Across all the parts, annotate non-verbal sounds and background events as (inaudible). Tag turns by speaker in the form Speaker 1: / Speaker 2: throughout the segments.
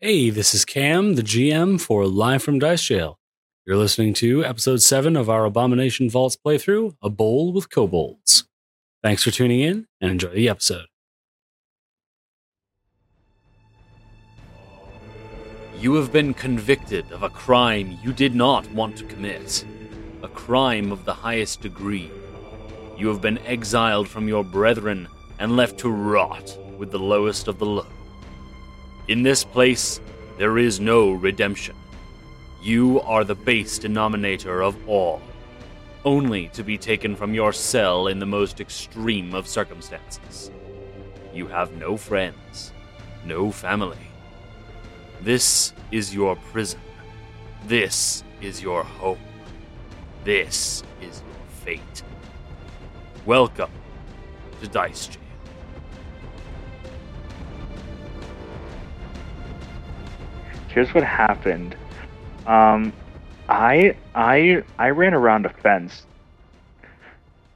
Speaker 1: Hey, this is Cam, the GM for Live from Dice Jail. You're listening to episode 7 of our Abomination Vaults playthrough, A Bowl with Kobolds. Thanks for tuning in and enjoy the episode. You have been convicted of a crime you did not want to commit, a crime of the highest degree. You have been exiled from your brethren and left to rot with the lowest of the low. In this place, there is no redemption. You are the base denominator of all, only to be taken from your cell in the most extreme of circumstances. You have no friends, no family. This is your prison. This is your home. This is your fate. Welcome to Dice Jail.
Speaker 2: here's what happened. Um, I I I ran around a fence,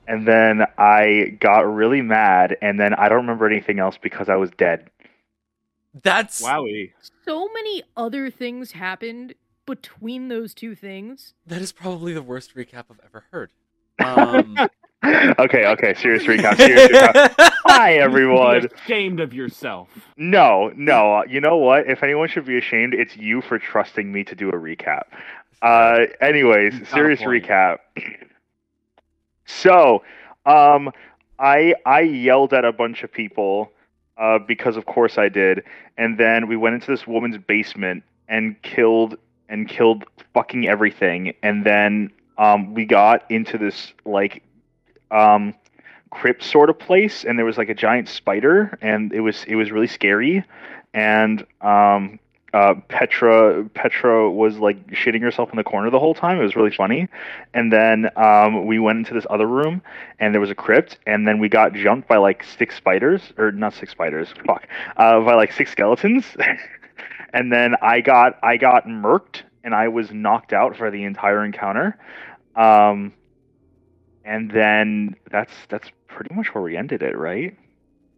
Speaker 2: and then I got really mad, and then I don't remember anything else because I was dead.
Speaker 3: That's
Speaker 4: Wowie.
Speaker 5: so many other things happened between those two things.
Speaker 3: that is probably the worst recap I've ever
Speaker 2: (laughs)
Speaker 3: heard. Um,
Speaker 2: (laughs) okay, okay, serious recap.
Speaker 4: (laughs)
Speaker 2: Serious recap.
Speaker 3: (laughs)
Speaker 2: Hi everyone.
Speaker 4: Be ashamed of yourself.
Speaker 2: No, no. You know what? If anyone should be ashamed, it's you for trusting me to do a recap. Uh, anyways,
Speaker 3: Not
Speaker 2: serious
Speaker 3: for you.
Speaker 2: recap. (clears throat) So, um, I I yelled at a bunch of people, uh, because of course I did, and then we went into this woman's basement and killed and killed fucking everything, and then um, we got into this like, um, crypt sort of place, and there was like a giant spider, and it was it was really scary, and um, uh, Petra Petra was like shitting herself in the corner the whole time. It was really funny. And then um, we went into this other room, and there was a crypt. And then we got jumped by like six spiders, or not six spiders, fuck, uh, by like six skeletons. (laughs) and then I got I got murked, and I was knocked out for the entire encounter. Um, and then that's that's pretty much where we ended it, right?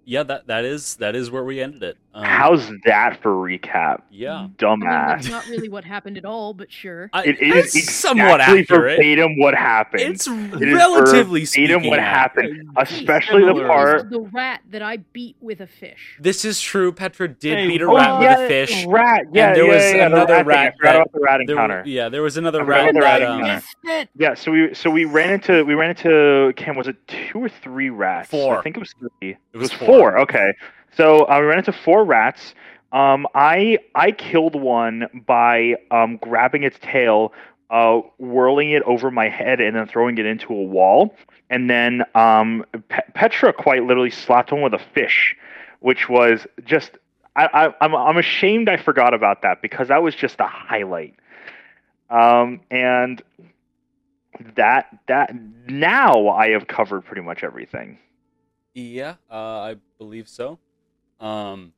Speaker 1: Yeah, that, that is that is where we ended it. Um,
Speaker 2: How's that for recap?
Speaker 1: Yeah.
Speaker 5: I mean, that's
Speaker 2: Dumbass.
Speaker 5: not really what happened at all, but sure.
Speaker 1: I,
Speaker 2: It is
Speaker 1: it's
Speaker 2: exactly
Speaker 1: somewhat accurate.
Speaker 2: verbatim what happened.
Speaker 1: It's
Speaker 2: It is
Speaker 1: relatively
Speaker 2: verbatim
Speaker 1: speaking.
Speaker 2: what happened,
Speaker 4: Uh,
Speaker 2: especially the
Speaker 4: similar.
Speaker 2: part.
Speaker 5: the rat that I beat with a fish.
Speaker 3: this is true. Petra did
Speaker 4: Hey,
Speaker 3: beat a
Speaker 4: oh,
Speaker 3: rat with
Speaker 2: yeah,
Speaker 3: a fish.
Speaker 2: Rat. Yeah,
Speaker 3: there
Speaker 2: yeah,
Speaker 3: was
Speaker 2: yeah, yeah, the
Speaker 3: another
Speaker 2: rat. thing. I
Speaker 3: rat
Speaker 2: forgot
Speaker 3: that-
Speaker 2: about the rat
Speaker 3: There-
Speaker 2: encounter.
Speaker 3: yeah, there was another
Speaker 2: I forgot
Speaker 3: rat.
Speaker 2: about the rat
Speaker 3: that,
Speaker 2: encounter.
Speaker 3: um,
Speaker 5: That-
Speaker 2: Yeah, so we so we ran into we ran into Cam. Was it two or three rats?
Speaker 1: Four.
Speaker 2: I think it was three. It
Speaker 1: was
Speaker 2: four. Okay, so uh, we ran into four rats. Um, I I killed one by um, grabbing its tail, uh, whirling it over my head, and then throwing it into a wall. And then um, Pe- Petra quite literally slapped one with a fish, which was just I, I, I'm I'm ashamed I forgot about that because that was just a highlight. Um, and that that now I have covered pretty much everything.
Speaker 3: yeah, uh, I believe so. Um,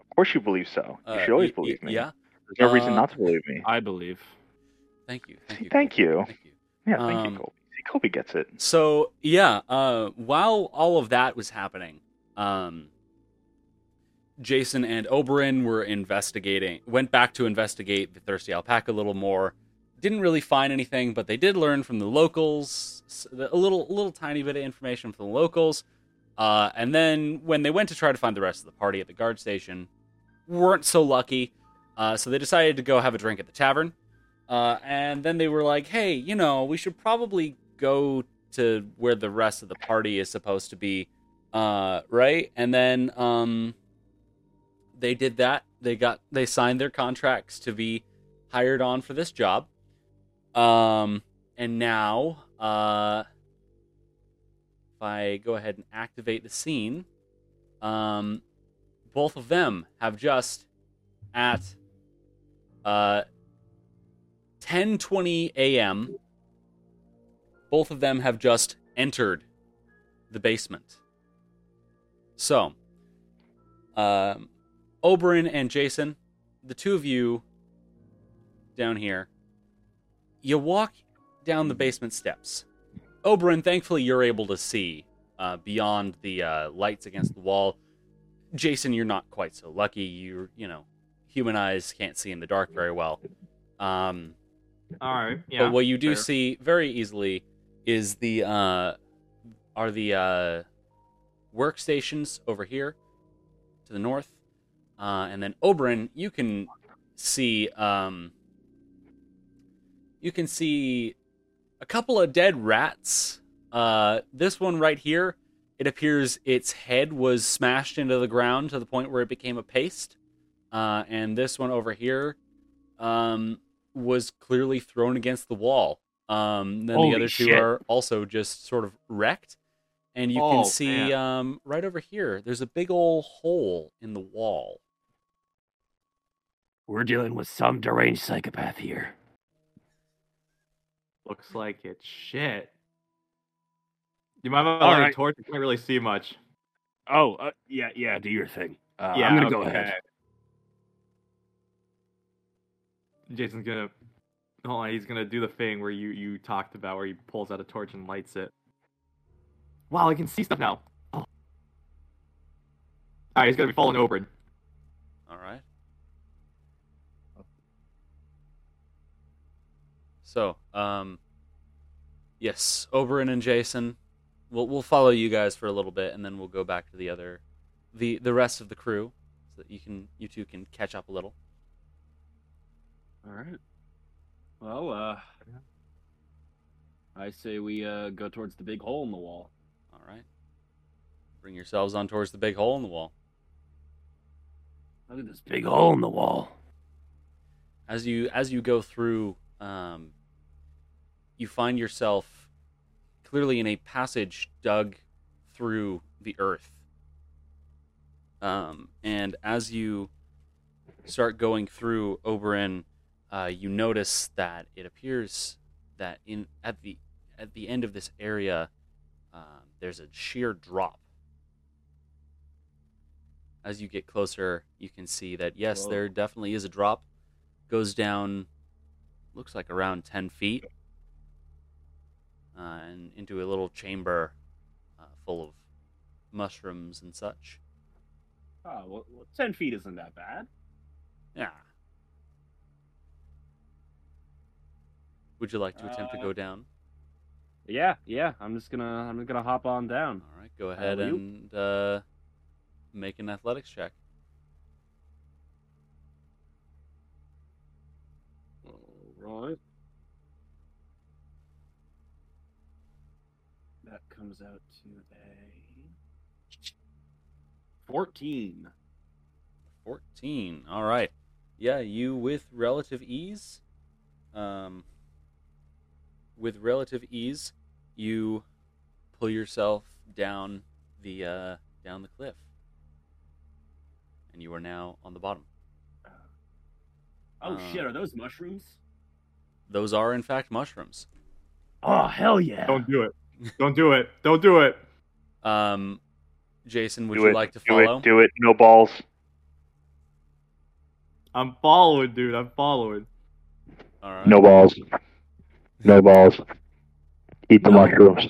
Speaker 2: Of course, you believe so. You
Speaker 3: uh,
Speaker 2: should always
Speaker 3: y-
Speaker 2: believe
Speaker 3: y-
Speaker 2: me.
Speaker 3: Yeah,
Speaker 2: There's no reason
Speaker 3: uh,
Speaker 2: not to believe me.
Speaker 4: I believe.
Speaker 3: thank you. Thank you.
Speaker 2: Thank
Speaker 3: Colby,
Speaker 2: you.
Speaker 3: Thank you.
Speaker 2: Yeah, thank
Speaker 3: um,
Speaker 2: you, Colby. See, Colby gets it.
Speaker 3: so yeah uh while all of that was happening um jason and oberon were investigating went back to investigate the thirsty alpaca a little more didn't really find anything but they did learn from the locals s- a little a little tiny bit of information from the locals uh, and then when they went to try to find the rest of the party at the guard station weren't so lucky uh, so they decided to go have a drink at the tavern uh, and then they were like, hey, you know, we should probably go to where the rest of the party is supposed to be, uh, right? And then um, they did that. They got they signed their contracts to be hired on for this job. Um, and now, uh, if I go ahead and activate the scene, um, both of them have just at uh 10:20 a.m. Both of them have just entered the basement. So, um, Oberon and Jason, the two of you down here, you walk down the basement steps. Oberon, thankfully, you're able to see uh, beyond the uh, lights against the wall. Jason, you're not quite so lucky. You're, you know, human eyes can't see in the dark very well. Um,
Speaker 4: All
Speaker 6: (laughs)
Speaker 4: right. Yeah.
Speaker 3: but what you do
Speaker 4: fair.
Speaker 3: see very easily is the uh, are the uh, workstations over here to the north, uh, and then Oberon. You can see um, you can see a couple of dead rats. Uh, this one right here, it appears its head was smashed into the ground to the point where it became a paste, uh, and this one over here. Um, was clearly thrown against the wall. Um, then
Speaker 2: Holy
Speaker 3: the other two
Speaker 2: shit.
Speaker 3: are also just sort of wrecked. And you
Speaker 4: Oh,
Speaker 3: can see
Speaker 4: man.
Speaker 3: um, right over here, there's a big old hole in the wall.
Speaker 6: We're dealing with some deranged psychopath here.
Speaker 4: Looks like it's shit. You might have
Speaker 6: All
Speaker 4: a
Speaker 6: right.
Speaker 4: torch. You can't really see much.
Speaker 6: Oh, uh, yeah, yeah, do your thing. Uh,
Speaker 4: yeah.
Speaker 6: I'm gonna go
Speaker 4: okay.
Speaker 6: ahead.
Speaker 4: Jason's gonna. Hold on, he's gonna do the thing where you you talked about, where he pulls out a torch and lights it. Wow, I can see stuff now. Oh. All right, he's gonna be falling over.
Speaker 3: All right. So, um, yes, Oberon and Jason, we'll we'll follow you guys for a little bit, and then we'll go back to the other, the the rest of the crew, so that you can you two can catch up a little.
Speaker 7: All right. Well, uh, I say we uh, go towards the big hole in the wall.
Speaker 3: All right. Bring yourselves on towards the big hole in the wall.
Speaker 6: Look at this big hole in the wall.
Speaker 3: As you as you go through, um, you find yourself clearly in a passage dug through the earth. Um, and as you start going through Oberon, uh, you notice that it appears that in at the at the end of this area, um, there's a sheer drop. As you get closer, you can see that yes,
Speaker 7: Whoa.
Speaker 3: there definitely is a drop. Goes down, looks like around ten feet, uh, and into a little chamber uh, full of mushrooms and such.
Speaker 7: Oh, well, well, ten feet isn't that bad.
Speaker 3: Yeah. Would you like to attempt to
Speaker 7: Uh,
Speaker 3: go down?
Speaker 7: Yeah, yeah. I'm just gonna, I'm just gonna hop on down.
Speaker 3: All right, go ahead
Speaker 7: will you?
Speaker 3: and uh, make an athletics check.
Speaker 7: All right. That comes out to a fourteen.
Speaker 3: 14. All right. Yeah, you with relative ease. Um, with relative ease, you pull yourself down the uh, down the cliff, and you are now on the bottom.
Speaker 7: Oh
Speaker 3: Uh,
Speaker 7: shit! Are those mushrooms?
Speaker 3: Those are in fact mushrooms.
Speaker 6: Oh hell yeah!
Speaker 4: Don't do it. Don't do it. Don't do it.
Speaker 3: Um, Jason, would
Speaker 2: do
Speaker 3: you
Speaker 2: it,
Speaker 3: like to
Speaker 2: do
Speaker 3: follow?
Speaker 2: it, do it. No balls.
Speaker 4: I'm following, dude. I'm following.
Speaker 3: All right.
Speaker 2: No balls. No balls. Eat the mushrooms.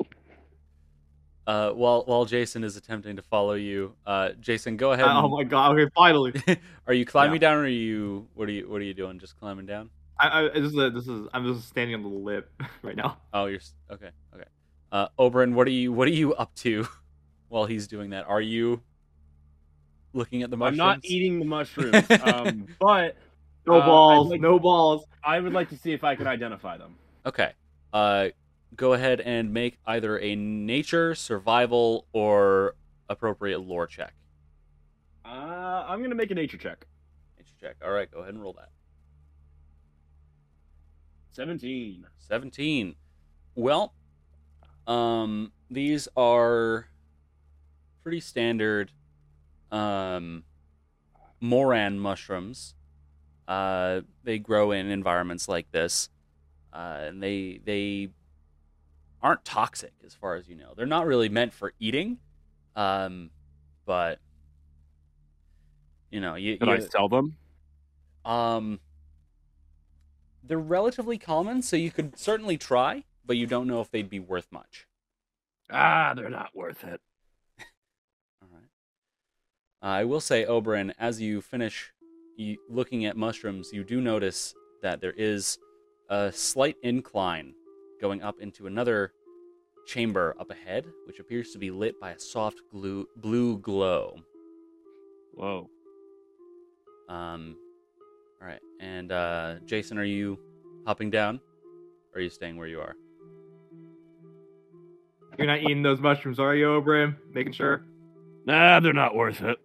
Speaker 3: Uh, while while Jason is attempting to follow you, uh, Jason, go ahead.
Speaker 4: Oh
Speaker 3: and-
Speaker 4: my god. Okay, finally.
Speaker 3: (laughs) are you climbing down, or are you what are you what are you doing? Just climbing down?
Speaker 4: I, I, this is a, this is I'm just standing on the lip (laughs) right now.
Speaker 3: Oh, you're s- okay. Okay. Uh, Oberon, what are you what are you up to (laughs) while he's doing that? Are you looking at the mushrooms?
Speaker 7: I'm not eating (laughs) the mushrooms, um, but
Speaker 4: No
Speaker 7: Uh, I'd
Speaker 4: balls,
Speaker 7: like-
Speaker 4: no balls.
Speaker 7: I would like to see if I can identify them.
Speaker 3: Okay. Uh, go ahead and make either a nature, survival, or appropriate lore check.
Speaker 7: Uh, I'm gonna make a nature check.
Speaker 3: Nature check. All right, go ahead and roll that.
Speaker 7: Seventeen.
Speaker 3: 17. Well, um, these are pretty standard um, moran mushrooms. Uh, they grow in environments like this, uh, and they they aren't toxic, as far as you know. They're not really meant for eating, um, but you know, you,
Speaker 6: Did
Speaker 3: you,
Speaker 6: I sell them?
Speaker 3: um, they're relatively common, so you could certainly try, but you don't know if they'd be worth much.
Speaker 6: Ah, they're not worth it.
Speaker 3: All right. I will say, Oberon, as you finish you, looking at mushrooms, you do notice that there is a slight incline going up into another chamber up ahead, which appears to be lit by a soft glue, blue glow.
Speaker 7: Whoa.
Speaker 3: Um, all right, and uh, Jason, are you hopping down, or are you staying where you are?
Speaker 4: You're not eating those mushrooms, are you, Obrim? Making sure.
Speaker 6: Nah, they're not worth it.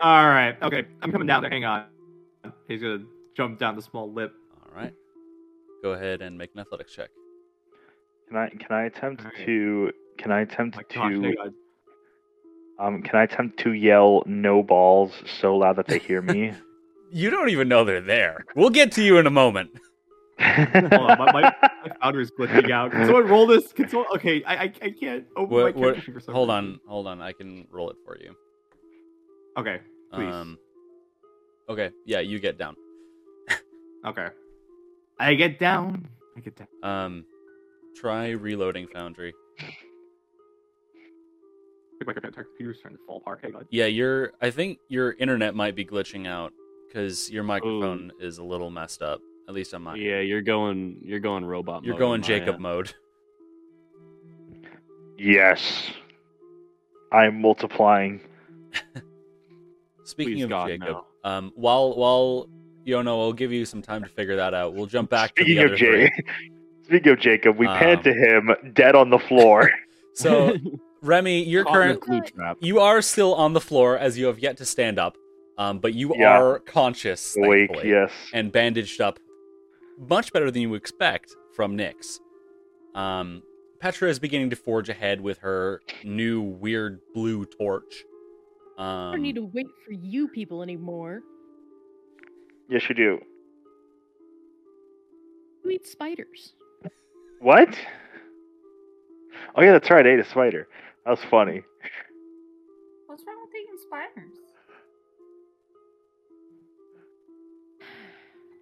Speaker 4: All right. Okay, I'm coming down there. Hang on. He's gonna jump down the small lip. Oh
Speaker 3: All right, go ahead and make an athletics check.
Speaker 2: Can I can I attempt
Speaker 4: Alright.
Speaker 2: to can I attempt
Speaker 4: My gosh,
Speaker 2: to
Speaker 4: hang on.
Speaker 2: um can I attempt to yell no balls so loud that they hear me?
Speaker 3: (laughs) You don't even know they're there. We'll get to you in
Speaker 2: (laughs)
Speaker 3: a moment.
Speaker 4: Hold on, my, my, my founder's glitching out. Can someone roll this? Can someone, okay, I, I I can't open
Speaker 3: What- what-
Speaker 4: my character sheet for some
Speaker 3: Hold
Speaker 4: reason.
Speaker 3: on, hold on. I can roll it for you.
Speaker 4: Okay, please.
Speaker 3: Um, okay, yeah, you get down.
Speaker 4: okay. I get down. I get down.
Speaker 3: Um, try reloading Foundry.
Speaker 4: Look like our computer's starting to fall apart. Hang on.
Speaker 3: Yeah, your I think your internet might be glitching out because your microphone is a little messed up. At least on mine.
Speaker 7: Yeah, you're going. You're going robot.
Speaker 3: You're
Speaker 7: mode on
Speaker 3: going
Speaker 7: my
Speaker 3: Jacob
Speaker 7: end.
Speaker 3: mode. (laughs)
Speaker 2: yes. I'm multiplying.
Speaker 3: Speaking
Speaker 7: Please
Speaker 3: of
Speaker 7: God,
Speaker 3: Jacob,
Speaker 7: no.
Speaker 3: um, while while Yono, I'll give you some time to figure that out. We'll jump back to
Speaker 2: Speaking
Speaker 3: the other
Speaker 2: of Jay
Speaker 3: three.
Speaker 2: (laughs) Speaking of Jacob, we pan
Speaker 3: Um,
Speaker 2: to him dead on the
Speaker 3: (laughs)
Speaker 2: floor.
Speaker 7: (laughs)
Speaker 3: So Remy, you're
Speaker 7: Caught in a
Speaker 3: current.
Speaker 7: glue trap.
Speaker 3: You are still on the floor as you have yet to stand up, um, but you
Speaker 2: Yeah.
Speaker 3: are conscious,
Speaker 2: Awake,
Speaker 3: thankfully,
Speaker 2: yes.
Speaker 3: and bandaged up, much better than you expect from Nyx. Um, Petra is beginning to forge ahead with her new weird blue torch. Um,
Speaker 5: I don't need to wait for you people anymore.
Speaker 2: Yes you do.
Speaker 5: You eat spiders.
Speaker 2: What? Oh yeah, that's right, I ate a spider. That was funny.
Speaker 8: What's wrong with eating spiders?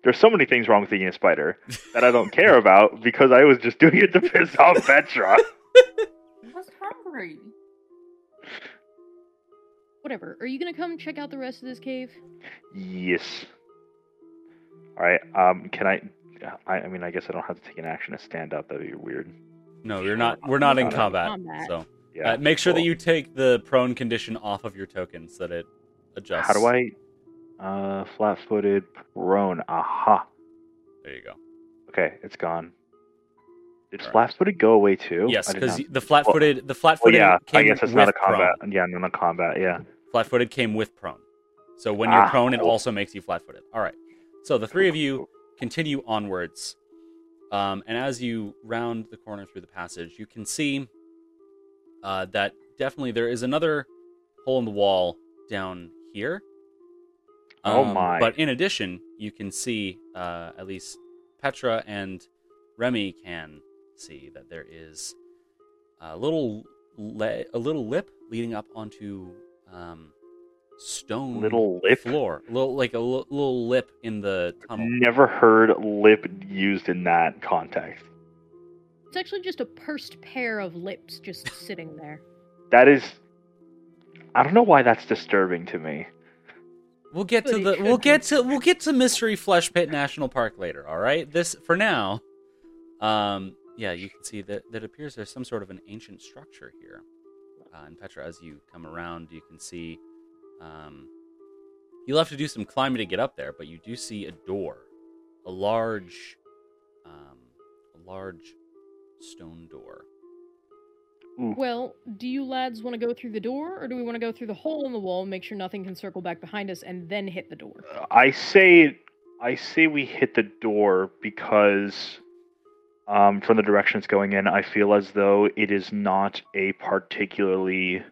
Speaker 2: There's so many things wrong with eating a spider that I don't
Speaker 3: (laughs)
Speaker 2: care about because I was just doing it to piss off Petra.
Speaker 8: I was hungry.
Speaker 5: Whatever. Are you gonna come check out the rest of this cave?
Speaker 2: Yes. All right. Um. Can I? I, I mean, I guess I don't have to take an action to stand up. That'd be weird.
Speaker 3: no, you're not. We're not in
Speaker 2: Not in
Speaker 3: combat.
Speaker 5: combat.
Speaker 3: So
Speaker 2: Yeah.
Speaker 3: uh, make sure that
Speaker 2: cool.
Speaker 3: you take the prone condition off of your tokens that it adjusts.
Speaker 2: How do I? Uh, flat-footed prone. Aha.
Speaker 3: There you go.
Speaker 2: Okay, it's gone. Did
Speaker 3: All right.
Speaker 2: flat-footed go away too?
Speaker 3: Yes,
Speaker 2: I did
Speaker 3: because
Speaker 2: not-
Speaker 3: the flat-footed, the flat-footed
Speaker 2: Well, yeah. I
Speaker 3: came
Speaker 2: guess it's not a
Speaker 3: with prone.
Speaker 2: combat. Yeah, not a combat. Yeah.
Speaker 3: Flat-footed came with prone. So when you're
Speaker 2: Ah,
Speaker 3: prone, it
Speaker 2: cool.
Speaker 3: also makes you flat-footed. All right. So the three of you continue onwards, um, and as you round the corner through the passage, you can see uh, that definitely there is another hole in the wall down here. Um,
Speaker 2: Oh my.
Speaker 3: But in addition, you can see uh, at least Petra and Remy can see that there is a little le- a little lip leading up onto um, stone
Speaker 2: Little lip?
Speaker 3: floor, little like a li- little lip in the tunnel.
Speaker 2: Never heard lip used in that context.
Speaker 5: It's actually just a pursed pair of lips just sitting there.
Speaker 2: That is. I don't know why that's disturbing to me.
Speaker 3: We'll get to
Speaker 5: But it
Speaker 3: the
Speaker 5: should
Speaker 3: we'll
Speaker 5: be.
Speaker 3: get to we'll get to Mystery Flesh Pit National Park later. All right, this for now. Um, yeah, you can see that that appears there's some sort of an ancient structure here. Uh, and Petra, as you come around, you can see. Um, you'll have to do some climbing to get up there, but you do see a door, a large, um, a large stone door.
Speaker 5: Well, do you lads want to go through the door, or do we want to go through the hole in the wall and make sure nothing can circle back behind us and then hit the door?
Speaker 2: I say I say we hit the door because um, from the direction it's going in, I feel as though it is not a particularly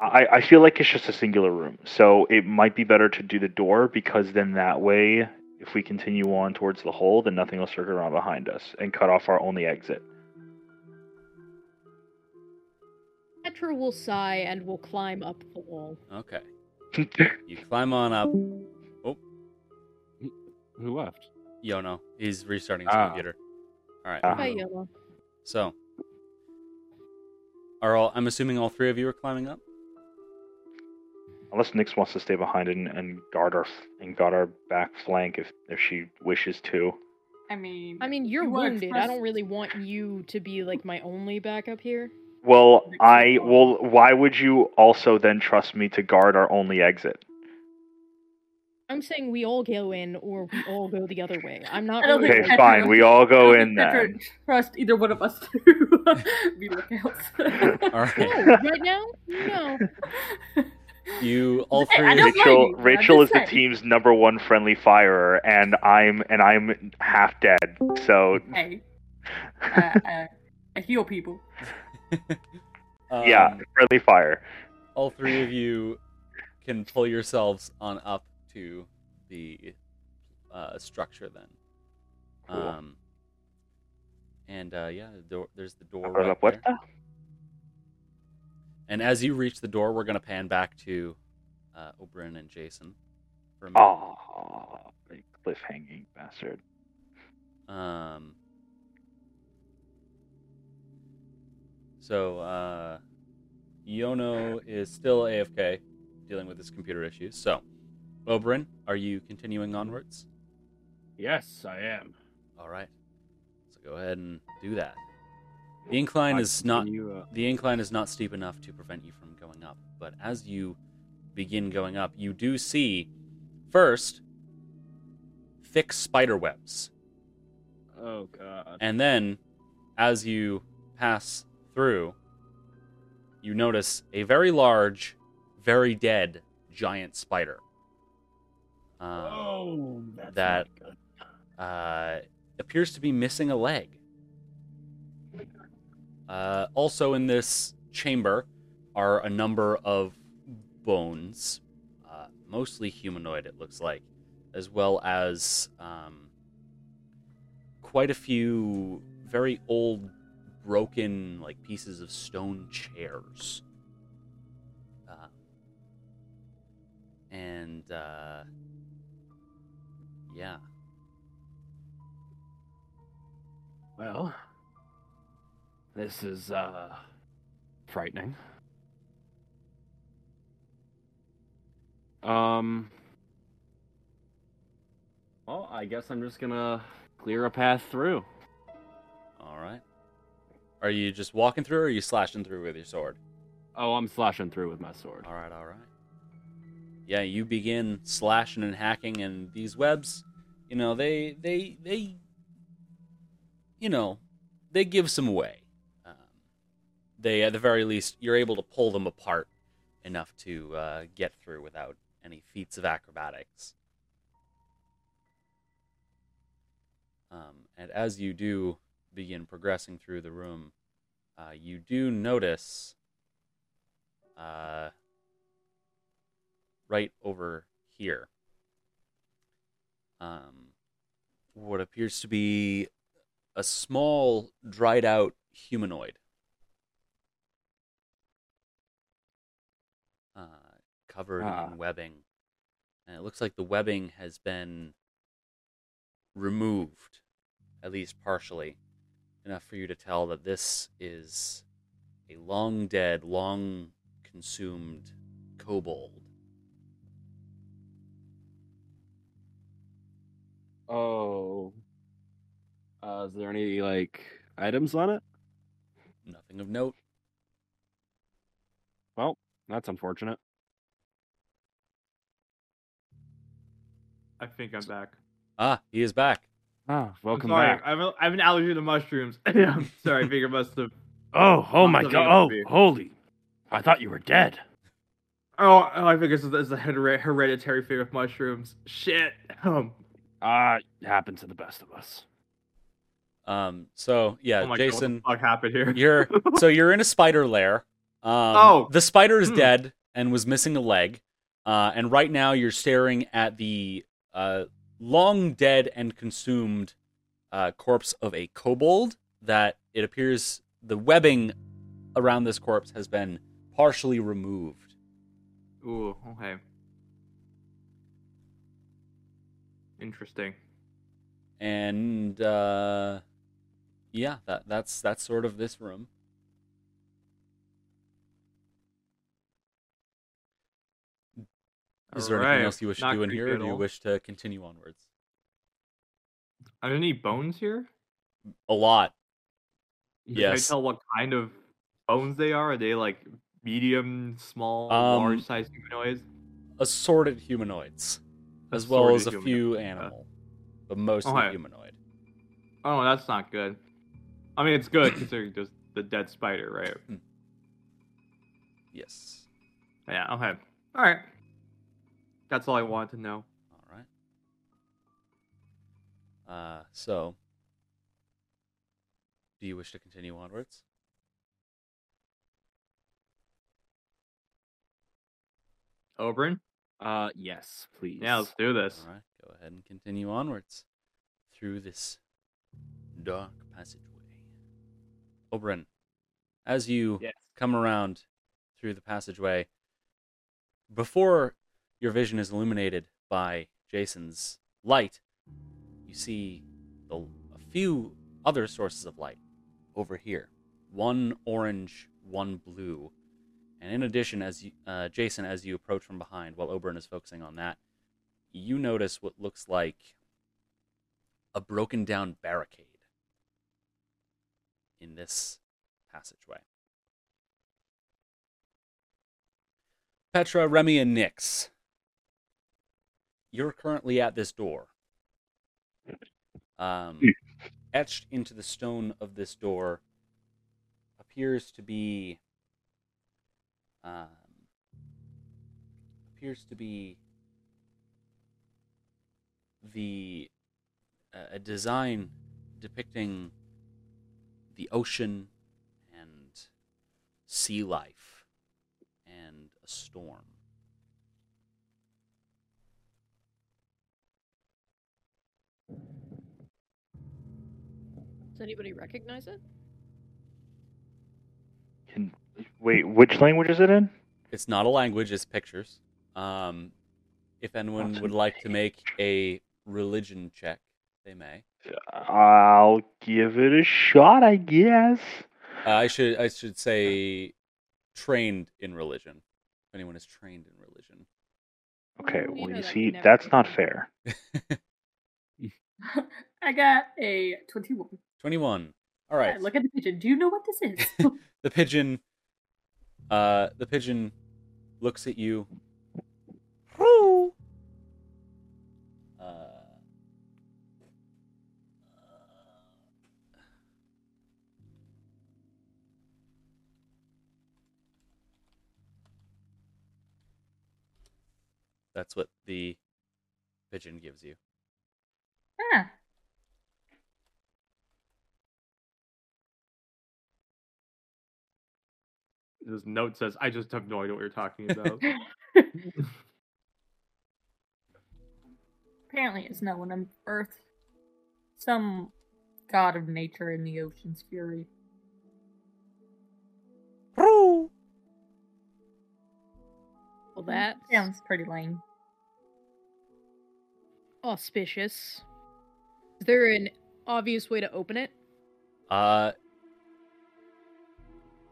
Speaker 2: I, I feel like it's just a singular room. So it might be better to do the door because then that way if we continue on towards the hole, then nothing will circle around behind us and cut off our only exit.
Speaker 5: Petra will sigh and will climb up the wall.
Speaker 3: Okay, you climb on up.
Speaker 7: Who
Speaker 6: (laughs)
Speaker 7: left?
Speaker 3: Yono, he's restarting his
Speaker 7: Ah.
Speaker 3: computer. All right.
Speaker 2: Ah.
Speaker 5: Bye, Yola.
Speaker 3: So, are all? I'm assuming all three of you are climbing up.
Speaker 2: Unless Nyx wants to stay behind and, and guard our and guard our back flank if if she wishes to.
Speaker 8: I mean,
Speaker 5: I mean, you're
Speaker 8: You wanna
Speaker 5: wounded. I
Speaker 8: express-
Speaker 5: don't really want you to be like my only backup here.
Speaker 2: Well, I well. Why would you also then trust me to guard our only exit?
Speaker 5: I'm saying we all go in or we all go the other way. I'm not
Speaker 8: I don't
Speaker 5: really
Speaker 2: Okay,
Speaker 8: think
Speaker 5: like-
Speaker 2: fine. We all go in
Speaker 8: Petra,
Speaker 2: then.
Speaker 8: Trust either one of us (laughs) to uh, be lookouts.
Speaker 3: All
Speaker 2: (laughs)
Speaker 3: right.
Speaker 5: No, right now? No.
Speaker 3: You all
Speaker 8: Hey, I
Speaker 3: three.
Speaker 8: don't-
Speaker 2: Rachel
Speaker 8: blame you, I'm
Speaker 2: Rachel is
Speaker 8: just
Speaker 2: the
Speaker 8: saying.
Speaker 2: team's number one friendly firer, and I'm and I'm half dead. So
Speaker 8: (laughs)
Speaker 3: (laughs)
Speaker 8: hey, uh, uh, I heal people.
Speaker 3: (laughs) um,
Speaker 2: yeah, friendly fire.
Speaker 3: all three of you can pull yourselves on up to the uh, structure then.
Speaker 2: Cool.
Speaker 3: Um, and uh, yeah, the door, there's the door.
Speaker 2: Abra la
Speaker 3: right there.
Speaker 2: puerta.
Speaker 3: And as you reach the door, we're gonna pan back to uh, Oberyn and Jason. For a minute.
Speaker 2: Oh, cliffhanging bastard.
Speaker 3: Um. So, uh, Yono is still AFK, dealing with his computer issues. So, Oberyn, are you continuing onwards?
Speaker 6: Yes, I am.
Speaker 3: All right. So go ahead and do that. The incline is not
Speaker 7: You, uh,
Speaker 3: the incline is not steep enough to prevent you from going up. But as you begin going up, you do see first thick spider webs
Speaker 7: oh god.
Speaker 3: And then, as you pass through, you notice a very large, very dead giant spider. Uh,
Speaker 6: Oh, that's
Speaker 3: that-
Speaker 6: not good.
Speaker 3: uh, appears to be missing a leg. Uh, also, in this chamber are a number of bones, uh, mostly humanoid, it looks like, as well as um, quite a few very old, broken, like pieces of stone chairs. Uh, and uh, yeah.
Speaker 6: Well, this is uh frightening.
Speaker 7: Um. Well, I guess I'm just gonna clear a path through.
Speaker 3: All right. Are you just walking through, or are you slashing through with your sword?
Speaker 7: Oh, I'm slashing through with my sword.
Speaker 3: All right, all right. Yeah, you begin slashing and hacking, and these webs, you know, they they they, you know, they give some way. Um, they, at the very least, you're able to pull them apart enough to uh, get through without any feats of acrobatics. Um, and as you do begin progressing through the room, uh, you do notice uh, right over here. Um, what appears to be a small, dried out humanoid. Uh, covered
Speaker 6: Ah.
Speaker 3: in webbing. And it looks like the webbing has been removed, at least partially, enough for you to tell that this is a long dead, long consumed kobold.
Speaker 7: Oh. Uh, is there any like items on it?
Speaker 3: Nothing of note.
Speaker 7: That's unfortunate.
Speaker 4: I think I'm back.
Speaker 3: Ah, he is back.
Speaker 7: Ah, welcome
Speaker 4: I'm sorry,
Speaker 7: back.
Speaker 4: I have, a, I have an allergy to mushrooms. (laughs) I'm sorry, I figure I must have.
Speaker 6: Oh, oh my
Speaker 4: Lots of
Speaker 6: god.
Speaker 4: emails
Speaker 6: Oh,
Speaker 4: for you.
Speaker 6: holy. I thought you were dead.
Speaker 4: Oh, oh I figure this is- this is a hered- hereditary fear of mushrooms. Shit. (laughs) Um,
Speaker 7: Uh,
Speaker 6: Ah, it happened to the best of us.
Speaker 3: Um, so yeah,
Speaker 4: oh my
Speaker 3: Jason,
Speaker 4: God, what the fuck (laughs) happened here?
Speaker 3: you're so you're in a spider lair. Um,
Speaker 4: Oh.
Speaker 3: the spider is
Speaker 4: Hmm.
Speaker 3: dead and was missing a leg. Uh, and right now you're staring at the uh, long dead and consumed uh, corpse of a kobold that it appears the webbing around this corpse has been partially removed.
Speaker 4: Ooh, okay. Interesting.
Speaker 3: and uh, yeah, that, that's that's sort of this room. Is there anything
Speaker 4: Alright,
Speaker 3: else you wish to
Speaker 4: not
Speaker 3: do in here,
Speaker 4: creepy
Speaker 3: or
Speaker 4: at
Speaker 3: do you
Speaker 4: all.
Speaker 3: wish to continue onwards?
Speaker 4: Are there any bones here?
Speaker 3: A lot.
Speaker 4: Can I
Speaker 3: Yes.
Speaker 4: tell what kind of bones they are? Are they like medium, small,
Speaker 3: Um,
Speaker 4: large sized humanoids?
Speaker 3: Assorted humanoids, as well as a
Speaker 4: Assorted
Speaker 3: few
Speaker 4: humanoid, okay.
Speaker 3: animal, but mostly
Speaker 4: Okay.
Speaker 3: humanoid.
Speaker 4: Oh, that's not good. I mean, it's good considering just the dead spider, right?
Speaker 3: Yes.
Speaker 4: Yeah. Okay. All right. That's all I wanted to know.
Speaker 3: All right. Uh, so, do you wish to continue onwards?
Speaker 4: Oberon.
Speaker 7: Uh, yes, please.
Speaker 4: Yeah, let's do this.
Speaker 3: All right, go ahead and continue onwards through this dark passageway. Oberon, as you
Speaker 4: Yes.
Speaker 3: come around through the passageway, before your vision is illuminated by Jason's light, you see the, a few other sources of light over here one orange, one blue. And in addition, as you, uh, Jason, as you approach from behind, while Oberon is focusing on that, you notice what looks like a broken down barricade in this passageway. Petra, Remy, and Nix, you're currently at this door. Um, etched into the stone of this door appears to be um, appears to be the uh, a design depicting the ocean and sea life and a storm.
Speaker 5: Does anybody recognize it?
Speaker 2: Can, wait, which language is it in?
Speaker 3: It's not a language; it's pictures. Um, if anyone
Speaker 2: Awesome.
Speaker 3: would like to make a religion check, they may.
Speaker 2: I'll give it a shot, I guess.
Speaker 3: Uh, I should I should say trained in religion. If anyone is trained in religion.
Speaker 2: Okay,
Speaker 5: Mm,
Speaker 2: well,
Speaker 5: you know
Speaker 2: you
Speaker 5: that
Speaker 2: see,
Speaker 5: never
Speaker 2: that's not
Speaker 5: happens.
Speaker 2: fair.
Speaker 8: (laughs) I got a 21.
Speaker 3: 21. All right.
Speaker 8: I look at the pigeon. Do you know what this is? (laughs)
Speaker 3: the pigeon uh the pigeon looks at you. Roo. Uh, That's what the pigeon gives you.
Speaker 8: ah,
Speaker 4: This note says, "I just have no idea what you're talking about."
Speaker 8: apparently it's no one on Earth. Some god of nature in the ocean's fury.
Speaker 5: Well, that
Speaker 8: sounds pretty lame.
Speaker 5: auspicious. Is there an obvious way to open it?
Speaker 3: Uh,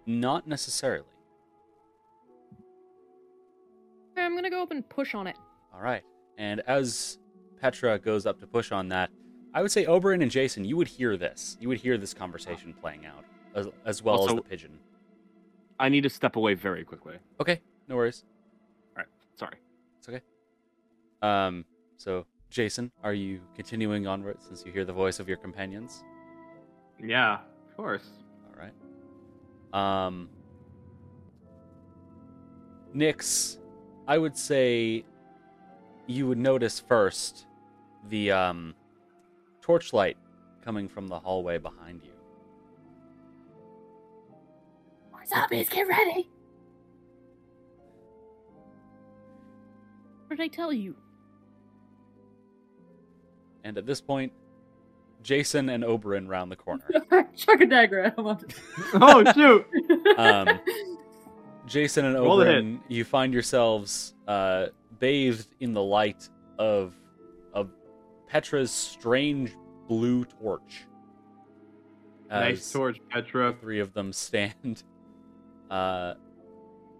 Speaker 3: not necessarily.
Speaker 5: Okay, I'm gonna go up and push on it.
Speaker 3: All right. And as Petra goes up to push on that, I would say Oberon and Jason, you would hear this. You would hear this conversation playing out, as, as well
Speaker 7: Also-
Speaker 3: as the pigeon.
Speaker 7: I need to step away very quickly.
Speaker 3: Okay, no worries.
Speaker 7: Sorry.
Speaker 3: Um, so Jason, are you continuing onward since you hear the voice of your companions?
Speaker 4: yeah, of course.
Speaker 3: All right. Um, Nyx, I would say you would notice first the um, torchlight coming from the hallway behind you.
Speaker 8: More zombies, get ready!
Speaker 5: What did I tell
Speaker 8: (laughs)
Speaker 5: you?
Speaker 3: And at this point, Jason and Oberon round the corner.
Speaker 8: Chuck a dagger at him.
Speaker 3: (laughs)
Speaker 4: oh shoot!
Speaker 8: (laughs)
Speaker 3: Um, Jason and
Speaker 4: Roll the hit.
Speaker 3: Oberon, you find yourselves uh, bathed in the light of of Petra's strange blue torch.
Speaker 4: nice
Speaker 3: As
Speaker 4: torch,
Speaker 3: The
Speaker 4: Petra.
Speaker 3: three of them (laughs) stand uh,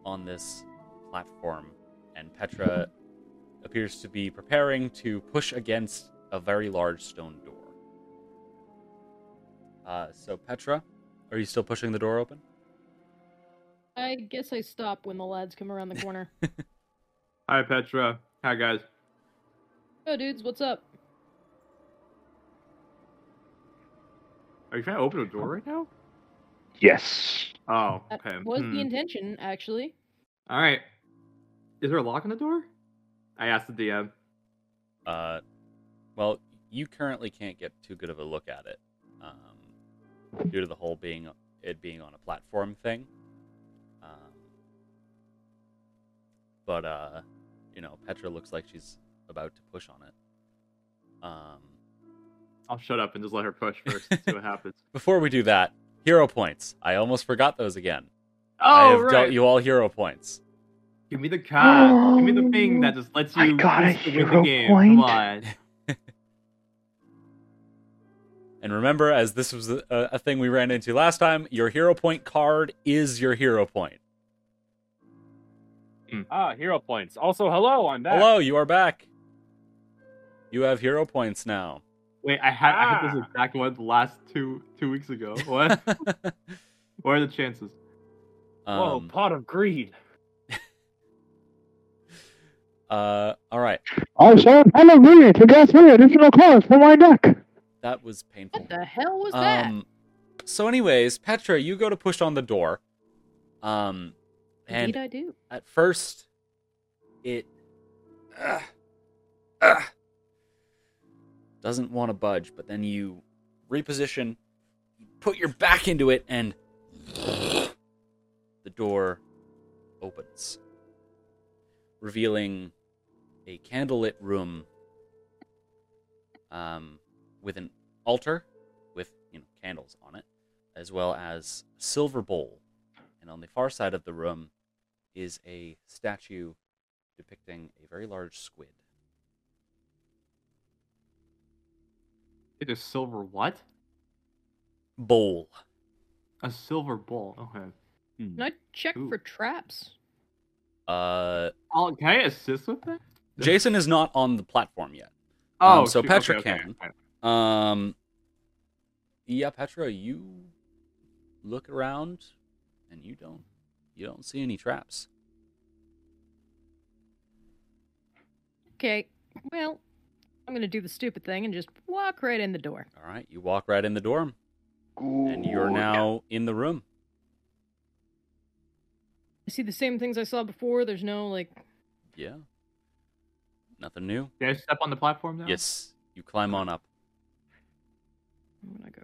Speaker 3: on this platform, and Petra appears to be preparing to push against a very large stone door. Uh, so, Petra, are you still pushing the door open?
Speaker 5: I guess I stop when the lads come around the corner.
Speaker 4: Hi, Petra. Hi, guys.
Speaker 5: Yo, dudes, what's up?
Speaker 4: Are you trying to open a door right now?
Speaker 2: Yes.
Speaker 4: Oh,
Speaker 5: That
Speaker 4: okay.
Speaker 5: Uh, was
Speaker 4: Hmm.
Speaker 5: the intention, actually.
Speaker 4: All right. Is there a lock on the door? I asked the DM.
Speaker 3: Uh, well, you currently can't get too good of a look at it um, due to the whole being it being on a platform thing. Um, but uh, you know, Petra looks like she's about to push on it. Um,
Speaker 4: I'll shut up and just let her push first and see what happens.
Speaker 3: before we do that, hero points. I almost forgot those again. I
Speaker 4: Oh,
Speaker 3: have
Speaker 4: right.
Speaker 3: dealt you all hero points.
Speaker 4: Give me the card. Give me the thing that just lets you
Speaker 2: I got a
Speaker 4: win the
Speaker 2: hero
Speaker 4: game.
Speaker 2: point.
Speaker 3: (laughs)
Speaker 4: Come on.
Speaker 3: And remember, as this was a, a thing we ran into last time, your hero point card is your hero point.
Speaker 7: Ah, hero points. Also, hello, Oh, I'm back.
Speaker 3: Hello, you are back. You have hero poits now.
Speaker 4: Wait, I had I had this exact one the last two two weeks ago.
Speaker 3: (laughs)
Speaker 4: What? what are the chances?
Speaker 7: Whoa,
Speaker 3: Um,
Speaker 7: pot of greed.
Speaker 3: uh, all right,
Speaker 6: Also, I'm a minute to get three additional cards for my deck.
Speaker 3: that was painful.
Speaker 5: What the hell was that?
Speaker 3: Um, so, anyways, Petra, you go to push on the door. Um, and
Speaker 5: Indeed, I do.
Speaker 3: at first, it uh, Ugh. Ugh. doesn't want to budge, but then you reposition, you put your back into it, and the door opens, revealing a candlelit room um, with an altar with you know candles on it, as well as a silver bowl, and on the far side of the room is a statue depicting a very large squid.
Speaker 4: It is silver what?
Speaker 3: Bowl.
Speaker 4: A silver bowl. Okay.
Speaker 5: Can I check
Speaker 4: Ooh.
Speaker 5: for traps?
Speaker 3: Uh,
Speaker 4: I'll, Oh, can I assist with that?
Speaker 3: Jason is not on the platform yet.
Speaker 4: Oh,
Speaker 3: Um, so
Speaker 4: shoot,
Speaker 3: Petra
Speaker 4: okay, okay,
Speaker 3: can.
Speaker 4: fine.
Speaker 3: Um, yeah, Petra, you look around, and you don't you don't see any traps.
Speaker 5: Okay, well, I'm gonna do the stupid thing and just walk right in the door.
Speaker 3: All right, you walk right in the door, and you're
Speaker 2: Good.
Speaker 3: now in the room.
Speaker 5: I see the same things I saw before. There's no, like,
Speaker 3: Yeah, nothing new.
Speaker 4: Can I step on the platform now?
Speaker 3: Yes, you climb on up.
Speaker 5: I'm gonna go.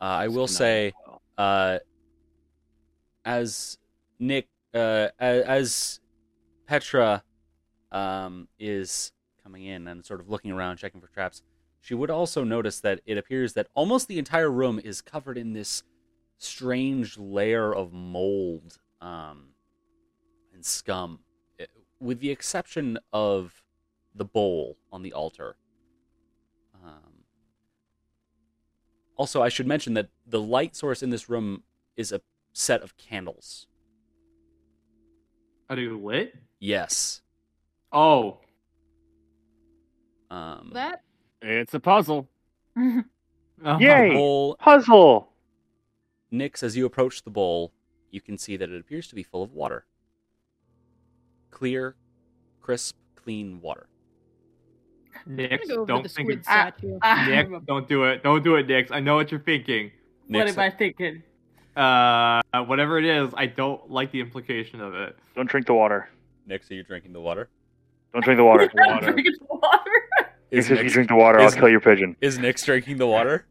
Speaker 3: Uh, I
Speaker 7: It's
Speaker 3: will
Speaker 7: been
Speaker 3: say,
Speaker 7: well.
Speaker 3: uh, as Nick, uh, as, as Petra um, is coming in and sort of looking around, checking for traps, she would also notice that it appears that almost the entire room is covered in this strange layer of mold um, and scum, eh, with the exception of the bowl on the altar. Um, also, I should mention that the light source in this room is a set of candles.
Speaker 4: Are they lit?
Speaker 3: Yes.
Speaker 4: Oh. Hmm.
Speaker 3: Um,
Speaker 5: That?
Speaker 7: It's a puzzle.
Speaker 4: Oh
Speaker 2: Yay!
Speaker 3: bowl,
Speaker 2: Puzzle.
Speaker 3: Nyx, as you approach the bowl, you can see that it appears to be full of water. Clear, crisp, clean water.
Speaker 5: I'm gonna
Speaker 4: Nick,
Speaker 5: go over to
Speaker 4: don't
Speaker 5: the
Speaker 4: think
Speaker 5: squid
Speaker 4: it.
Speaker 8: Ah,
Speaker 5: statue.
Speaker 8: I'm a-
Speaker 4: Nick, don't do it. Don't do it, Nix. I know what you're thinking.
Speaker 8: what
Speaker 3: Nyx,
Speaker 8: am I thinking?
Speaker 4: Uh, whatever it is, I don't like the implication of it.
Speaker 2: Don't drink the water.
Speaker 3: Nyx, are you drinking the water?
Speaker 2: Don't drink the
Speaker 8: (laughs)
Speaker 2: water.
Speaker 8: I'm drinking water.
Speaker 3: Is
Speaker 2: Because if you
Speaker 3: Nyx,
Speaker 2: drink the water, I'll
Speaker 3: is-
Speaker 2: kill your pigeon.
Speaker 3: is Nyx drinking
Speaker 2: (laughs)
Speaker 3: the water?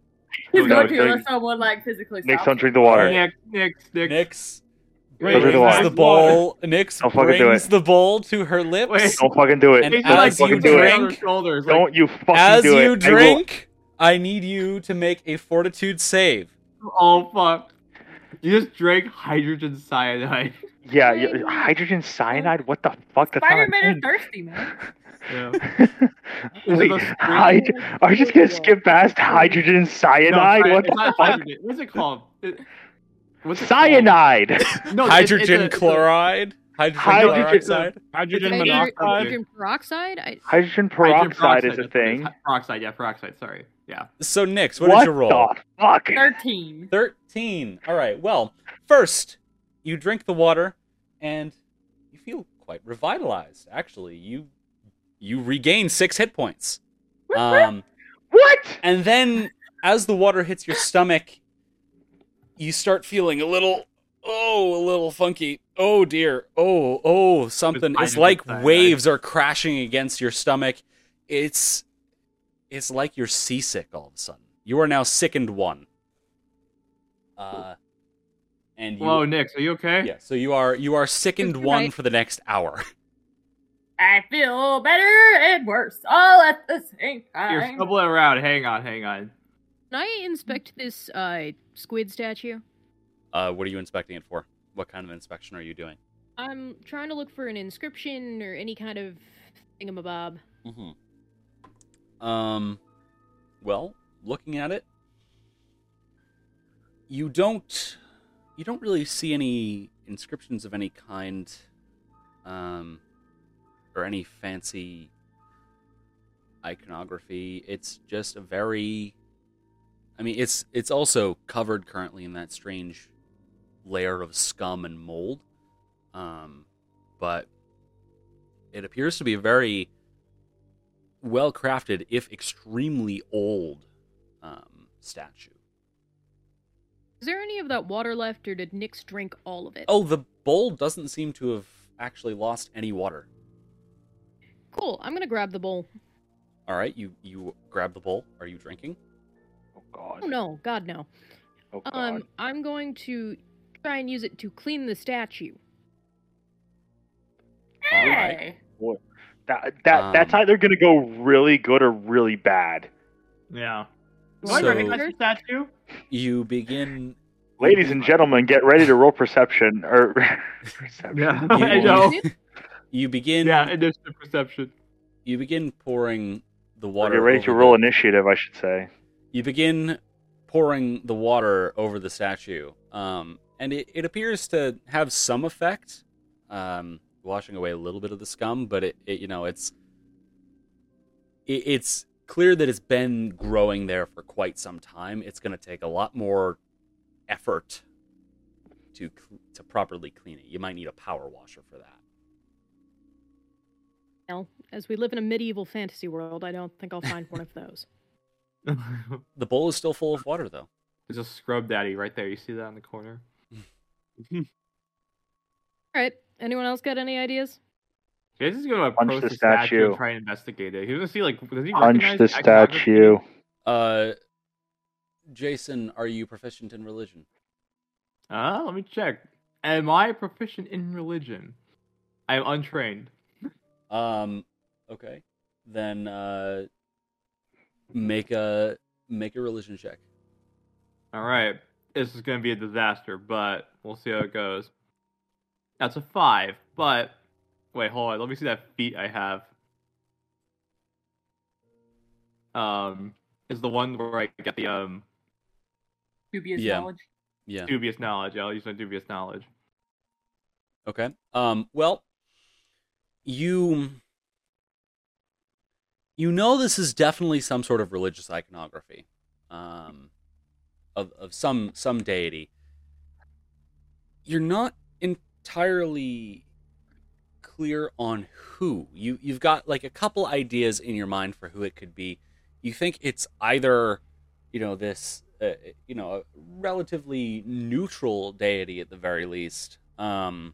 Speaker 8: He's
Speaker 2: Who
Speaker 8: going
Speaker 2: knows?
Speaker 8: to unless someone like physically
Speaker 2: Nick,
Speaker 8: stops
Speaker 2: don't
Speaker 8: him.
Speaker 2: drink the water.
Speaker 4: Nick, Nick, Nick.
Speaker 3: Nyx
Speaker 7: Wait,
Speaker 2: Those are
Speaker 3: brings
Speaker 2: the water.
Speaker 3: the bowl. Nyx
Speaker 2: Don't fucking do
Speaker 3: brings
Speaker 2: it.
Speaker 3: the bowl to her lips.
Speaker 4: Wait.
Speaker 2: Don't fucking do it.
Speaker 3: And
Speaker 4: He's
Speaker 2: Don't
Speaker 3: as
Speaker 2: fucking
Speaker 3: you
Speaker 2: do it.
Speaker 3: drink-
Speaker 4: on her shoulders. like,
Speaker 2: Don't you fucking
Speaker 3: As
Speaker 2: do it.
Speaker 3: you
Speaker 2: I will-
Speaker 3: drink, I need you to make a fortitude save.
Speaker 4: Oh fuck! You just drank hydrogen cyanide. (laughs)
Speaker 2: Yeah, yeah, hydrogen cyanide. What the fuck? That's not a
Speaker 8: Spider-Man
Speaker 2: (laughs)
Speaker 8: is
Speaker 2: thing.
Speaker 8: thirsty, man.
Speaker 4: Yeah.
Speaker 2: (laughs) Wait,
Speaker 4: Is it a
Speaker 2: hyd- are you just gonna skip past hydrogen cyanide?
Speaker 4: No,
Speaker 2: what the (laughs)
Speaker 4: it's not
Speaker 2: fuck?
Speaker 4: hydrogen. What's it called? It- what's it called?
Speaker 2: Cyanide.
Speaker 4: No, (laughs) it's- it's
Speaker 3: Hydrogen
Speaker 4: a- it's a-
Speaker 3: chloride. Hydrogen,
Speaker 2: Hydrogen-
Speaker 3: peroxide.
Speaker 7: Hydrogen
Speaker 5: Hydro-
Speaker 7: monoxide.
Speaker 5: Hydrogen peroxide? I,
Speaker 2: Hydrogen
Speaker 4: Hydrogen
Speaker 2: peroxide is a
Speaker 4: that's what it
Speaker 2: thing.
Speaker 4: Hy- Peroxide, yeah, peroxide. Sorry, yeah.
Speaker 3: So, Nix, what, did you roll?
Speaker 2: the fuck?
Speaker 8: Thirteen.
Speaker 3: 13. All right. Well, first, you drink the water and you feel quite revitalized actually. You you regain 6 hit points. Um
Speaker 2: What?
Speaker 3: and then as the water hits your stomach, you start feeling a little oh, a little funky. Oh dear. Oh, oh, something.
Speaker 4: It's
Speaker 3: It's like
Speaker 4: hydrogen cyanide.
Speaker 3: waves are crashing against your stomach. It's it's like you're seasick all of a sudden. You are now sickened one. Uh and you
Speaker 4: Whoa, Nick, are you okay?
Speaker 3: yeah, so you are you are sickened
Speaker 5: You're
Speaker 3: one
Speaker 5: right.
Speaker 3: for the next hour.
Speaker 8: I feel better and worse all at the same
Speaker 4: You're
Speaker 8: time.
Speaker 4: stumbling around. Hang on, hang on.
Speaker 5: can I inspect this uh, squid statue?
Speaker 3: Uh, what are you inspecting it for? What kind of inspection are you doing?
Speaker 5: I'm trying to look for an inscription or any kind of thingamabob.
Speaker 3: Mm-hmm. Um, well, looking at it, you don't you don't really see any inscriptions of any kind, um, or any fancy iconography. It's just a very, I mean, it's it's also covered currently in that strange layer of scum and mold, um, but it appears to be a very well crafted, if extremely old, um, statue.
Speaker 5: Is there any of that water left, or did Nyx drink all of it?
Speaker 3: Oh, the bowl doesn't seem to have actually lost any water.
Speaker 5: cool. I'm gonna grab the bowl.
Speaker 3: All right, you you grab the bowl. Are you drinking?
Speaker 2: Oh god.
Speaker 5: Oh no, God no.
Speaker 2: Oh god.
Speaker 5: Um, I'm going to try and use it to clean the statue.
Speaker 3: All right.
Speaker 8: Hey.
Speaker 2: that that that's
Speaker 3: um,
Speaker 2: either gonna go really good or really bad.
Speaker 4: Yeah. Do I recognize
Speaker 3: So
Speaker 4: the statue?
Speaker 3: you
Speaker 4: (laughs)
Speaker 3: begin.
Speaker 2: Ladies and gentlemen, get ready to roll perception
Speaker 3: (laughs)
Speaker 2: or (laughs) perception.
Speaker 4: Yeah.
Speaker 3: You,
Speaker 4: I know.
Speaker 3: (laughs) you begin.
Speaker 4: Yeah, initiative perception. (laughs)
Speaker 3: You begin pouring the
Speaker 2: Or
Speaker 3: water.
Speaker 2: get ready to
Speaker 3: over
Speaker 2: roll
Speaker 3: the-
Speaker 2: initiative, I should say.
Speaker 3: you begin pouring the water over the statue um, and it, it appears to have some effect um, washing away a little bit of the scum but it, it you know it's it, it's clear that it's been growing there for quite some time it's going to take a lot more effort to cl- to properly clean it you might need a power washer for that
Speaker 5: Well, as we live in a medieval fantasy world, I don't think I'll find one of those.
Speaker 3: the bowl is still full of water though
Speaker 4: There's a scrub daddy right there. You see that in the corner?
Speaker 5: All right. Anyone else got any ideas?
Speaker 4: Jason's gonna
Speaker 2: Punch
Speaker 4: approach
Speaker 2: the
Speaker 4: the, statue.
Speaker 2: statue.
Speaker 4: and try and investigate it. He's gonna see like does he
Speaker 2: Punch
Speaker 4: recognize
Speaker 2: the
Speaker 4: iconography?
Speaker 2: statue.
Speaker 3: uh jason are you proficient in religion
Speaker 4: Uh, let me check. Am I proficient in religion? I am untrained.
Speaker 3: Um, okay. Then uh, make a make a religion check.
Speaker 4: All right, this is gonna be a disaster, but we'll see how it goes. That's a five, but wait, hold on. Let me see that feat I have. Um, is the one where I get the um
Speaker 8: Dubious
Speaker 3: Yeah.
Speaker 8: knowledge.
Speaker 3: Yeah.
Speaker 4: dubious knowledge. I'll use my dubious knowledge.
Speaker 3: Okay. Um, well, you you know this is definitely some sort of religious iconography, um, of of some some deity. You're not entirely clear on who you you've got like a couple ideas in your mind for who it could be. You think it's either you know this uh, you know a relatively neutral deity at the very least. Um,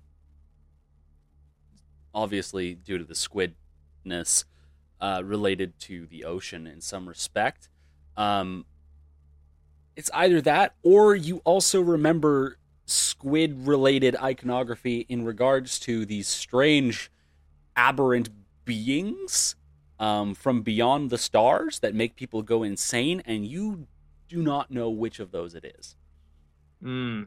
Speaker 3: obviously due to the squidness uh, related to the ocean in some respect. Um, it's either that or you also remember squid related iconography in regards to these strange aberrant beings um, from beyond the stars that make people go insane, and you do not know which of those it is.
Speaker 4: Mm.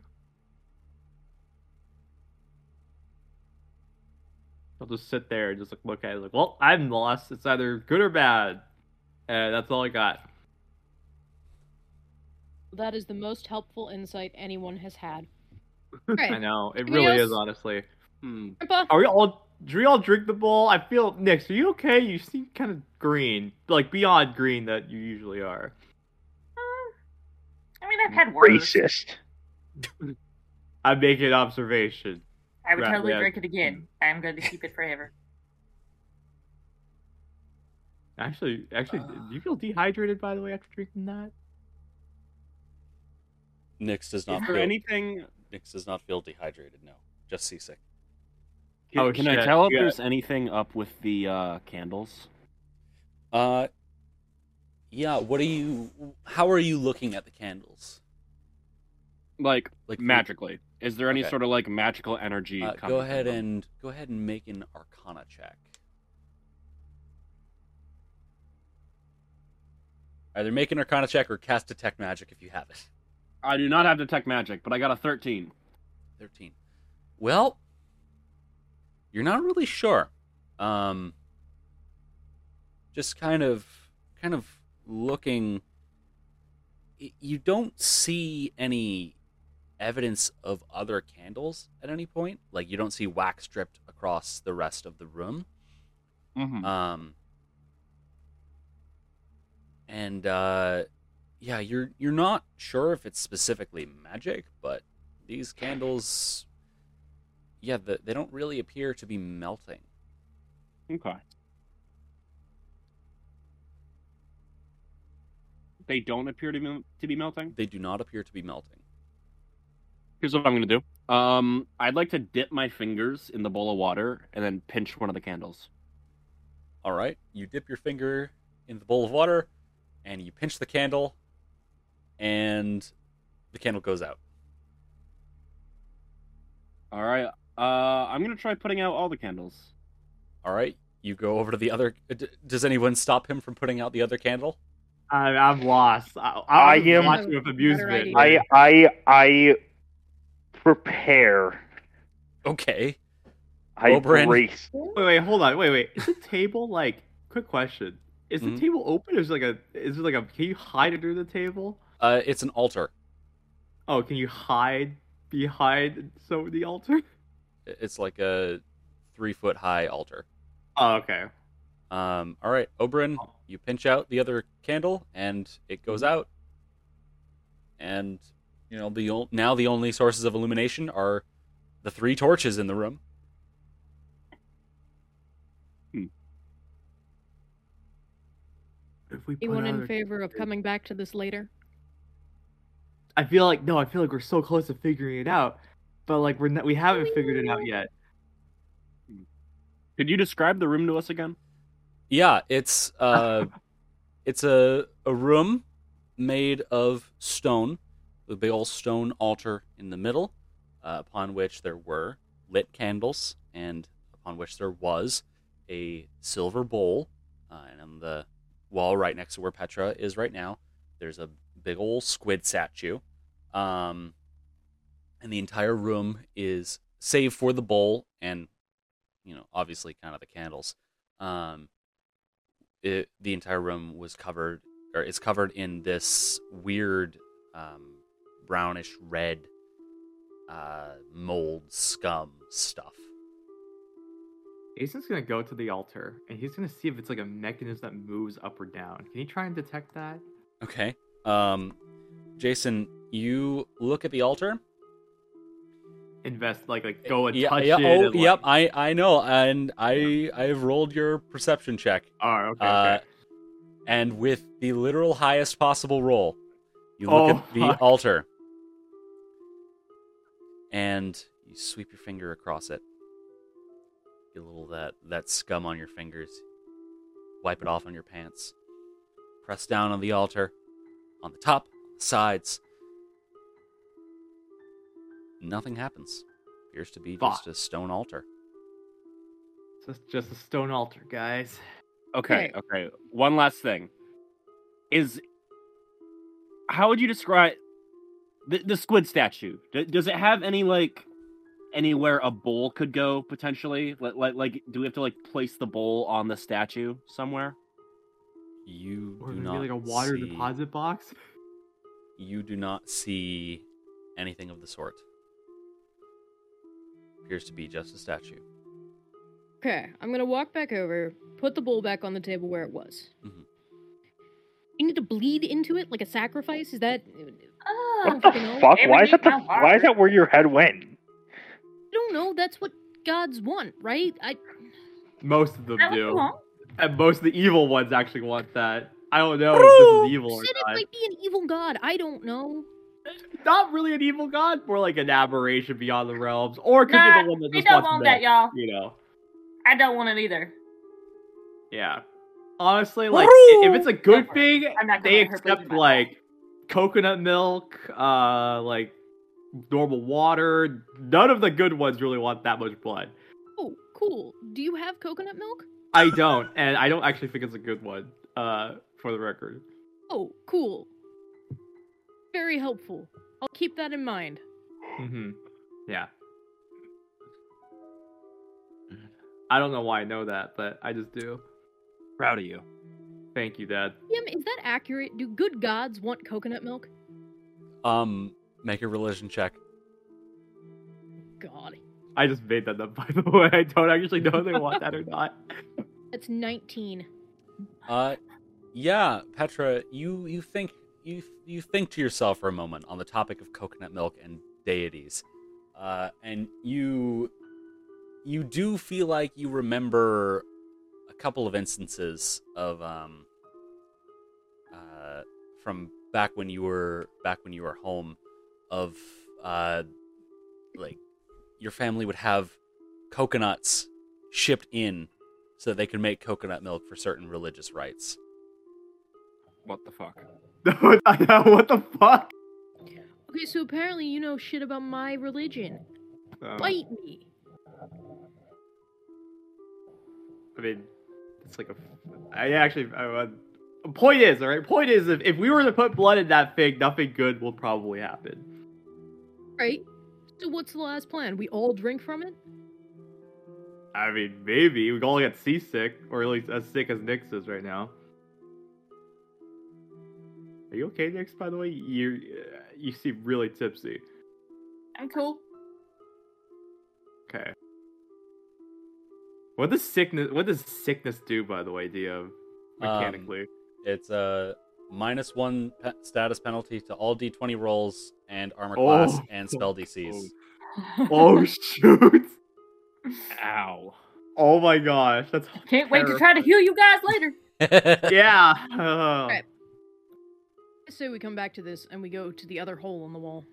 Speaker 4: I'll just sit there and just like look at it like, well, I'm lost. It's either good or bad. And that's all I got.
Speaker 5: That is the most helpful insight anyone has had. All right.
Speaker 4: I know. It
Speaker 5: Anybody
Speaker 4: really
Speaker 5: else?
Speaker 4: is honestly.
Speaker 7: Hmm.
Speaker 5: Grandpa,
Speaker 4: Are we all? Do we all drink the bowl? I feel Nix. Are you okay? You seem kind of green, like beyond green that you usually are.
Speaker 8: Uh, I mean, I've had worse.
Speaker 2: Racist.
Speaker 4: I make an observation.
Speaker 8: I would
Speaker 4: Right,
Speaker 8: totally
Speaker 4: yeah.
Speaker 8: drink it again. I'm going to keep
Speaker 4: (laughs)
Speaker 8: it forever.
Speaker 4: Actually, actually, do you feel dehydrated by the way after drinking that?
Speaker 3: Nix does not
Speaker 7: Is
Speaker 3: feel
Speaker 7: there anything?
Speaker 3: Nix does not feel dehydrated. No, just seasick.
Speaker 7: Can,
Speaker 4: Oh,
Speaker 7: can I
Speaker 4: shit,
Speaker 7: tell if
Speaker 4: yeah.
Speaker 7: there's anything up with the uh, candles?
Speaker 3: Uh, yeah. What are you? How are you looking at the candles?
Speaker 7: Like
Speaker 3: Like
Speaker 7: magically, is there any
Speaker 3: Okay.
Speaker 7: sort of like magical energy?
Speaker 3: Uh,
Speaker 7: coming
Speaker 3: go
Speaker 7: from
Speaker 3: ahead
Speaker 7: them?
Speaker 3: and go ahead and make an Arcana check. Either make an Arcana check or cast Detect Magic if you have it.
Speaker 7: I do not have detect magic, but I got a thirteen.
Speaker 3: 13. Well, you're not really sure. Um, just kind of, kind of looking. y- You don't see any evidence of other candles at any point. Like you don't see wax dripped across the rest of the room.
Speaker 7: Mm-hmm.
Speaker 3: Um, and uh, yeah, you're you're not sure if it's specifically magic, but these candles, yeah, the, they don't really appear to be melting.
Speaker 7: Okay. They don't appear to be, to be melting.
Speaker 3: They do not appear to be melting.
Speaker 7: Here's what I'm gonna do. Um, I'd like to dip my fingers in the bowl of water and then pinch one of the candles.
Speaker 3: All right, you dip your finger in the bowl of water, and you pinch the candle, and the candle goes out.
Speaker 7: All right. Uh, I'm gonna try putting out all the candles.
Speaker 3: All right, you go over to the other. uh, d- Does anyone stop him from putting out the other candle?
Speaker 4: I, I'm lost. I,
Speaker 2: I
Speaker 4: I'm
Speaker 2: am-
Speaker 4: watching with amusement.
Speaker 5: Better
Speaker 2: I I I prepare.
Speaker 3: Okay.
Speaker 2: I
Speaker 3: Oberyn.
Speaker 2: brace.
Speaker 8: Oh,
Speaker 4: Wait, wait, hold on. Wait, wait. Is the table like? Quick question. Is
Speaker 7: Mm-hmm.
Speaker 3: Mhm.
Speaker 4: the table open? Or is it like a? Is it like a? Can you hide under the table?
Speaker 3: Uh, it's an altar.
Speaker 4: Oh, can you hide behind so the altar? (laughs)
Speaker 3: It's like a three foot high altar.
Speaker 4: Oh, okay.
Speaker 3: Um, all right, Oberon, you pinch out the other candle, and it goes out. And you know the ol- now the only sources of illumination are the three torches in the room.
Speaker 4: If we
Speaker 5: anyone in
Speaker 4: another-
Speaker 5: favor of coming back to this later?
Speaker 4: I feel like no. I feel like we're so close to figuring it out, but like we're not, we haven't figured it out yet.
Speaker 7: Could you describe the room to us again?
Speaker 3: Yeah, it's uh, (laughs) it's a a room made of stone, the big old stone altar in the middle, uh, upon which there were lit candles, and upon which there was a silver bowl, uh, and on the wall right next to where Petra is right now, there's a big old squid statue, um, and the entire room is, save for the bowl and, you know, obviously kind of the candles, um, it, the entire room was covered or it's covered in this weird um, brownish red uh, mold scum stuff
Speaker 4: Jason's gonna go to the altar and he's gonna see if it's like a mechanism that moves up or down. Can you try and detect that?
Speaker 3: okay um, jason you look at the altar
Speaker 4: Invest like like go and
Speaker 3: yeah,
Speaker 4: touch
Speaker 3: yeah,
Speaker 4: it.
Speaker 3: oh,
Speaker 4: and, like-
Speaker 3: yep i i know and i i've rolled your perception check
Speaker 4: Oh, okay.
Speaker 3: uh,
Speaker 4: okay.
Speaker 3: and with the literal highest possible roll, you look
Speaker 4: Oh,
Speaker 3: at the
Speaker 4: fuck.
Speaker 3: altar and you sweep your finger across it. Get a little of that that scum on your fingers. Wipe it off on your pants. Press down on the altar, on the top, sides. Nothing happens. Appears to be
Speaker 4: Fuck.
Speaker 3: just a stone altar.
Speaker 4: So it's just a stone altar, guys.
Speaker 7: Okay, okay. One last thing. Is how would you describe the, the squid statue? D- does it have any like anywhere a bowl could go potentially? Like, like like do we have to like place the bowl on the statue somewhere?
Speaker 3: You
Speaker 4: Or
Speaker 3: do
Speaker 4: maybe
Speaker 3: not
Speaker 4: like a water
Speaker 3: see-
Speaker 4: deposit box.
Speaker 3: you do not see anything of the sort. appears to be just a statue.
Speaker 5: Okay, I'm gonna walk back over, put the bowl back on the table where it was.
Speaker 4: Mm-hmm.
Speaker 3: Mhm.
Speaker 5: You need to bleed into it like a sacrifice? Is that. I
Speaker 8: Oh,
Speaker 2: What the
Speaker 5: fucking know.
Speaker 2: fuck? Why is that the?
Speaker 8: Everything now
Speaker 2: Why is that where your head went?
Speaker 5: don't know, that's what gods want, right? I.
Speaker 4: Most of them
Speaker 8: that what you
Speaker 4: do.
Speaker 8: want?
Speaker 4: And most of the evil ones actually want that. I don't know if this is evil
Speaker 5: You
Speaker 4: or
Speaker 5: said it
Speaker 4: not.
Speaker 5: might be an evil god. I don't know.
Speaker 4: Not really an evil god, more like an aberration beyond the realms, or it could be
Speaker 8: Nah,
Speaker 4: the one that
Speaker 8: We
Speaker 4: just
Speaker 8: don't
Speaker 4: wants
Speaker 8: want
Speaker 4: milk,
Speaker 8: that, y'all.
Speaker 4: You know,
Speaker 8: I don't want it either.
Speaker 4: yeah. Honestly, like i- if it's a good
Speaker 8: Don't worry.
Speaker 4: thing,
Speaker 8: I'm not gonna
Speaker 4: they
Speaker 8: let her believe
Speaker 4: accept
Speaker 8: myself.
Speaker 4: like coconut milk, uh, like normal water. None of the good ones really want that much blood.
Speaker 5: Oh, cool. Do you have coconut milk?
Speaker 4: I don't, and I don't actually think it's a good one. Uh, for the record.
Speaker 5: Oh, cool. Very helpful. I'll keep that in mind.
Speaker 4: Mm-hmm. Yeah. I don't know why I know that, but I just do.
Speaker 7: Proud of you.
Speaker 4: Thank you, Dad.
Speaker 5: Yim, is that accurate? Do good gods want coconut milk?
Speaker 3: Um, make a religion check.
Speaker 5: God.
Speaker 4: I just made that up, (laughs) by the way. I don't actually know if they want that or not. (laughs)
Speaker 5: That's 19.
Speaker 3: Uh, yeah, Petra, you you think you you think to yourself for a moment on the topic of coconut milk and deities, uh, and you you do feel like you remember a couple of instances of um uh from back when you were back when you were home of uh like your family would have coconuts shipped in so that they could make coconut milk for certain religious rites.
Speaker 7: What the fuck?
Speaker 4: what the fuck?
Speaker 5: Okay, so apparently you know shit about my religion.
Speaker 4: Um,
Speaker 5: Bite me.
Speaker 4: I mean, it's like a. I actually. I, uh, point is, all right. Point is, if, if we were to put blood in that thing, nothing good will probably happen.
Speaker 5: Right? So what's the last plan? We all drink from it?
Speaker 4: I mean, maybe we all get seasick, or at least as sick as Nix is right now. Are you okay, Nix? By the way, you uh, you seem really tipsy.
Speaker 8: I'm cool.
Speaker 4: Okay. What does sickness? What does sickness do? By the way, DM mechanically.
Speaker 3: It's a minus one pe- status penalty to all d20 rolls and armor
Speaker 4: Oh.
Speaker 3: class
Speaker 4: (laughs)
Speaker 3: and spell (laughs) DCs.
Speaker 8: (laughs)
Speaker 4: oh (laughs) shoot!
Speaker 7: Ow.
Speaker 4: Oh my gosh, that's
Speaker 8: Can't wait to try to heal you guys later.
Speaker 4: (laughs) yeah. uh,
Speaker 5: Right. I say we come back to this and we go to the other hole in the wall.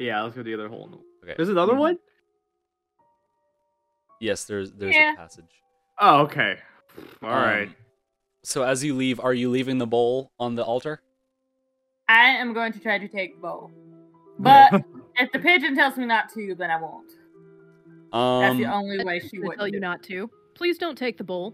Speaker 4: Yeah, let's go to the other hole.
Speaker 3: Okay.
Speaker 4: There's another one.
Speaker 3: Mm-hmm. yes, there's there's
Speaker 8: Yeah.
Speaker 3: a passage.
Speaker 4: Oh, okay. All
Speaker 3: Um,
Speaker 4: right.
Speaker 3: So as you leave, are you leaving the bowl on the altar?
Speaker 8: I am going to try to take the bowl.
Speaker 6: (laughs)
Speaker 8: But if the pigeon tells me not to, then I won't. That's
Speaker 3: Um,
Speaker 8: the only
Speaker 5: I
Speaker 8: way
Speaker 5: think
Speaker 8: she
Speaker 5: they
Speaker 8: would.
Speaker 5: tell you not to. Please don't take the bowl.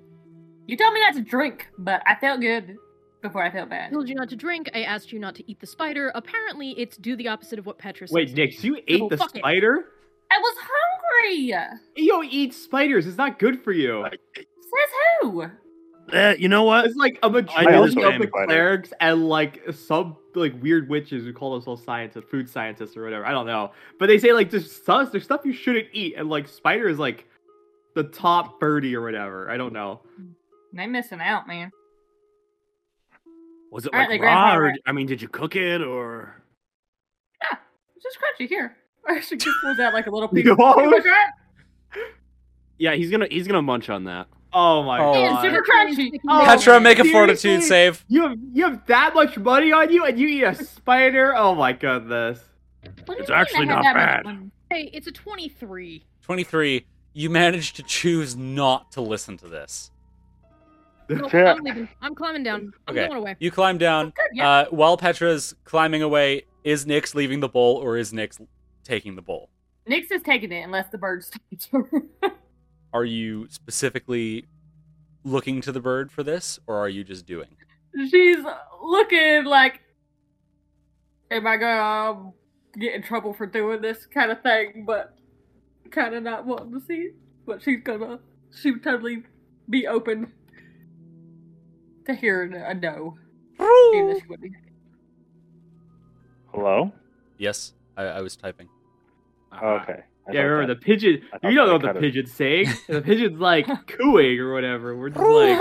Speaker 8: You told me not to drink, but I felt good before I felt
Speaker 5: I
Speaker 8: bad.
Speaker 5: told you not to drink. I asked you not to eat the spider. Apparently, it's do the opposite of what Petra says.
Speaker 4: Wait, Nix, you ate
Speaker 5: Well,
Speaker 4: the
Speaker 5: fuck it.
Speaker 4: spider?
Speaker 8: I was hungry.
Speaker 4: You eat spiders. It's not good for you.
Speaker 8: Says who?
Speaker 6: Eh, you know what?
Speaker 4: It's like a
Speaker 2: also
Speaker 4: majority
Speaker 2: am
Speaker 4: of the
Speaker 2: spider.
Speaker 4: clerics and like some like weird witches who call themselves scientists, food scientists or whatever. I don't know, but they say like just stuff, there's stuff you shouldn't eat, and like spider is like the top thirty or whatever. I don't know.
Speaker 8: They missing out, man.
Speaker 6: Was it
Speaker 8: Alright,
Speaker 6: like
Speaker 8: like,
Speaker 6: raw?
Speaker 8: grandfather
Speaker 6: Or,
Speaker 8: right.
Speaker 6: I mean, did you cook it or?
Speaker 8: It's just crunchy here. (laughs) she just pulls out like a little piece.
Speaker 4: No.
Speaker 8: Super crunchy.
Speaker 7: Yeah, he's gonna he's gonna munch on that.
Speaker 4: Oh my
Speaker 3: Oh,
Speaker 4: god!
Speaker 8: Man, super crunchy.
Speaker 5: Oh,
Speaker 3: Petra, make a
Speaker 4: seriously?
Speaker 3: fortitude save.
Speaker 4: You have you have that much money on you, and
Speaker 2: (laughs)
Speaker 4: you eat a spider. Oh my goodness!
Speaker 8: What do
Speaker 6: It's
Speaker 8: you mean I
Speaker 6: actually
Speaker 8: had
Speaker 6: not
Speaker 8: that much
Speaker 6: bad.
Speaker 8: money?
Speaker 5: Hey, it's a 23.
Speaker 3: 23. You managed to choose not to listen to this.
Speaker 5: No,
Speaker 2: Yeah.
Speaker 5: I'm leaving. I'm climbing down. I'm
Speaker 3: Okay.
Speaker 5: going away.
Speaker 3: You climb down.
Speaker 8: Good, yeah.
Speaker 3: Uh, while Petra's climbing away, is Nyx leaving the bowl or is Nyx taking the bowl?
Speaker 8: Nix is taking it unless the birds (laughs) takes her.
Speaker 3: are you specifically looking to the bird for this or are you just doing
Speaker 8: She's looking like, am I gonna um, get in trouble for doing this kind of thing? But kind of not wanting to see it. But she's gonna, she would totally be open to hearing a no. Even though she would be.
Speaker 2: Hello.
Speaker 3: yes i, I was typing
Speaker 2: Okay.
Speaker 4: Uh-huh. yeah, remember the pigeon.
Speaker 2: I thought
Speaker 4: You don't know
Speaker 2: that
Speaker 4: what
Speaker 2: kinda-
Speaker 4: the
Speaker 2: (laughs)
Speaker 4: pigeon's saying. the pigeon's like cooing or whatever. We're just like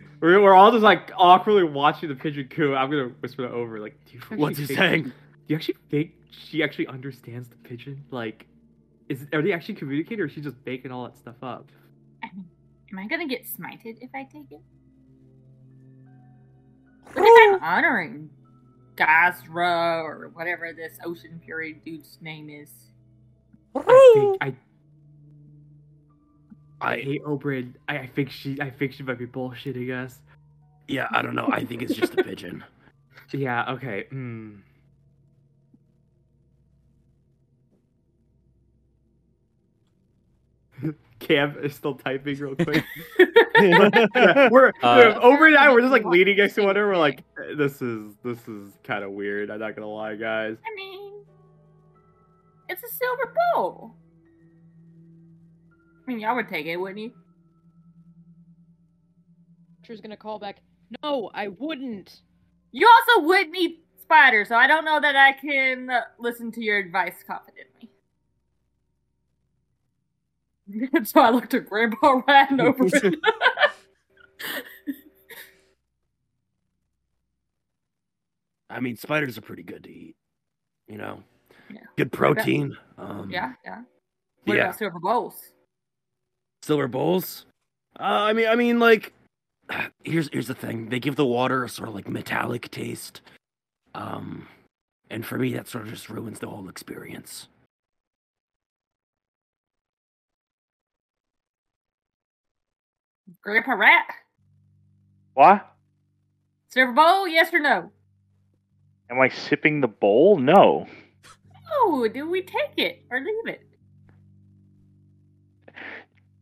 Speaker 4: (laughs) we're, we're all just like awkwardly watching the pigeon coo. I'm gonna whisper that over. Like, do you actually
Speaker 7: What's he
Speaker 4: think-
Speaker 7: saying?
Speaker 4: Do you actually think she actually understands the pigeon? Like, is are they actually communicating, or is she just making all that stuff up?
Speaker 9: Am I gonna get smited if I take it? What if I'm honoring
Speaker 8: Gazra or whatever this Ocean Fury dude's name is. (laughs)
Speaker 4: I think I, I
Speaker 6: I
Speaker 4: hate Oberyn. I, I think she. I think she might be bullshitting us.
Speaker 6: yeah, I don't know. I think it's just a pigeon.
Speaker 4: Yeah. Okay. Mm. (laughs) Cam is still typing real (laughs) quick. we're
Speaker 3: Uh,
Speaker 4: over and I. We're just like leaning next to one another. We're like, this is this is kind of weird. I'm not gonna lie, (laughs) guys.
Speaker 8: I mean, it's a silver bowl. I mean, y'all would take it, wouldn't you?
Speaker 5: She's gonna call back. No, I wouldn't.
Speaker 8: You also wouldn't eat spider, so I don't know that I can uh, listen to your advice confidently. (laughs) so I looked at Grandpa (laughs)
Speaker 2: (laughs)
Speaker 8: Ryan over it.
Speaker 6: I mean, spiders are pretty good to eat. You know,
Speaker 8: Yeah.
Speaker 6: good protein. Um,
Speaker 8: yeah, yeah. What
Speaker 6: Yeah.
Speaker 8: about silver bowls?
Speaker 6: Silver bowls. Uh, I mean, I mean, like, here's here's the thing. They give the water a sort of like metallic taste. Um, and for me, that sort of just ruins the whole experience.
Speaker 8: Grandpa Rat?
Speaker 2: What?
Speaker 8: Silver bowl, yes or no?
Speaker 2: Am I sipping the bowl? No.
Speaker 8: Oh, do we take it or leave it?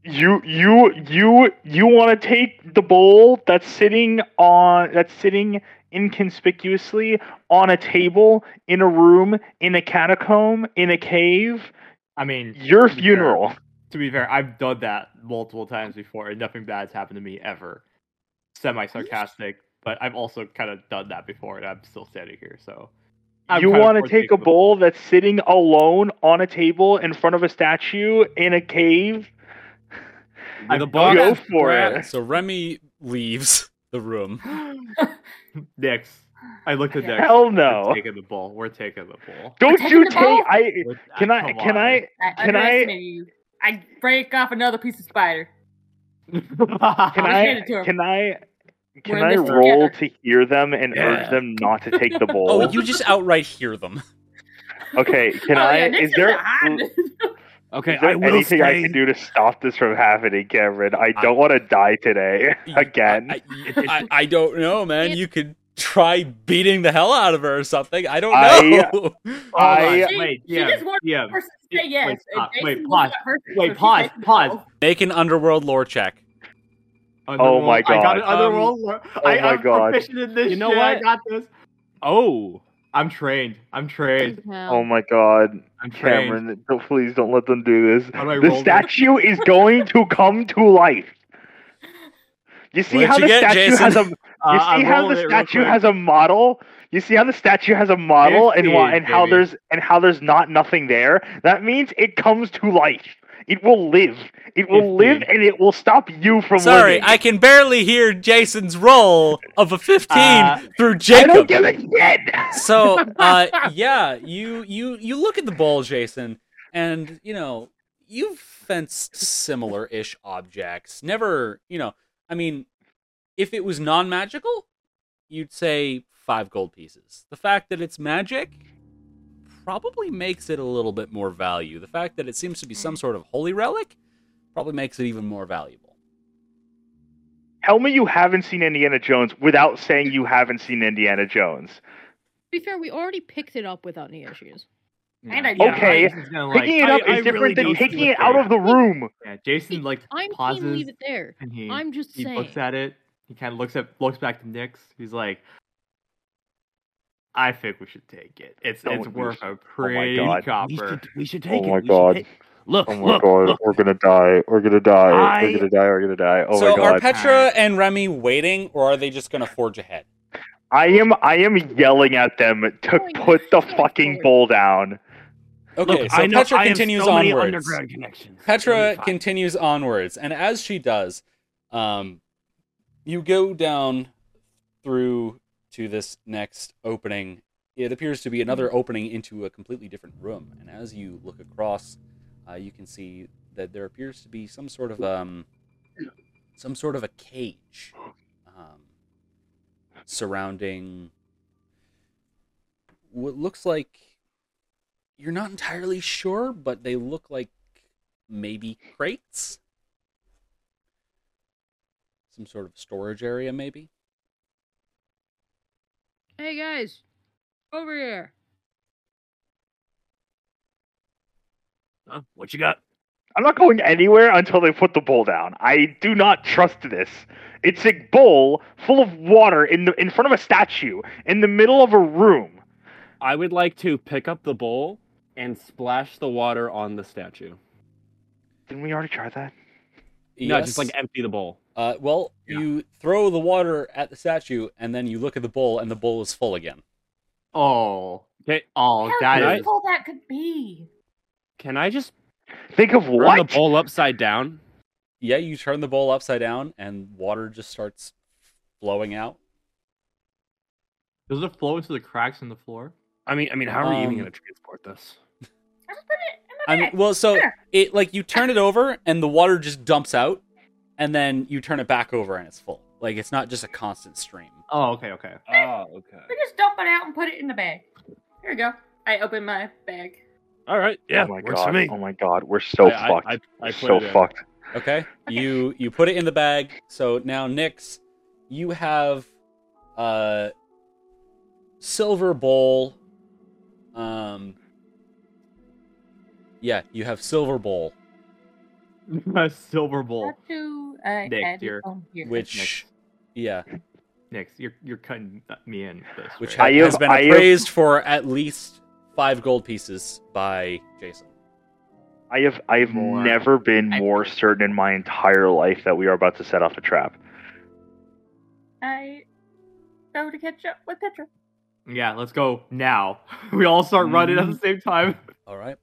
Speaker 2: You you you you want to take the bowl that's sitting on that's sitting inconspicuously on a table in a room in a catacomb in a cave.
Speaker 4: I mean,
Speaker 2: Your funeral.
Speaker 4: to be fair, I've done that multiple times before, and nothing bad's happened to me ever. Semi sarcastic, but I've also kind of done that before, and I'm still standing here. So, I'm
Speaker 2: you
Speaker 4: kinda
Speaker 2: want to
Speaker 4: forced
Speaker 2: take
Speaker 4: to
Speaker 2: a
Speaker 4: go-
Speaker 2: bowl that's sitting alone on a table in front of a statue in a cave.
Speaker 4: I
Speaker 7: With a
Speaker 4: don't-
Speaker 2: Go for
Speaker 3: Right,
Speaker 2: it.
Speaker 3: So Remy leaves the room.
Speaker 4: Nix. I looked at Nix.
Speaker 2: Hell
Speaker 4: We're
Speaker 2: no.
Speaker 4: taking the ball. We're taking the ball.
Speaker 2: Don't
Speaker 8: taking
Speaker 2: you
Speaker 8: the
Speaker 2: take
Speaker 8: bowl?
Speaker 2: I can I
Speaker 4: Come
Speaker 2: can
Speaker 4: on.
Speaker 2: I
Speaker 8: I
Speaker 2: Can I-
Speaker 8: underestimated you. I break off another piece of spider.
Speaker 2: can
Speaker 8: I'll hand
Speaker 2: I
Speaker 8: it to him.
Speaker 2: can I can
Speaker 8: in
Speaker 2: I
Speaker 8: this
Speaker 2: roll
Speaker 8: together.
Speaker 2: to hear them and
Speaker 6: Yeah.
Speaker 2: urge them not to
Speaker 3: (laughs)
Speaker 2: take the bowl?
Speaker 3: Oh, you just outright hear them.
Speaker 2: Okay, can
Speaker 8: oh,
Speaker 2: I?
Speaker 8: yeah,
Speaker 2: is
Speaker 8: Nixon's
Speaker 2: there,
Speaker 8: (laughs) behind
Speaker 2: is
Speaker 8: it.
Speaker 7: Okay,
Speaker 2: there
Speaker 6: I will
Speaker 2: anything I
Speaker 6: say-
Speaker 2: can do to stop this from happening, Cameron? I don't want to die today (laughs) again.
Speaker 3: I, I, I- I don't know, man. You could try beating the hell out of her or something. I don't
Speaker 2: (gasps) I-
Speaker 3: know. (laughs)
Speaker 2: I-
Speaker 8: She-
Speaker 4: wait,
Speaker 8: she
Speaker 4: yeah,
Speaker 8: just wanted
Speaker 4: yeah.
Speaker 8: the person to
Speaker 4: Yeah,
Speaker 8: say yes.
Speaker 4: wait, stop,
Speaker 8: and
Speaker 4: wait,
Speaker 8: Jason
Speaker 4: pause,
Speaker 8: was the person,
Speaker 4: wait,
Speaker 8: so "Oh." she
Speaker 4: pause,
Speaker 8: takes the
Speaker 4: pause.
Speaker 8: ball.
Speaker 3: Make an underworld lore check.
Speaker 2: Oh my
Speaker 4: I
Speaker 2: God. oh
Speaker 4: got an underworld. lore. I,
Speaker 2: my
Speaker 4: I'm
Speaker 2: God.
Speaker 4: proficient in this
Speaker 7: You know
Speaker 4: shit. I
Speaker 7: what?
Speaker 4: got this.
Speaker 7: Oh,
Speaker 4: I'm trained. I'm trained.
Speaker 2: oh my god,
Speaker 4: I'm trained.
Speaker 2: Cameron! Don't, please don't let them do this.
Speaker 4: How do I
Speaker 2: The
Speaker 4: roll
Speaker 2: statue is going to come to life. You see
Speaker 3: What'd
Speaker 2: how
Speaker 3: you
Speaker 2: the
Speaker 3: get,
Speaker 2: statue
Speaker 3: Jason?
Speaker 2: has a
Speaker 4: Uh,
Speaker 2: You see
Speaker 4: I'm
Speaker 2: how
Speaker 4: rolling
Speaker 2: the
Speaker 4: it real
Speaker 2: statue
Speaker 4: quick.
Speaker 2: has a model? You see how the statue has a model and why,
Speaker 4: 15,
Speaker 2: and how
Speaker 4: baby.
Speaker 2: there's and how there's not nothing there? That means it comes to life. It will live. It will live
Speaker 4: 15.
Speaker 2: and it will stop you from
Speaker 3: Sorry,
Speaker 2: living.
Speaker 3: I can barely hear Jason's roll of a 15
Speaker 4: Uh,
Speaker 3: through
Speaker 2: I
Speaker 3: Jacob.
Speaker 2: don't give a shit.
Speaker 3: so
Speaker 6: (laughs)
Speaker 3: uh, yeah you you you look at the bowl jason and you know you've fenced similar-ish objects never you know i mean if it was non-magical you'd say five gold pieces the fact that it's magic probably makes it a little bit more value the fact that it seems to be some sort of holy relic probably makes it even more valuable
Speaker 2: Tell me you haven't seen Indiana Jones without saying you haven't seen Indiana Jones.
Speaker 5: To be fair, we already picked it up without any issues.
Speaker 8: And I
Speaker 4: Yeah,
Speaker 2: Okay.
Speaker 4: Jason's gonna, like-
Speaker 2: Picking it
Speaker 7: I-
Speaker 2: up
Speaker 7: I
Speaker 2: is
Speaker 7: really
Speaker 2: different than
Speaker 7: don't see
Speaker 2: taking
Speaker 7: what
Speaker 2: it out
Speaker 7: they-
Speaker 2: of the room.
Speaker 4: Yeah, Jason like
Speaker 5: I'm
Speaker 4: pauses
Speaker 5: keen leave it there.
Speaker 4: and he
Speaker 5: I'm just
Speaker 4: he
Speaker 5: saying.
Speaker 4: looks at it. He kind of looks at looks back to Nix. He's like, I think we should take it. It's
Speaker 2: Don't
Speaker 4: it's
Speaker 2: we
Speaker 4: worth
Speaker 2: should-
Speaker 4: a pretty
Speaker 2: God.
Speaker 6: We
Speaker 4: copper.
Speaker 6: should, we should take
Speaker 2: Oh
Speaker 6: it.
Speaker 2: my
Speaker 6: we should
Speaker 2: God. Oh
Speaker 6: take- Look, look, (laughs) look.
Speaker 2: we're gonna die. We're gonna die.
Speaker 6: I- gonna
Speaker 2: die. We're gonna die. Oh
Speaker 3: so are petra and remy waiting or are they just gonna forge ahead
Speaker 2: I am I am yelling at them to
Speaker 5: Going
Speaker 2: put the
Speaker 5: forward.
Speaker 2: fucking bowl down.
Speaker 3: Okay,
Speaker 6: Look,
Speaker 3: so
Speaker 6: I know
Speaker 3: Petra
Speaker 6: I have
Speaker 3: continues
Speaker 6: so many
Speaker 3: onwards.
Speaker 6: underground connections. It'll
Speaker 3: Petra
Speaker 6: be fine.
Speaker 3: continues onwards, and as she does, um, you go down through to this next opening. It appears to be another opening into a completely different room, and as you look across, uh, you can see that there appears to be some sort of um, some sort of a cage um, surrounding what looks like you're not entirely sure, but they look like maybe crates some sort of storage area maybe
Speaker 5: Hey guys, over here.
Speaker 6: Huh? What you got?
Speaker 2: I'm not going anywhere until they put the bowl down. I do not trust this. It's a bowl full of water in the in front of a statue in the middle of a room.
Speaker 7: I would like to pick up the bowl and splash the water on the statue.
Speaker 2: Didn't we already try that?
Speaker 7: No, just like empty the bowl.
Speaker 3: uh, well
Speaker 7: Yeah.
Speaker 3: you throw the water at the statue and then you look at the bowl and the bowl is full again
Speaker 4: Oh,
Speaker 7: Okay,
Speaker 4: oh,
Speaker 9: How
Speaker 4: that is.
Speaker 9: beautiful that could be.
Speaker 7: can I just
Speaker 2: Think of
Speaker 7: turn
Speaker 2: what?
Speaker 7: the bowl upside down?
Speaker 3: yeah you turn the bowl upside down and water just starts flowing out
Speaker 4: Does it flow into the cracks in the floor?
Speaker 6: I mean, I mean, how are you even
Speaker 3: Um,
Speaker 6: going to transport this?
Speaker 9: I'll just put it in my
Speaker 3: I mean,
Speaker 9: bag.
Speaker 3: well so
Speaker 9: Sure.
Speaker 3: it like you turn it over and the water just dumps out and then you turn it back over and it's full like it's not just a constant stream
Speaker 4: Oh, okay, okay. (laughs)
Speaker 7: Oh, okay.
Speaker 9: We just dump it out and put it in the bag. Here we go. I open my bag.
Speaker 7: All right.
Speaker 6: Yeah,
Speaker 2: oh my
Speaker 6: works
Speaker 2: god.
Speaker 6: for me.
Speaker 2: Oh my god, we're so
Speaker 7: I- I-
Speaker 2: fucked.
Speaker 7: I- I
Speaker 2: we're
Speaker 7: put
Speaker 2: so
Speaker 7: it in.
Speaker 2: fucked.
Speaker 3: Okay. You you put it in the bag. So now Nyx, you have a silver bowl. Um Yeah, you have silver bowl,
Speaker 4: A silver bowl.
Speaker 9: Have to, uh,
Speaker 4: Nick,
Speaker 9: add it
Speaker 4: dear.
Speaker 9: on here.
Speaker 3: which yeah,
Speaker 4: Nick, you're you're cutting me in. with This,
Speaker 3: which ha-
Speaker 4: right?
Speaker 2: I
Speaker 3: has
Speaker 2: have-
Speaker 3: been
Speaker 2: I have-
Speaker 3: appraised for at least five gold pieces by Jason.
Speaker 2: I have I have
Speaker 4: More.
Speaker 2: never been
Speaker 9: I-
Speaker 2: more certain in my entire life that we are about to set off a trap.
Speaker 9: I go to catch up with Petra.
Speaker 4: yeah, let's go now. (laughs) We all start running
Speaker 2: Mm-hmm.
Speaker 4: at the same time.
Speaker 3: All right.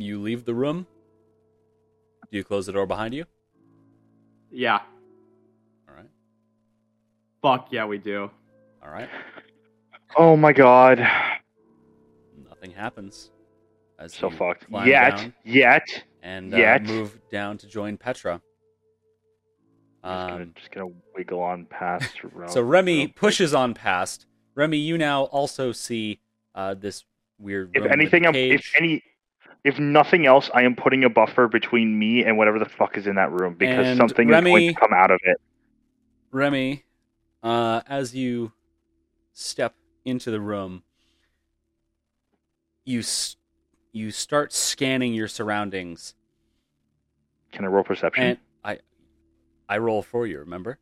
Speaker 3: You leave the room. Do you close the door behind you?
Speaker 4: Yeah,
Speaker 3: All right.
Speaker 4: fuck yeah, we do.
Speaker 3: All right.
Speaker 2: Oh my god.
Speaker 3: Nothing happens. As
Speaker 2: So
Speaker 3: you
Speaker 2: fucked.
Speaker 3: climb
Speaker 2: Yet,
Speaker 3: down.
Speaker 2: yet.
Speaker 3: and uh,
Speaker 2: Yet.
Speaker 3: move down to join Petra.
Speaker 2: I'm just, gonna,
Speaker 3: Um,
Speaker 2: just gonna wiggle on past.
Speaker 3: (laughs) so
Speaker 2: around-
Speaker 3: Remy
Speaker 2: around.
Speaker 3: pushes on past. Remy, you now also see uh, this weird.
Speaker 2: If
Speaker 3: room with
Speaker 2: anything,
Speaker 3: a
Speaker 2: I'm, if
Speaker 3: cage,
Speaker 2: any, if nothing else, I am putting a buffer between me and whatever the fuck is in that room because
Speaker 3: And
Speaker 2: something is going
Speaker 3: Remy-
Speaker 2: to come out of it.
Speaker 3: Remy, uh, as you step into the room, you s- you start scanning your
Speaker 2: (clears throat)
Speaker 3: surroundings,
Speaker 2: Can I roll perception?
Speaker 3: and I I roll for you. Remember,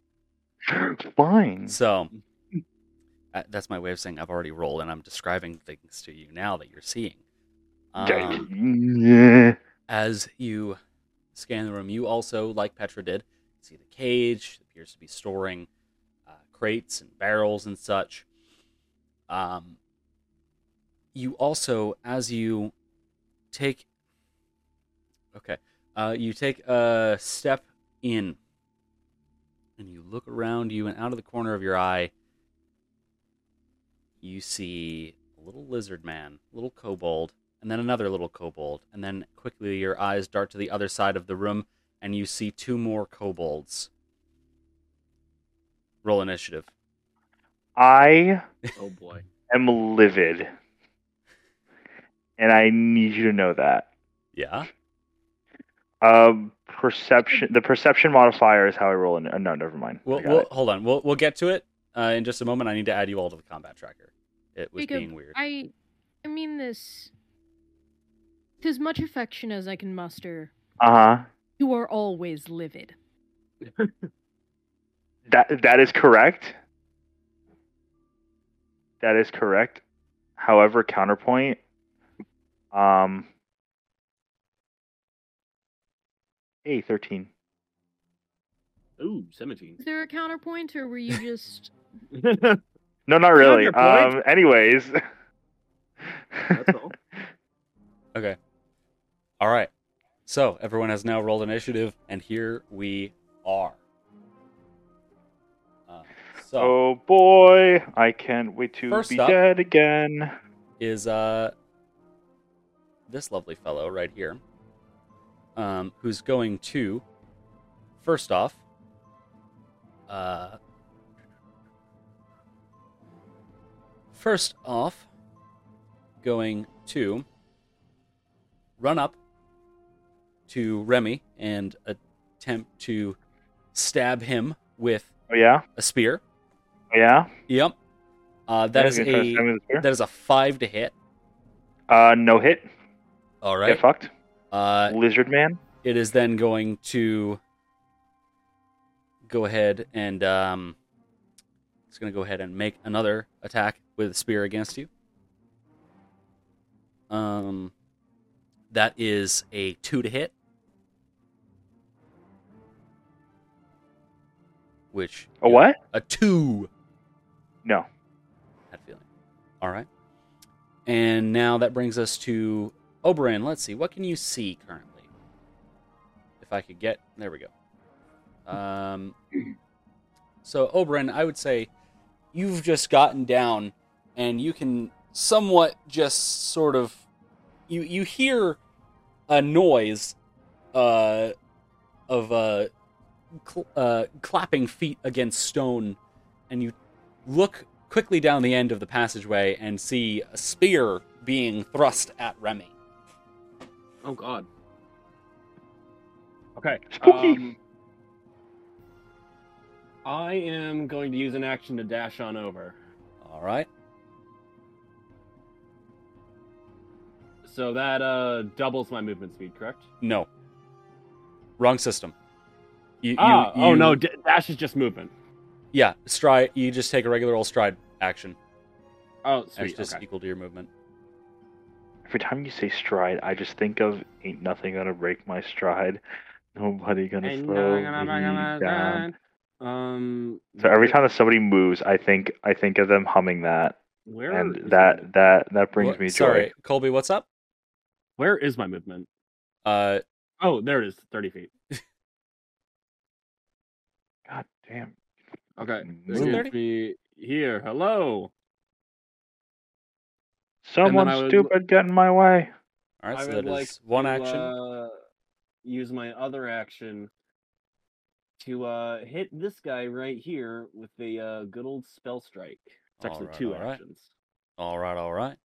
Speaker 2: (gasps) Fine.
Speaker 3: so. Uh, that's my way of saying I've already rolled, and I'm describing things to you now that you're seeing. Um,
Speaker 2: yeah.
Speaker 3: as you scan the room, you also, like Petra did, see the cage appears to be storing uh, crates and barrels and such. Um, you also, as you take, okay, uh, you take a step in, and you look around you, and out of the corner of your eye, you see a little lizard man, a little kobold, and then another little kobold, and then quickly your eyes dart to the other side of the room, and you see two more kobolds. Roll initiative.
Speaker 2: I
Speaker 7: Oh boy.
Speaker 2: am livid, and I need you to know that.
Speaker 3: Yeah.
Speaker 2: Um, perception. The perception modifier is how I roll. In, uh, no, never mind. I
Speaker 3: Well,
Speaker 2: got
Speaker 3: we'll
Speaker 2: it.
Speaker 3: hold on. We'll we'll get to it uh, in just a moment. I need to add you all to the combat tracker. It was
Speaker 5: Jacob,
Speaker 3: being weird.
Speaker 5: I, I mean this. With as much affection as I can muster,
Speaker 2: Uh huh.
Speaker 5: you are always livid.
Speaker 2: That that is correct. That is correct. However, counterpoint. Um. A thirteen.
Speaker 7: Ooh, 17.
Speaker 5: Is there a counterpoint, or were
Speaker 3: (laughs)
Speaker 5: you just?
Speaker 7: That's
Speaker 2: No, not really. (laughs)
Speaker 7: Counterpoint?
Speaker 2: Um. Anyways.
Speaker 7: all.
Speaker 3: Okay. All right. So everyone has now rolled initiative, and here we are. Uh, so
Speaker 2: Oh boy, I can't wait to
Speaker 3: First
Speaker 2: be
Speaker 3: up-
Speaker 2: dead again.
Speaker 3: is uh this lovely fellow right here, um, who's going to first off, uh, first off, going to run up to Remy and attempt to stab him with
Speaker 2: Oh yeah,
Speaker 3: a spear.
Speaker 2: oh, yeah.
Speaker 3: Yep. Uh, that
Speaker 2: Yeah,
Speaker 3: is
Speaker 2: you're gonna try to
Speaker 3: a
Speaker 2: stab me with a spear?
Speaker 3: that is a five to hit.
Speaker 2: Uh, no hit.
Speaker 3: All
Speaker 2: Get fucked,
Speaker 3: Uh,
Speaker 2: lizard man.
Speaker 3: it is then going to go ahead and um, it's going to go ahead and make another attack with a spear against you. Um, that is a two to hit, which
Speaker 2: A what?
Speaker 3: a two.
Speaker 2: No.
Speaker 3: Had a feeling. All right. And now that brings us to Oberon. Let's see. What can you see currently? If I could get there, we go. Um. So Oberon, I would say you've just gotten down, and you can somewhat just sort of you you hear a noise, uh, of uh, cl- uh, clapping feet against stone, and you look quickly down the end of the passageway and see a spear being thrust at Remy.
Speaker 6: Oh God.
Speaker 7: (laughs) Okay.
Speaker 2: Spooky.
Speaker 7: um, I am going to use an action to dash on over.
Speaker 3: All right.
Speaker 7: So that uh doubles my movement speed, correct?
Speaker 3: No. Wrong system. You, you-
Speaker 7: ah, oh
Speaker 3: you-
Speaker 7: no, d- dash is just movement.
Speaker 3: Yeah, stride. You just take a regular old stride action.
Speaker 7: Oh,
Speaker 3: It's
Speaker 7: sweet.
Speaker 3: just
Speaker 7: Okay.
Speaker 3: equal to your movement.
Speaker 2: Every time you say stride, I just think of ain't nothing gonna break my stride. Nobody gonna
Speaker 7: And, uh,
Speaker 2: slow me
Speaker 7: gonna- gonna-
Speaker 2: down.
Speaker 7: Um.
Speaker 2: So every time that somebody moves, I think I think of them humming that,
Speaker 7: where is
Speaker 2: and
Speaker 7: my
Speaker 2: that
Speaker 7: movement?
Speaker 2: that that brings
Speaker 3: Wha-
Speaker 2: me joy.
Speaker 3: Sorry, Colby. What's up?
Speaker 7: where is my movement?
Speaker 3: Uh,
Speaker 7: Oh, there it is, thirty feet.
Speaker 2: God damn.
Speaker 7: Okay,
Speaker 2: Is
Speaker 7: that
Speaker 2: it
Speaker 7: gives
Speaker 3: 30?
Speaker 7: me here. Hello.
Speaker 2: Someone
Speaker 7: I would-
Speaker 2: stupid get in my way.
Speaker 3: all right.
Speaker 7: I
Speaker 3: So that
Speaker 7: would
Speaker 3: is
Speaker 7: like
Speaker 3: one
Speaker 7: to,
Speaker 3: action.
Speaker 7: Uh, use my other action to uh, hit this guy right here with the uh, good old spell strike. It's
Speaker 3: All
Speaker 7: actually
Speaker 3: right,
Speaker 7: two
Speaker 3: all right.
Speaker 7: actions.
Speaker 3: All right. All right.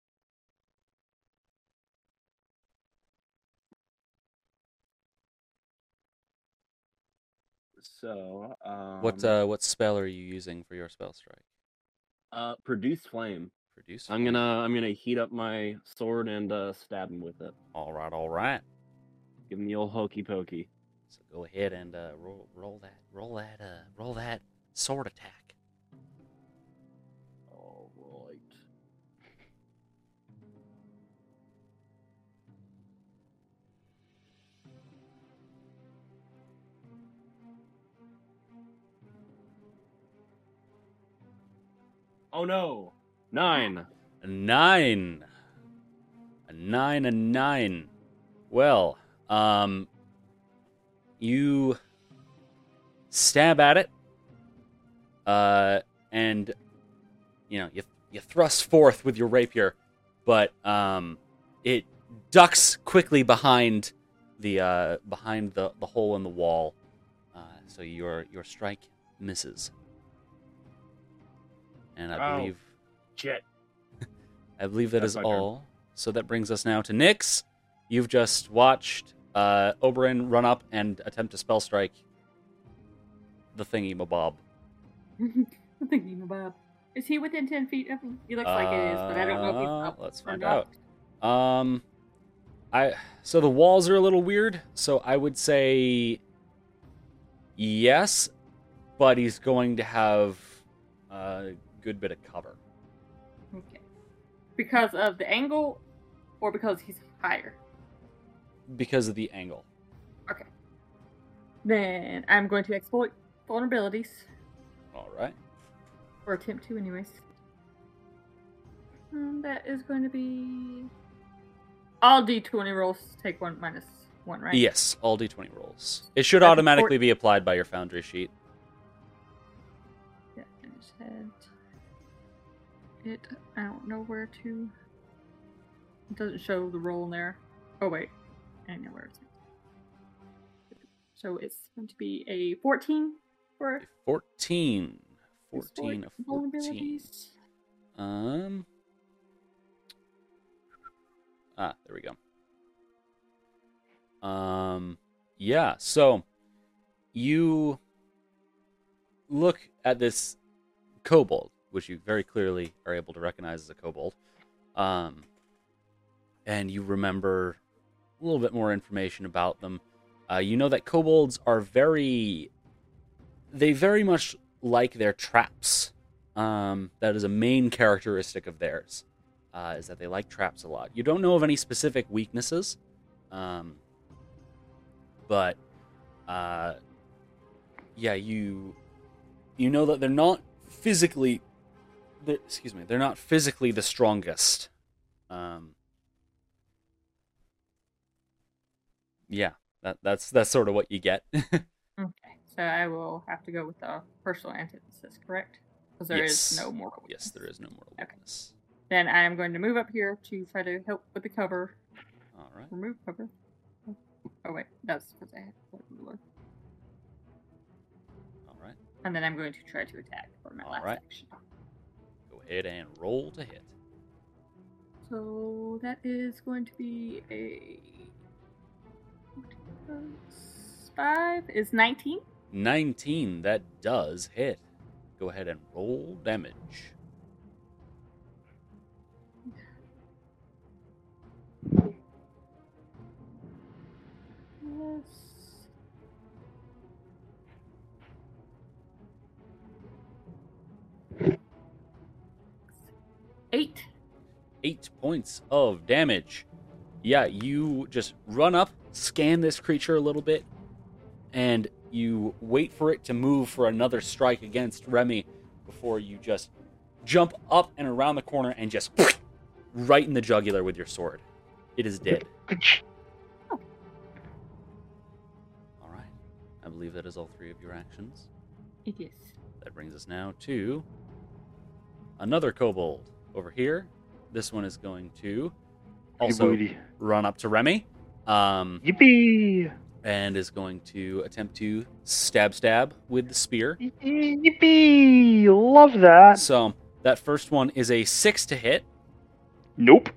Speaker 7: So um,
Speaker 3: what uh, what spell are you using for your spell strike?
Speaker 7: uh, produce flame.
Speaker 3: Produce.
Speaker 7: I'm gonna I'm gonna heat up my sword and uh, stab him with it.
Speaker 3: All right. All right.
Speaker 7: Give him the old hokey pokey.
Speaker 3: So go ahead and uh, roll roll that roll that uh, roll that sword attack.
Speaker 7: All right. Oh no! Nine.
Speaker 3: A nine. A nine, a nine. Well, um, you stab at it, uh, and you know you you thrust forth with your rapier, but um, it ducks quickly behind the uh, behind the, the hole in the wall, uh, so your your strike misses, and I
Speaker 7: Ow.
Speaker 3: believe
Speaker 7: Shit.
Speaker 3: (laughs) I believe that
Speaker 7: That's
Speaker 3: is
Speaker 7: my turn.
Speaker 3: all. So that brings us now to Nyx. You've just watched uh, Oberyn run up and attempt to spell strike the thingy mabob.
Speaker 9: I'm thinking about. Is he within ten feet of him? He looks like it is, but I don't know if he's
Speaker 3: Uh,
Speaker 9: up.
Speaker 3: let's
Speaker 9: or
Speaker 3: find
Speaker 9: not.
Speaker 3: out. Um, I so the walls are a little weird. So I would say yes, but he's going to have a good bit of cover.
Speaker 9: Okay. Because of the angle, or because he's higher.
Speaker 3: because of the angle.
Speaker 9: Then I'm going to exploit vulnerabilities,
Speaker 3: All right.
Speaker 9: or attempt to, anyways. Um, that is going to be
Speaker 8: All d20 rolls take one minus one, right?
Speaker 3: Yes, all d20 rolls. It should
Speaker 8: That's
Speaker 3: automatically
Speaker 8: important.
Speaker 3: be applied by your foundry sheet.
Speaker 8: Yeah, I just had it. I don't know where to. It doesn't show the roll in there. Oh wait, I know where it's. So it's going to be a fourteen for
Speaker 3: 14.
Speaker 8: exploit
Speaker 3: 14 of 14.
Speaker 8: vulnerabilities.
Speaker 3: Um. Ah, there we go. Um. Yeah, so you look at this kobold, which you very clearly are able to recognize as a kobold. Um, and you remember a little bit more information about them. Uh, you know that kobolds are very. They very much like their traps. Um, that is a main characteristic of theirs, uh, is that they like traps a lot. You don't know of any specific weaknesses, um, but uh, yeah, you you know that they're not physically, they're, excuse me, they're not physically the strongest. Um, yeah, that that's that's sort of what you get. (laughs)
Speaker 8: Okay, so I will have to go with the personal antithesis, correct? Because there is
Speaker 3: Yes.
Speaker 8: no moral.
Speaker 3: yes, there is no mortal
Speaker 8: Okay.
Speaker 3: weakness.
Speaker 8: Then I am going to move up here to try to help with the cover.
Speaker 3: All right.
Speaker 8: Remove cover. Oh wait, that's because I had to look.
Speaker 3: All right.
Speaker 8: And then I'm going to try to attack for my
Speaker 3: All
Speaker 8: last
Speaker 3: right.
Speaker 8: action.
Speaker 3: Go ahead and roll to hit.
Speaker 8: So that is going to be a five is nineteen.
Speaker 3: 19, that does hit. Go ahead and roll damage.
Speaker 8: Yes. Eight.
Speaker 3: 8 points of damage. Yeah, you just run up, scan this creature a little bit, and you wait for it to move for another strike against Remy before you just jump up and around the corner and just (sniffs) right in the jugular with your sword. It is dead. All right. I believe that is all three of your actions.
Speaker 8: It is.
Speaker 3: That brings us now to another kobold over here. This one is going to also
Speaker 2: Booty.
Speaker 3: run up to Remy um,
Speaker 2: Yippee!
Speaker 3: and is going to attempt to stab stab with the spear.
Speaker 2: Yippee! Love that.
Speaker 3: So that first one is a six to hit,
Speaker 2: Nope.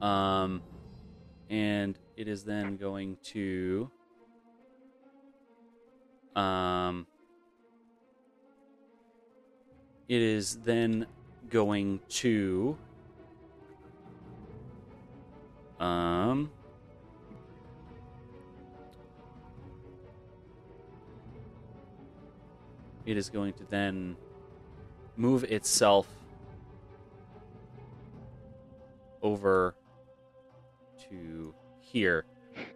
Speaker 3: um, and it is then going to um, it is then going to um it is going to then move itself over to here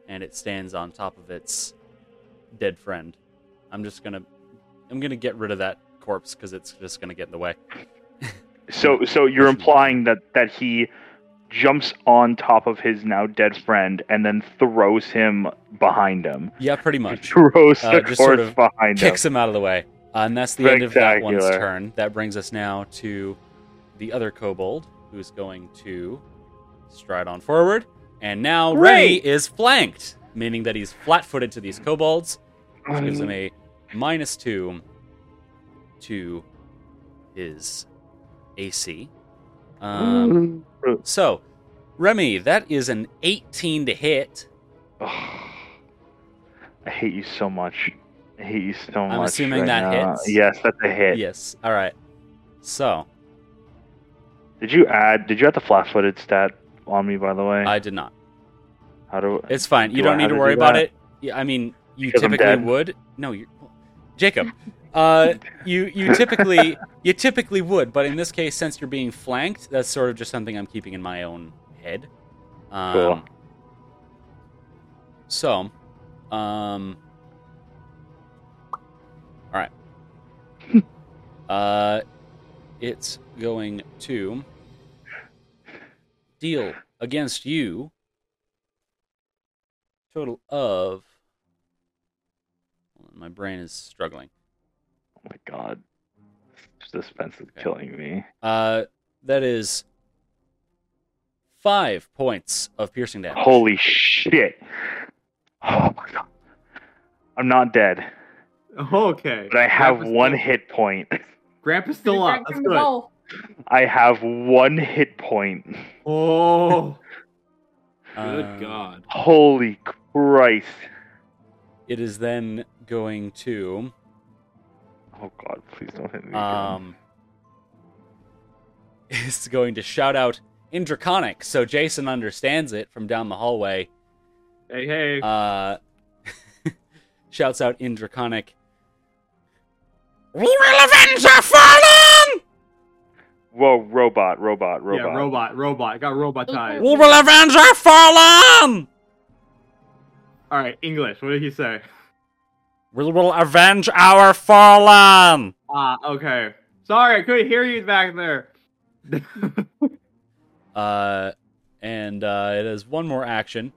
Speaker 3: and it stands on top of its dead friend i'm just gonna i'm gonna get rid of that corpse because it's just gonna get in the way
Speaker 2: So, so you're implying that that he jumps on top of his now dead friend and then throws him behind him.
Speaker 3: yeah pretty
Speaker 2: (laughs)
Speaker 3: much
Speaker 2: Throws
Speaker 3: Uh,
Speaker 2: the corpse
Speaker 3: just sort of
Speaker 2: behind him.
Speaker 3: kicks him out of the way. Uh, and that's the end of that one's
Speaker 2: Spectacular.
Speaker 3: turn. That brings us now to the other kobold, who's going to stride on forward. And now Remy is flanked, meaning that he's flat footed to these kobolds, which gives him a minus two to his AC. Um, so, Remy, that is an 18 to hit.
Speaker 2: Ugh. I hate you so much. I hate you so much.
Speaker 3: assuming
Speaker 2: right
Speaker 3: that
Speaker 2: now.
Speaker 3: hits.
Speaker 2: Yes, that's a hit.
Speaker 3: Yes. All right. So,
Speaker 2: Did you add? Did you add the flat-footed stat on me? By the way,
Speaker 3: I did not.
Speaker 2: how do?
Speaker 3: It's fine. You
Speaker 2: Do I
Speaker 3: don't need
Speaker 2: have
Speaker 3: to
Speaker 2: to
Speaker 3: worry
Speaker 2: do
Speaker 3: about
Speaker 2: that?
Speaker 3: it. Yeah, I mean, you
Speaker 2: Because I'm
Speaker 3: typically
Speaker 2: dead?
Speaker 3: would. No, you, Jacob.
Speaker 2: (laughs)
Speaker 3: Uh,
Speaker 2: Oh
Speaker 3: you you typically you typically would, but in this case, since you're being flanked, that's sort of just something I'm keeping in my own head. Um,
Speaker 2: Cool.
Speaker 3: So, um, all
Speaker 2: (laughs)
Speaker 3: right. uh, it's going to deal against you total of. Hold on, My brain is struggling.
Speaker 2: Oh my god. Suspense is
Speaker 3: Okay.
Speaker 2: killing me.
Speaker 3: Uh, that is five points of piercing damage.
Speaker 2: Holy shit. Oh my god. I'm not dead,
Speaker 4: Okay.
Speaker 2: but I have
Speaker 4: Grandpa's
Speaker 2: one
Speaker 4: still-
Speaker 2: hit point. (laughs)
Speaker 4: Grandpa's still up.
Speaker 8: Drank
Speaker 4: That's
Speaker 8: from the
Speaker 4: good.
Speaker 8: bowl.
Speaker 2: I have one hit point.
Speaker 3: (laughs)
Speaker 4: Oh.
Speaker 7: Good
Speaker 3: Um,
Speaker 7: God.
Speaker 2: Holy Christ.
Speaker 3: It is then going to
Speaker 2: Oh god, please don't hit me. again.
Speaker 3: um. (laughs) It's going to shout out in Draconic, so Jason understands it from down the hallway.
Speaker 4: Hey, hey.
Speaker 3: Uh, (laughs) shouts out in Draconic.
Speaker 2: Whoa, robot, robot,
Speaker 4: Yeah,
Speaker 2: robot.
Speaker 4: robot, robot. Got robotized.
Speaker 5: Ooh.
Speaker 4: All right, English. What did he say?
Speaker 3: We will avenge our fallen.
Speaker 4: Ah, okay. Sorry, I couldn't hear you back there. (laughs)
Speaker 3: Uh, and uh, it has one more action,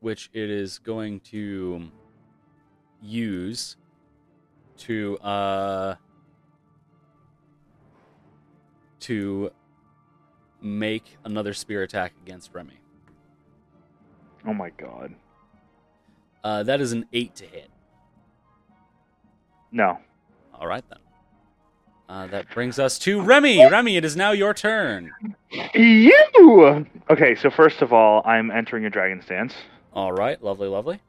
Speaker 3: which it is going to use to uh to make another spear attack against Remy.
Speaker 2: Oh my god.
Speaker 3: Uh, that is an eight to hit.
Speaker 2: No.
Speaker 3: All right then. Uh, that brings us to Remy. Remy, it is now your turn.
Speaker 2: You! Okay, so first of all, I'm entering a dragon stance.
Speaker 3: All right, lovely, lovely.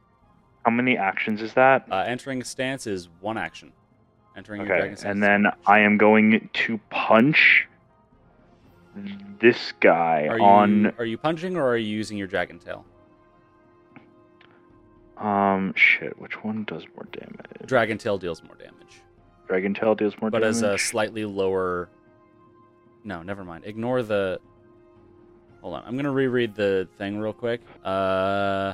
Speaker 2: How many actions is that?
Speaker 3: Uh, entering stance is one action. Entering your
Speaker 2: Okay,
Speaker 3: dragon stance.
Speaker 2: and
Speaker 3: is
Speaker 2: then
Speaker 3: one action.
Speaker 2: I am going to punch this guy
Speaker 3: are you,
Speaker 2: on.
Speaker 3: Are you punching or are you using your dragon tail?
Speaker 2: Um, shit. Which one does more damage?
Speaker 3: Dragon tail deals more damage,
Speaker 2: Dragon tail deals more
Speaker 3: but
Speaker 2: damage.
Speaker 3: as a slightly lower. No, never mind. Ignore the. Hold on, I'm gonna reread the thing real quick. Uh.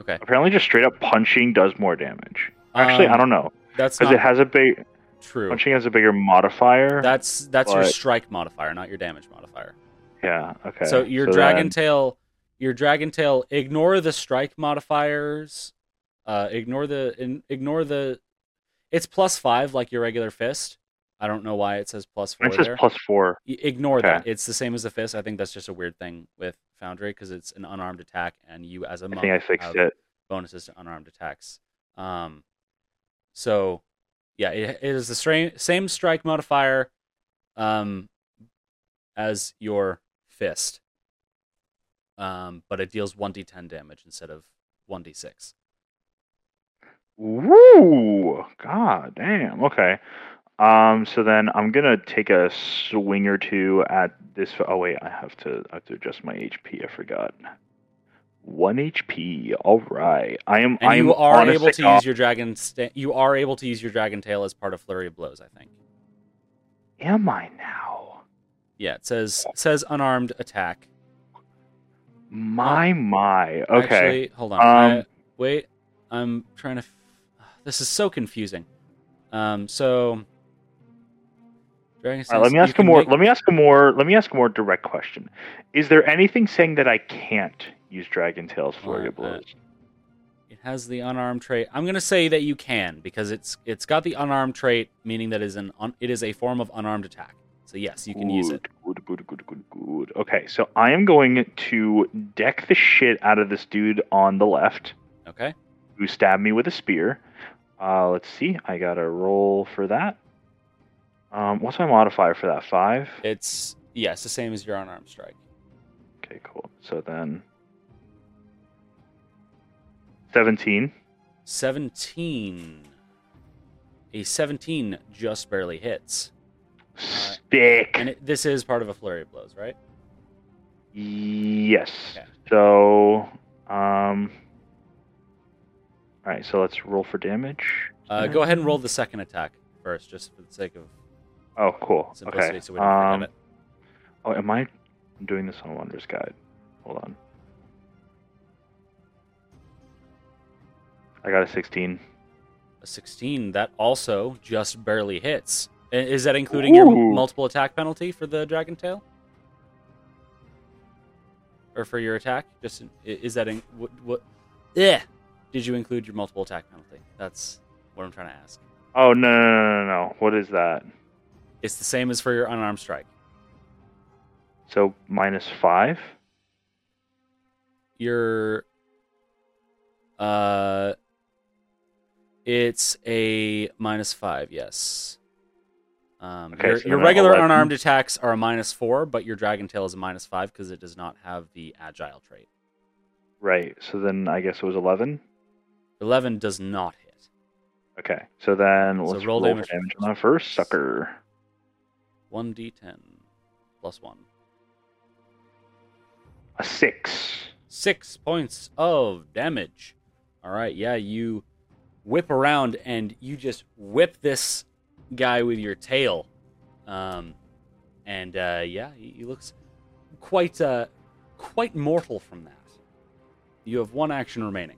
Speaker 3: Okay.
Speaker 2: Apparently, just straight up punching does more damage. Actually,
Speaker 3: um,
Speaker 2: I don't know
Speaker 3: That's
Speaker 2: because
Speaker 3: not
Speaker 2: it has a big
Speaker 3: true.
Speaker 2: punching has a bigger modifier.
Speaker 3: That's that's your
Speaker 2: but-
Speaker 3: strike modifier, not your damage modifier.
Speaker 2: yeah. Okay.
Speaker 3: So your dragon tail, your dragon tail. Ignore the strike modifiers. Uh, ignore the in, ignore the. It's plus five like your regular fist. I don't know why it says plus four
Speaker 2: Then, it says
Speaker 3: there.
Speaker 2: plus four.
Speaker 3: Y- Ignore
Speaker 2: Okay.
Speaker 3: that. It's the same as the fist. I think that's just a weird thing with Foundry because it's an unarmed attack, and you as a
Speaker 2: I
Speaker 3: monk
Speaker 2: think I fixed
Speaker 3: have
Speaker 2: it.
Speaker 3: bonuses to unarmed attacks. Um, so yeah, it, it is the stra- same strike modifier um, as your fist, um, but it deals one d10 damage instead of one d6.
Speaker 2: Woo! God damn. Okay. Um. So then I'm gonna take a swing or two at this. Oh wait, I have to. I have to adjust my HP. I forgot. One HP. All right. I am.
Speaker 3: And
Speaker 2: I am
Speaker 3: you are
Speaker 2: honestly
Speaker 3: able to
Speaker 2: not-
Speaker 3: use your dragon. Sta- you are able to use your dragon tail as part of flurry of blows. I think.
Speaker 2: Am I now?
Speaker 3: Yeah, it says says unarmed attack.
Speaker 2: My my. Okay.
Speaker 3: Actually, hold on. I-
Speaker 2: Um,
Speaker 3: wait, I'm trying to. F- (sighs) this is so confusing. Um, so. Dragon
Speaker 2: All right, let
Speaker 3: Sense,
Speaker 2: me
Speaker 3: you
Speaker 2: ask a
Speaker 3: can
Speaker 2: more.
Speaker 3: make-
Speaker 2: Let me ask a more. Let me ask a more direct question. Is there anything saying that I can't use Dragon Tail's flurry of
Speaker 3: Well, uh,
Speaker 2: blows?
Speaker 3: It has the unarmed trait. I'm gonna say that you can because it's it's got the unarmed trait, meaning that is an un, it is a form of unarmed attack. So yes, you can use it.
Speaker 2: Good, good, good, good, good. Okay, so I am going to deck the shit out of this dude on the left
Speaker 3: Okay.
Speaker 2: who stabbed me with a spear. Uh, let's see. I got a roll for that. Um, what's my modifier for that? Five.
Speaker 3: It's yeah, it's the same as your unarmed strike.
Speaker 2: Okay, cool. So then, seventeen.
Speaker 3: Seventeen. A seventeen just barely hits,
Speaker 2: Stick.
Speaker 3: and it, this is part of a flurry of blows, right?
Speaker 2: Yes.
Speaker 3: Okay.
Speaker 2: So, um, all right. So let's roll for damage.
Speaker 3: Uh, go ahead and roll the second attack first, just for the sake of
Speaker 2: Oh, cool.
Speaker 3: simplicity,
Speaker 2: Okay.
Speaker 3: so we don't
Speaker 2: um,
Speaker 3: forget it.
Speaker 2: Oh, am I I'm doing this on Wonders Guide? Hold on. I got a 16.
Speaker 3: A 16 that also just barely hits. I- Is that including your
Speaker 2: Ooh.
Speaker 3: multiple attack penalty for the dragon tail? or for your attack? Just in- i- is that in, what what? Yeah. Did you include your multiple attack penalty? That's what I'm trying to ask.
Speaker 2: Oh no no no no no! What is that?
Speaker 3: It's the same as for your unarmed strike.
Speaker 2: So minus five.
Speaker 3: Your uh, it's a minus five. Yes. Um,
Speaker 2: Okay,
Speaker 3: your
Speaker 2: so
Speaker 3: your
Speaker 2: then
Speaker 3: regular
Speaker 2: 11.
Speaker 3: unarmed attacks are a minus four, but your dragon tail is a minus five because it does not have the agile trait.
Speaker 2: Right. So then I guess it was eleven.
Speaker 3: Eleven does not hit.
Speaker 2: Okay. So then
Speaker 3: So
Speaker 2: let's
Speaker 3: roll
Speaker 2: roll, for
Speaker 3: damage
Speaker 2: damage,
Speaker 3: first.
Speaker 2: on that first sucker.
Speaker 3: One d10 plus one.
Speaker 2: A six.
Speaker 3: Six points of damage. All right, yeah, you whip around and you just whip this guy with your tail. Um, and uh, yeah, he, he looks quite uh, quite mortal from that. You have one action remaining.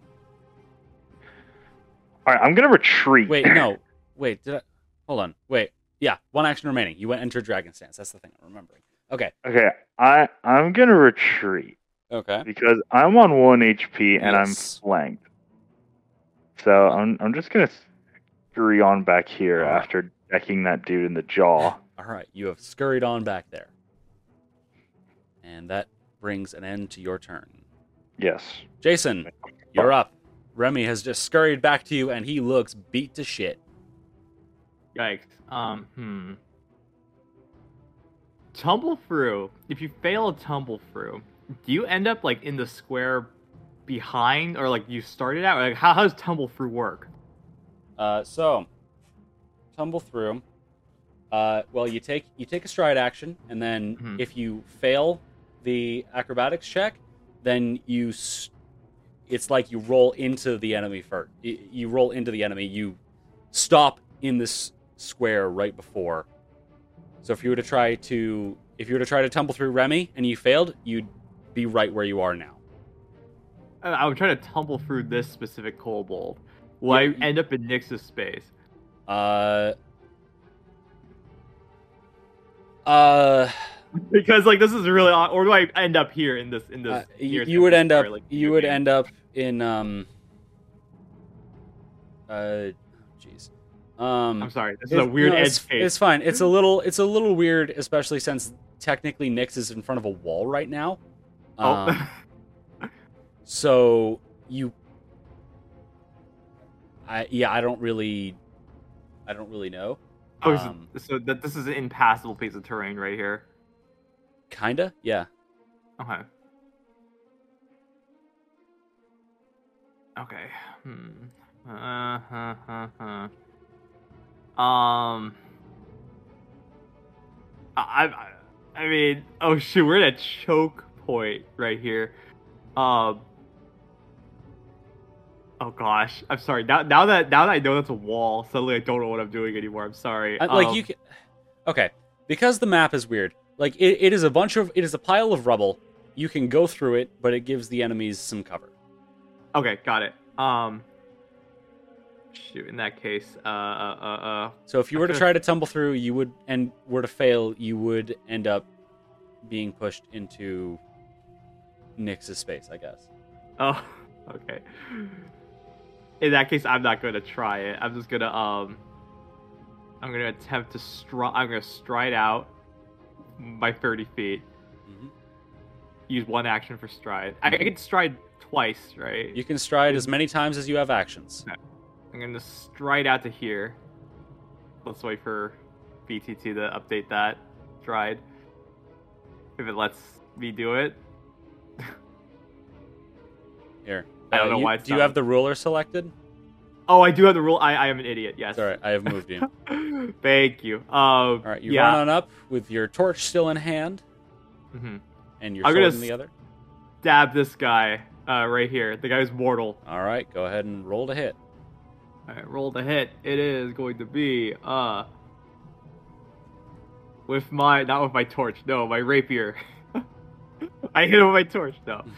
Speaker 2: All right. I'm gonna retreat.
Speaker 3: Wait, no, wait, did I? Hold on, wait. Yeah, one action remaining. You went into dragon stance. That's the thing I'm remembering. Okay.
Speaker 2: Okay. I I'm gonna retreat
Speaker 3: Okay.
Speaker 2: because I'm on one HP and I'm
Speaker 3: Yes.
Speaker 2: flanked. So I'm I'm just gonna scurry on back here
Speaker 3: All right.
Speaker 2: after decking that dude in the jaw.
Speaker 3: All right, you have scurried on back there. And that brings an end to your turn.
Speaker 2: Yes.
Speaker 3: Jason, you're up. Remy has just scurried back to you and he looks beat to shit.
Speaker 4: Yikes. Um, hmm. Tumble through. If you fail a tumble through, do you end up like in the square behind, or like you started out? Or, like, how, how does tumble through work?
Speaker 3: Uh, so, tumble through. Uh, well, you take you take a stride action, and then
Speaker 4: Mhm.
Speaker 3: if you fail the acrobatics check, then you s- it's like you roll into the enemy first. You, you roll into the enemy. You stop in this square right before. So if you were to try to if you were to try to tumble through Remy and you failed, you'd be right where you are now.
Speaker 4: Uh, I- I'm trying to tumble through this specific kobold. Will
Speaker 3: Yeah, you-
Speaker 4: I end up in Nix's space?
Speaker 3: Uh. Uh.
Speaker 4: Because like this is really, aw- or do I end up here in this in this?
Speaker 3: Uh, you,
Speaker 4: nearest
Speaker 3: you would
Speaker 4: empty
Speaker 3: end up
Speaker 4: square, like,
Speaker 3: you would
Speaker 4: game?
Speaker 3: end up in um uh jeez um
Speaker 4: I'm sorry, this is
Speaker 3: it's-
Speaker 4: a weird
Speaker 3: no,
Speaker 4: edge
Speaker 3: it's,
Speaker 4: case.
Speaker 3: it's fine it's a little it's a little weird especially since technically Nyx is in front of a wall right now
Speaker 4: Oh. (laughs)
Speaker 3: um, so you I yeah I don't really I don't really know
Speaker 4: Oh, so-
Speaker 3: um,
Speaker 4: so that this is an impassable piece of terrain right here.
Speaker 3: kinda yeah
Speaker 4: Okay. Okay. Hmm. Uh, huh, huh, huh. Um. I, I. I mean, oh shoot, we're at a choke point right here. Um. Oh gosh, I'm sorry. Now, now that now that I know that's a wall, suddenly I don't know what I'm doing anymore. I'm sorry.
Speaker 3: I- like
Speaker 4: Um,
Speaker 3: you can, okay because the map is weird like it, it is a bunch of it is a pile of rubble you can go through it but it gives the enemies some cover
Speaker 4: Okay, got it. Um, shoot. In that case, uh, uh, uh, uh
Speaker 3: so if you were to
Speaker 4: Okay.
Speaker 3: try to tumble through you would and were to fail you would end up being pushed into nix's space i guess
Speaker 4: (laughs) oh, okay. In that case, I'm not gonna try it. I'm just gonna um, I'm gonna attempt to str. I'm gonna stride out by 30 feet.
Speaker 3: Mhm.
Speaker 4: Use one action for stride. I, I can stride twice, right?
Speaker 3: you can stride as many times as you have actions
Speaker 4: I'm gonna stride out to here. Let's wait for BTT to update that stride. If it lets me do it.
Speaker 3: here Uh,
Speaker 4: I don't know
Speaker 3: you-
Speaker 4: why it's
Speaker 3: do you
Speaker 4: not-
Speaker 3: have the ruler selected
Speaker 4: Oh, I do have the rule. I, I am an idiot. Yes.
Speaker 3: sorry i have moved
Speaker 4: (laughs)
Speaker 3: you all
Speaker 4: Thank you. Um, All
Speaker 3: right you
Speaker 4: yeah.
Speaker 3: run on up with your torch still in hand
Speaker 4: Mhm.
Speaker 3: and your
Speaker 4: I'm
Speaker 3: sword
Speaker 4: gonna
Speaker 3: in the
Speaker 4: s-
Speaker 3: other
Speaker 4: Stab this guy uh, right here. The guy who's mortal.
Speaker 3: all right go ahead and roll to hit
Speaker 4: All right, roll the hit. It is going to be uh, with my not with my torch. No, my rapier. (laughs) I hit him with my torch. No. (laughs)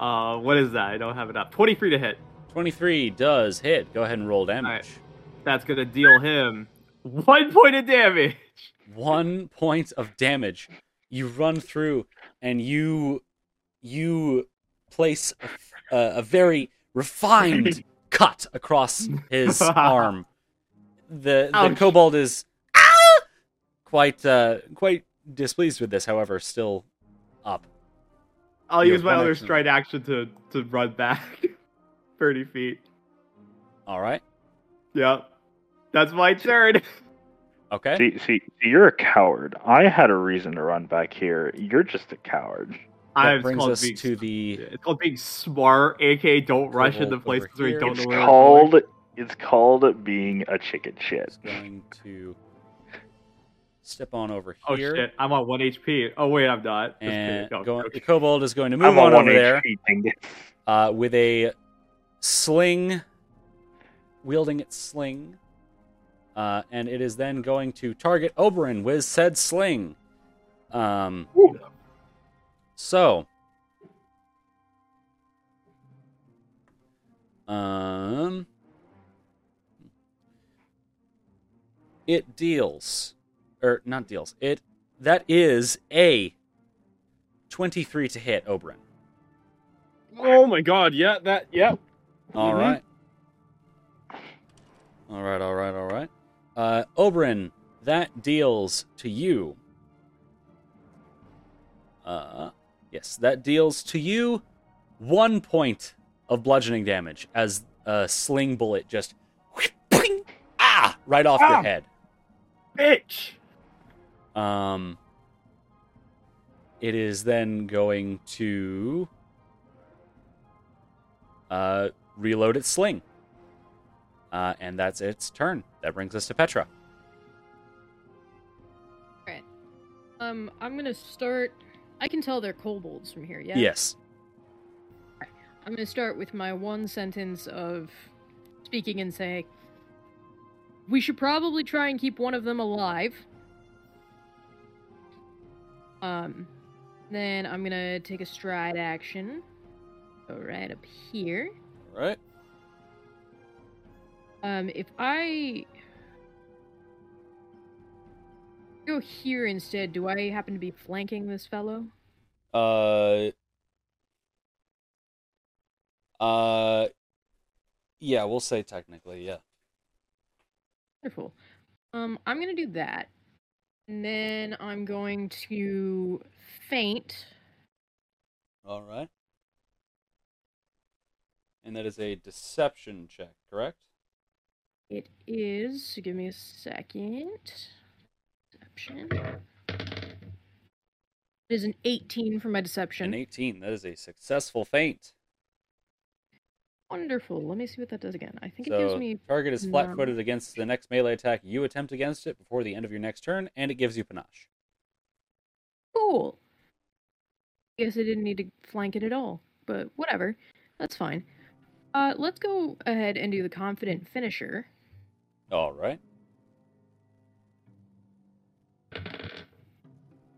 Speaker 4: Uh, what is that? I don't have it up. Twenty-three to hit.
Speaker 3: 23 does hit. Go ahead and roll damage.
Speaker 4: Alright. That's gonna deal him one point of damage.
Speaker 3: One point of damage. You run through and you you place a, a, a very
Speaker 4: (laughs)
Speaker 3: refined cut across his arm. The, the
Speaker 4: Ouch.
Speaker 3: kobold is ah, quite uh, quite displeased with this. However, still up.
Speaker 4: (laughs) I'll
Speaker 3: You
Speaker 4: use
Speaker 3: have
Speaker 4: my
Speaker 3: one
Speaker 4: other
Speaker 3: action.
Speaker 4: stride action to to run back (laughs) thirty feet.
Speaker 3: All right.
Speaker 4: Yep, that's my turn. (laughs)
Speaker 3: Okay.
Speaker 2: See, see, see, you're a coward. I had a reason to run back here. You're just a coward.
Speaker 3: That
Speaker 4: I
Speaker 3: brings us
Speaker 4: being,
Speaker 3: to the
Speaker 4: It's called being smart, aka don't rush
Speaker 3: Kobold
Speaker 4: into
Speaker 3: over
Speaker 4: places where you
Speaker 3: here.
Speaker 4: don't
Speaker 2: It's
Speaker 4: know where.
Speaker 2: called. It's called being a chicken shit.
Speaker 3: is going to step on over
Speaker 4: Oh
Speaker 3: here.
Speaker 4: shit! I'm on one HP. Oh wait, I'm not. Just kidding.
Speaker 3: And
Speaker 4: No,
Speaker 3: going, the
Speaker 4: okay.
Speaker 3: kobold is going to move
Speaker 2: I'm
Speaker 3: on
Speaker 2: a one
Speaker 3: over there
Speaker 2: HP thing.
Speaker 3: uh, with a sling, wielding its sling. Uh, and it is then going to target Oberon with said sling. Um, so. Um, it deals, or not deals. It that is a twenty-three to hit Oberon.
Speaker 7: Oh my god, yeah, that, yeah.
Speaker 3: All right. All right, all right, all right. Uh, Oberon, that deals to you. Uh, yes, that deals to you one point of bludgeoning damage as a sling bullet just (laughs) whip, ah right off your
Speaker 7: Ah.
Speaker 3: head.
Speaker 7: Bitch!
Speaker 3: Um, it is then going to uh, reload its sling. Uh, and that's its turn. That brings us to Petra.
Speaker 5: Um, I'm gonna start. I can tell they're kobolds from here. Yeah.
Speaker 3: Yes.
Speaker 5: I'm gonna start with my one sentence of speaking and saying, "We should probably try and keep one of them alive." Um, then I'm gonna take a stride action. Go right up here.
Speaker 3: All right.
Speaker 5: Um, if I go here instead, do I happen to be flanking this fellow?
Speaker 3: Uh, uh, yeah, we'll say technically, yeah.
Speaker 5: Wonderful. Um, I'm gonna do that, and then I'm going to faint.
Speaker 3: All right. And that is a deception check, correct?
Speaker 5: It is. Give me a second. Deception. It is an 18 for my
Speaker 3: An
Speaker 5: deception.
Speaker 3: 18. That is a successful feint.
Speaker 5: Wonderful. Let me see what that does again. I think it
Speaker 3: So
Speaker 5: gives me
Speaker 3: target is
Speaker 5: No.
Speaker 3: flat-footed against the next melee attack you attempt against it before the end of your next turn, and it gives you panache.
Speaker 5: cool. I guess I didn't need to flank it at all, but whatever. That's fine. Uh, let's go ahead and do the confident finisher.
Speaker 3: All right.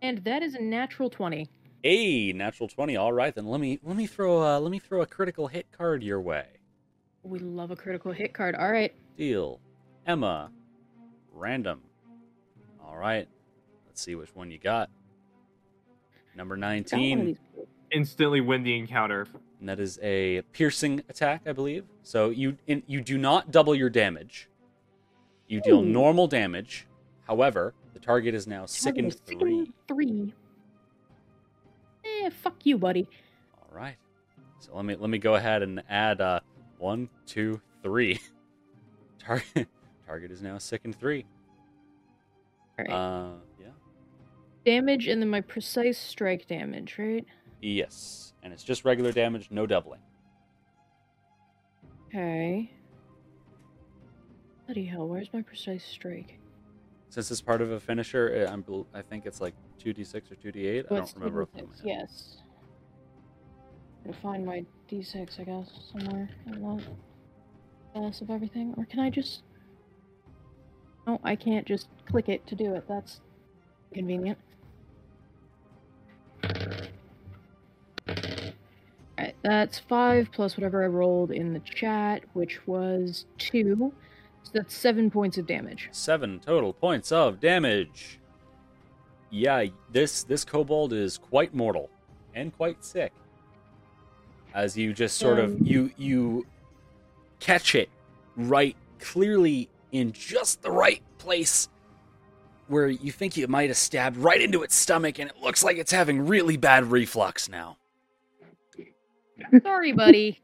Speaker 5: And that is a natural 20.
Speaker 3: A natural twenty. All right, then let me let me throw a, let me throw a critical hit card your way.
Speaker 5: We love a critical hit card. All right.
Speaker 3: Deal, Emma, random. All right, let's see which one you got. Number
Speaker 5: Got one of
Speaker 3: nineteen,
Speaker 5: these.
Speaker 4: instantly win the encounter.
Speaker 3: and that is a piercing attack, I believe. So you in, you do not double your damage. You deal
Speaker 5: Ooh.
Speaker 3: normal damage. However, the target is now sick
Speaker 5: Target
Speaker 3: and
Speaker 5: is sickened
Speaker 3: three.
Speaker 5: three. Eh, fuck you, buddy.
Speaker 3: All right. So let me let me go ahead and add uh one, two, three. (laughs) Target (laughs) target is now sick and three.
Speaker 5: All right.
Speaker 3: Uh yeah.
Speaker 5: damage and then my precise strike damage, right?
Speaker 3: Yes. And it's just regular damage, no doubling.
Speaker 5: Okay. Bloody hell, where's my precise strike?
Speaker 3: Since it's part of a finisher, I- I'm bel- I think it's like two d six or two d eight. I don't
Speaker 5: What's
Speaker 3: remember. off the top
Speaker 5: D6?
Speaker 3: of my head.
Speaker 5: Yes. I'm gonna find my d6, I guess, somewhere. I love balance of everything. Or can I just. No, I can't just click it to do it. That's convenient. Alright, that's five plus whatever I rolled in the chat, which was two. So that's seven points of damage.
Speaker 3: Seven total points of damage. Yeah, this this kobold is quite mortal and quite sick.
Speaker 1: as you just sort of you you catch it right clearly in just the right place where you think you might have stabbed right into its stomach and it looks like it's having really bad reflux now.
Speaker 5: Sorry, buddy.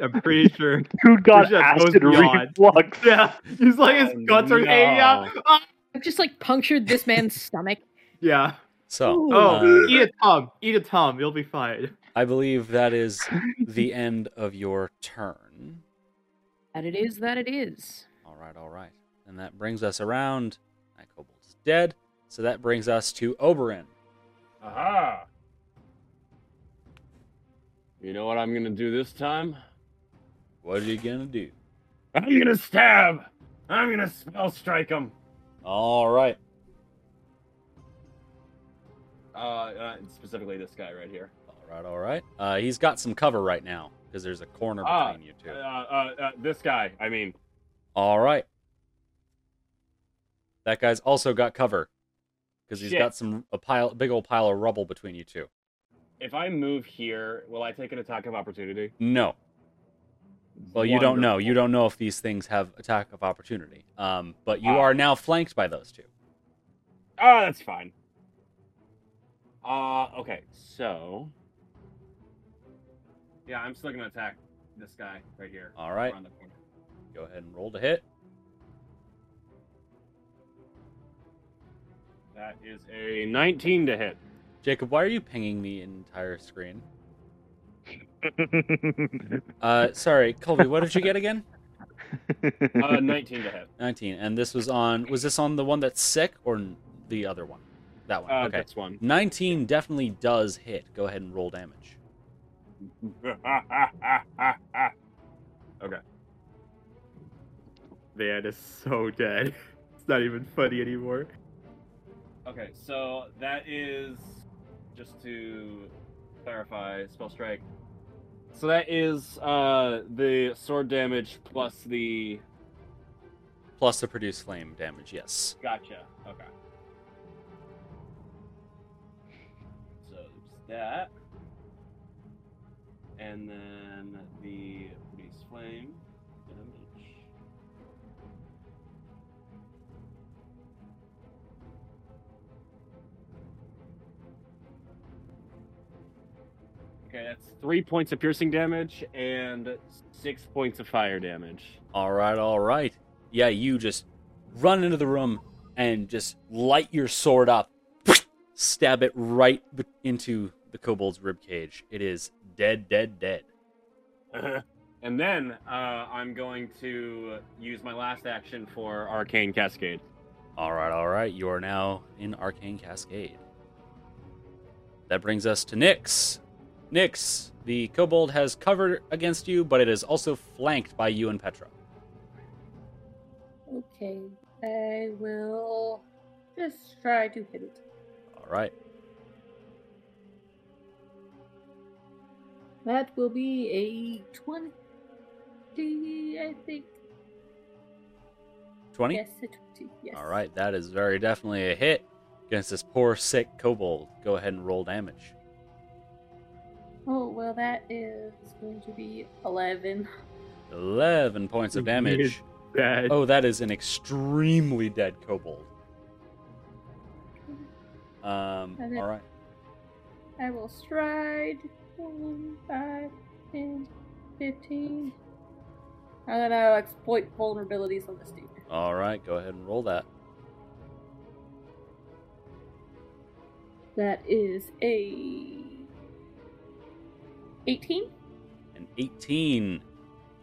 Speaker 4: I'm
Speaker 3: (laughs)
Speaker 4: pretty sure.
Speaker 2: Dude got
Speaker 4: That goes
Speaker 2: acid
Speaker 4: beyond.
Speaker 2: reflux.
Speaker 4: Yeah, he's like his guts are hanging out. Ah,
Speaker 5: (laughs) I've just like punctured this man's stomach.
Speaker 4: Yeah.
Speaker 1: So,
Speaker 4: Oh,
Speaker 1: uh,
Speaker 4: eat a tom. Eat a tom. You'll be fine.
Speaker 1: I believe that is the end of your turn.
Speaker 5: That it is that it is.
Speaker 1: All right, all right. And that brings us around. That kobold's dead. So that brings us to Oberon.
Speaker 7: Aha! You know what I'm gonna do this time?
Speaker 1: What are you going to do?
Speaker 7: I'm gonna stab! I'm gonna spell strike him!
Speaker 1: All right.
Speaker 7: Uh, uh, specifically this guy right here.
Speaker 1: All right, all right. Uh, he's got some cover right now because there's a corner between
Speaker 7: Ah,
Speaker 1: you
Speaker 7: Uh,
Speaker 1: two.
Speaker 7: uh, uh, this guy, I mean.
Speaker 1: All right. That guy's also got cover because he's
Speaker 7: Shit.
Speaker 1: got some a pile, big old pile of rubble between you two.
Speaker 7: If I move here, will I take an attack of opportunity?
Speaker 1: No. Well, you don't know. You don't know if these things have attack of opportunity. Um, but you
Speaker 7: Ah.
Speaker 1: are now flanked by those two.
Speaker 7: Oh, that's fine. Uh, okay, so. Yeah, I'm still gonna attack this guy right here.
Speaker 1: All right.
Speaker 7: around the corner.
Speaker 1: Go ahead and roll to hit.
Speaker 7: That is a 19 to hit.
Speaker 1: Jacob, why are you pinging the entire screen? Uh, sorry, Colby, what did you get again?
Speaker 2: (laughs)
Speaker 1: (laughs)
Speaker 7: Uh, 19 to hit.
Speaker 1: 19. And this was on, was this on the one that's sick or n- the other one? That one.
Speaker 7: Uh,
Speaker 1: okay.
Speaker 7: That's one.
Speaker 1: 19 definitely does hit. Go ahead and roll damage.
Speaker 4: Man is so dead. (laughs) It's not even funny anymore.
Speaker 7: okay, so that is just to clarify spell strike. So that is uh the sword damage plus the
Speaker 1: Plus the produce flame damage, yes.
Speaker 7: gotcha. Okay. So it's that. And then the police flame damage. Okay, that's three points of piercing damage and six points of fire damage.
Speaker 1: All right, all right. Yeah, you just run into the room and just light your sword up, stab it right be- into the kobold's ribcage. It is dead, dead, dead.
Speaker 7: (laughs) and then uh, I'm going to use my last action for Arcane Cascade.
Speaker 1: All right, all right. You are now in Arcane Cascade. That brings us to Nyx. Nyx, the kobold has covered against you, but it is also flanked by you and Petra.
Speaker 8: Okay, I will just try to hit it.
Speaker 1: All right.
Speaker 8: That will be a 20, I think.
Speaker 1: 20?
Speaker 8: Yes, a 20. Yes.
Speaker 1: All right, that is very definitely a hit against this poor, sick kobold. Go ahead and roll damage.
Speaker 8: Oh, well, that is going to be 11.
Speaker 1: 11 points of
Speaker 4: He is
Speaker 1: damage.
Speaker 4: Dead.
Speaker 1: Oh, that is an extremely dead kobold. Um,
Speaker 8: And it-
Speaker 1: all right.
Speaker 8: I will stride 1, 5, 10, 15. And then I'll exploit vulnerabilities on this dude.
Speaker 1: All right, go ahead and roll that.
Speaker 8: That is a 18.
Speaker 1: An 18.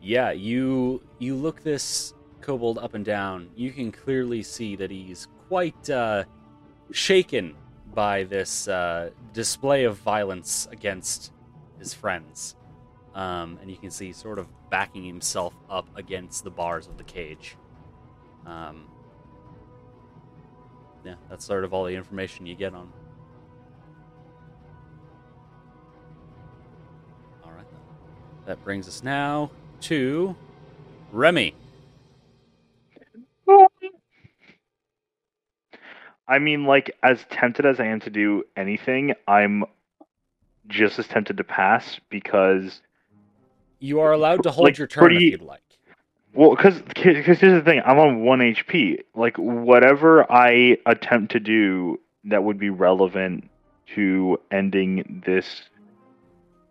Speaker 1: Yeah, you you look this kobold up and down. You can clearly see that he's quite uh, shaken by this uh, display of violence against his friends. Um, and you can see sort of backing himself up against the bars of the cage. Um, yeah, that's sort of all the information you get on. All right. then. That brings us now to Remy.
Speaker 2: I mean, like, as tempted as I am to do anything, I'm just as tempted to pass because
Speaker 3: You are allowed to hold
Speaker 2: Like,
Speaker 3: your turn
Speaker 2: pretty-
Speaker 3: if you'd like.
Speaker 2: Well, because here's the thing, I'm on one HP. Like whatever I attempt to do that would be relevant to ending this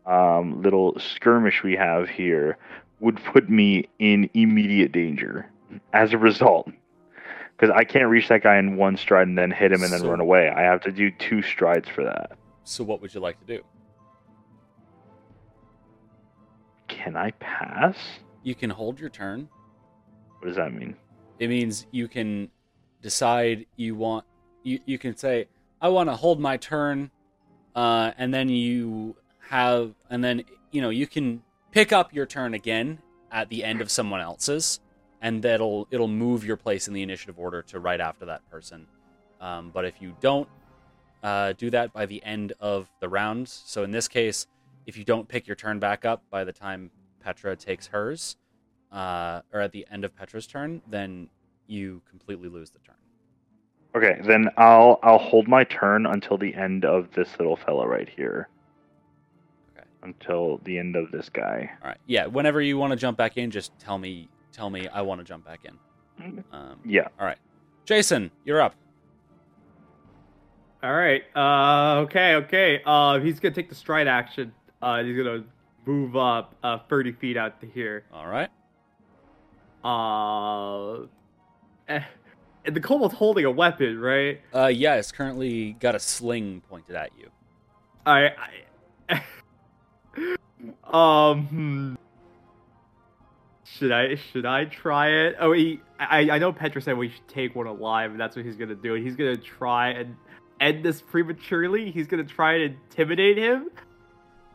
Speaker 2: um, little skirmish we have here would put me in immediate danger as a result. Because I can't reach that guy in one stride and then hit him and then
Speaker 3: So-
Speaker 2: run away. I have to do two strides for that.
Speaker 3: So what would you like to do?
Speaker 2: Can I pass?
Speaker 3: You can hold your turn.
Speaker 2: What does that mean?
Speaker 3: It means you can decide you want you, you can say, I want to hold my turn, uh, and then you have and then you know, you can pick up your turn again at the end of someone else's, and that'll it'll move your place in the initiative order to right after that person. Um, but if you don't uh, do that by the end of the round, so in this case, if you don't pick your turn back up by the time Petra takes hers, uh, or at the end of Petra's turn, then you completely lose the turn.
Speaker 2: Okay, then I'll I'll hold my turn until the end of this little fella right here.
Speaker 3: Okay.
Speaker 2: Until the end of this guy.
Speaker 3: All right. Yeah. Whenever you want to jump back in, just tell me. Tell me. I want to jump back in. Um,
Speaker 2: Yeah.
Speaker 3: Jason, you're up.
Speaker 4: All right. Uh, okay. Okay. Uh, he's gonna take the stride action. Uh, he's gonna move up uh 30 feet out to here.
Speaker 3: All right.
Speaker 4: Uh, eh, and the kobold's holding a weapon, right?
Speaker 3: Uh, yeah. It's currently got a sling pointed at you.
Speaker 4: I, (laughs) I um hmm. should I should I try it? Oh, he, I I know Petra said we should take one alive, and that's what he's gonna do. He's gonna try and end this prematurely. He's gonna try and intimidate him.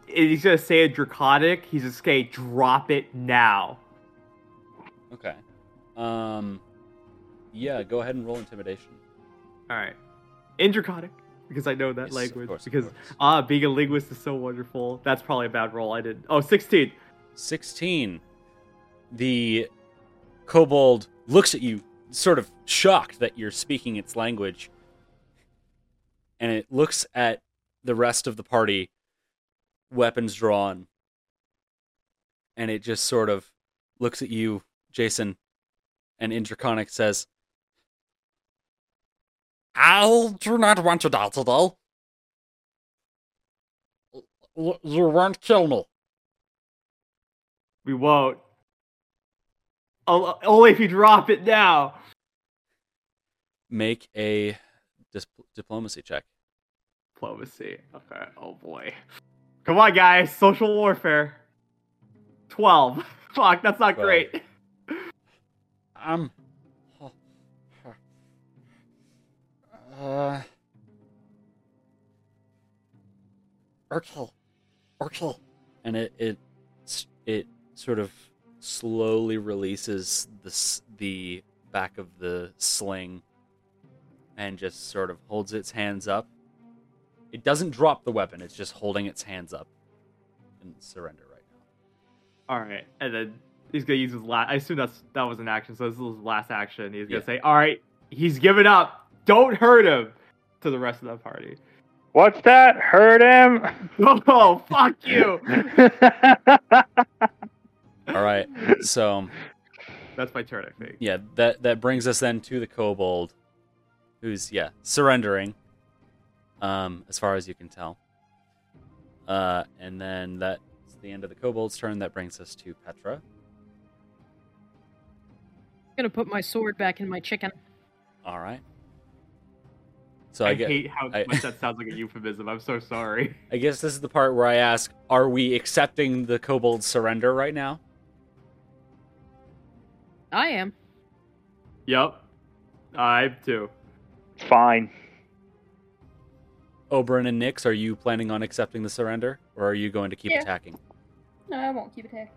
Speaker 4: And he's gonna say a draconic. He's just gonna drop it now.
Speaker 3: Okay. Um, yeah. Go ahead and roll intimidation.
Speaker 4: All right, in draconic because I know that
Speaker 3: Yes, of
Speaker 4: language.
Speaker 3: course, of
Speaker 4: because
Speaker 3: course.
Speaker 4: ah, being a linguist is so wonderful. That's probably a bad roll. I did. Oh, 16.
Speaker 3: 16. The kobold looks at you, sort of shocked that you're speaking its language, and it looks at the rest of the party, weapons drawn, and it just sort of looks at you, Jason, and in Draconic says, I do not want you to though. You won't kill me.
Speaker 4: We won't. O- Only if you drop it now.
Speaker 3: make a dis- diplomacy check.
Speaker 4: Diplomacy. Okay. Oh boy. Come on, guys. Social warfare. Twelve. (laughs) Fuck. That's not
Speaker 3: Twelve.
Speaker 4: great.
Speaker 3: Um. Uh. Urkel. Urkel. And it it s- it sort of slowly releases the s- the back of the sling and just sort of holds its hands up. It doesn't drop the weapon. It's just holding its hands up and surrender right now.
Speaker 4: All right. And then he's gonna use his last. I assume that's that was an action. So this is his last action. He's gonna
Speaker 3: Yeah.
Speaker 4: say, "All right, he's given up. Don't hurt him." To the rest of the party. (laughs)
Speaker 2: What's that? Hurt him?
Speaker 4: Oh, fuck
Speaker 3: (laughs)
Speaker 4: you.
Speaker 3: All right. So
Speaker 4: That's my turn, I think.
Speaker 3: yeah, that that brings us then to the kobold, who's yeah surrendering, um, as far as you can tell. Uh, and then that's the end of the kobold's turn. That brings us to Petra.
Speaker 10: gonna put my sword back in my chicken.
Speaker 3: All right. So I,
Speaker 4: I,
Speaker 3: guess
Speaker 4: hate how
Speaker 3: I-
Speaker 4: much that sounds like a euphemism. I'm
Speaker 3: (laughs)
Speaker 4: so sorry.
Speaker 3: I guess this is the part where I ask: Are we accepting the kobold's surrender right now?
Speaker 10: I am.
Speaker 4: Yep. I too.
Speaker 2: (laughs) Fine.
Speaker 3: Oberon and Nix, are you planning on accepting the surrender, or are you going to keep
Speaker 9: Yeah.
Speaker 3: attacking?
Speaker 9: No, I won't keep attacking.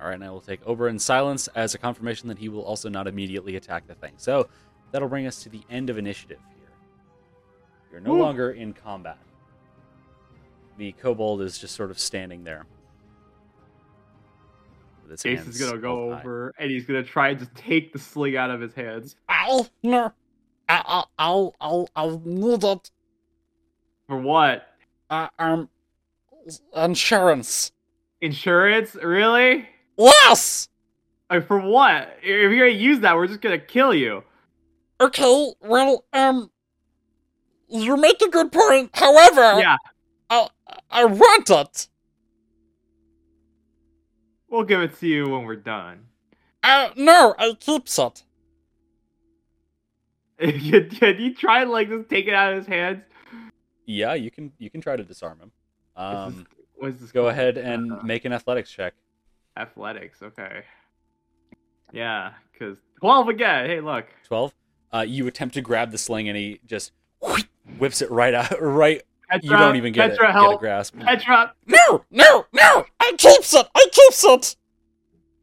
Speaker 3: All right, and I will take Oberon's silence as a confirmation that he will also not immediately attack the thing. So that'll bring us to the end of initiative here. You're no
Speaker 4: Woo.
Speaker 3: longer in combat. The kobold is just sort of standing there. with his
Speaker 4: Jason's
Speaker 3: hands
Speaker 4: gonna go
Speaker 3: held high.
Speaker 4: over and he's gonna try and just take the sling out of his hands.
Speaker 3: Ow! No! I- I- I'll, I'll, I'll need it.
Speaker 4: For what?
Speaker 3: Uh, um, insurance.
Speaker 4: Insurance? Really?
Speaker 3: Yes!
Speaker 4: I mean, for what? If you're gonna use that, we're just gonna kill you.
Speaker 3: Okay, well, um. You make a good point. However,
Speaker 4: Yeah,
Speaker 3: I, I want it.
Speaker 4: we'll give it to you when we're done. (laughs)
Speaker 3: Uh, no, I keeps it.
Speaker 4: you, you, you try and like just take it out of his hands.
Speaker 3: Yeah, you can you can try to disarm him.
Speaker 4: This is-
Speaker 3: Um,
Speaker 4: what is this
Speaker 3: go
Speaker 4: called?
Speaker 3: ahead and
Speaker 4: Uh,
Speaker 3: make an athletics check.
Speaker 4: athletics. Okay. Yeah, because twelve again. Hey, look.
Speaker 3: 12. Uh, you attempt to grab the sling and he just whips it right out. (laughs) Right,
Speaker 4: Petra,
Speaker 3: you don't even get, it,
Speaker 4: Petra,
Speaker 3: get a
Speaker 4: help.
Speaker 3: grasp.
Speaker 4: Petra. (laughs)
Speaker 3: No, no, no! I keeps it! I keeps it!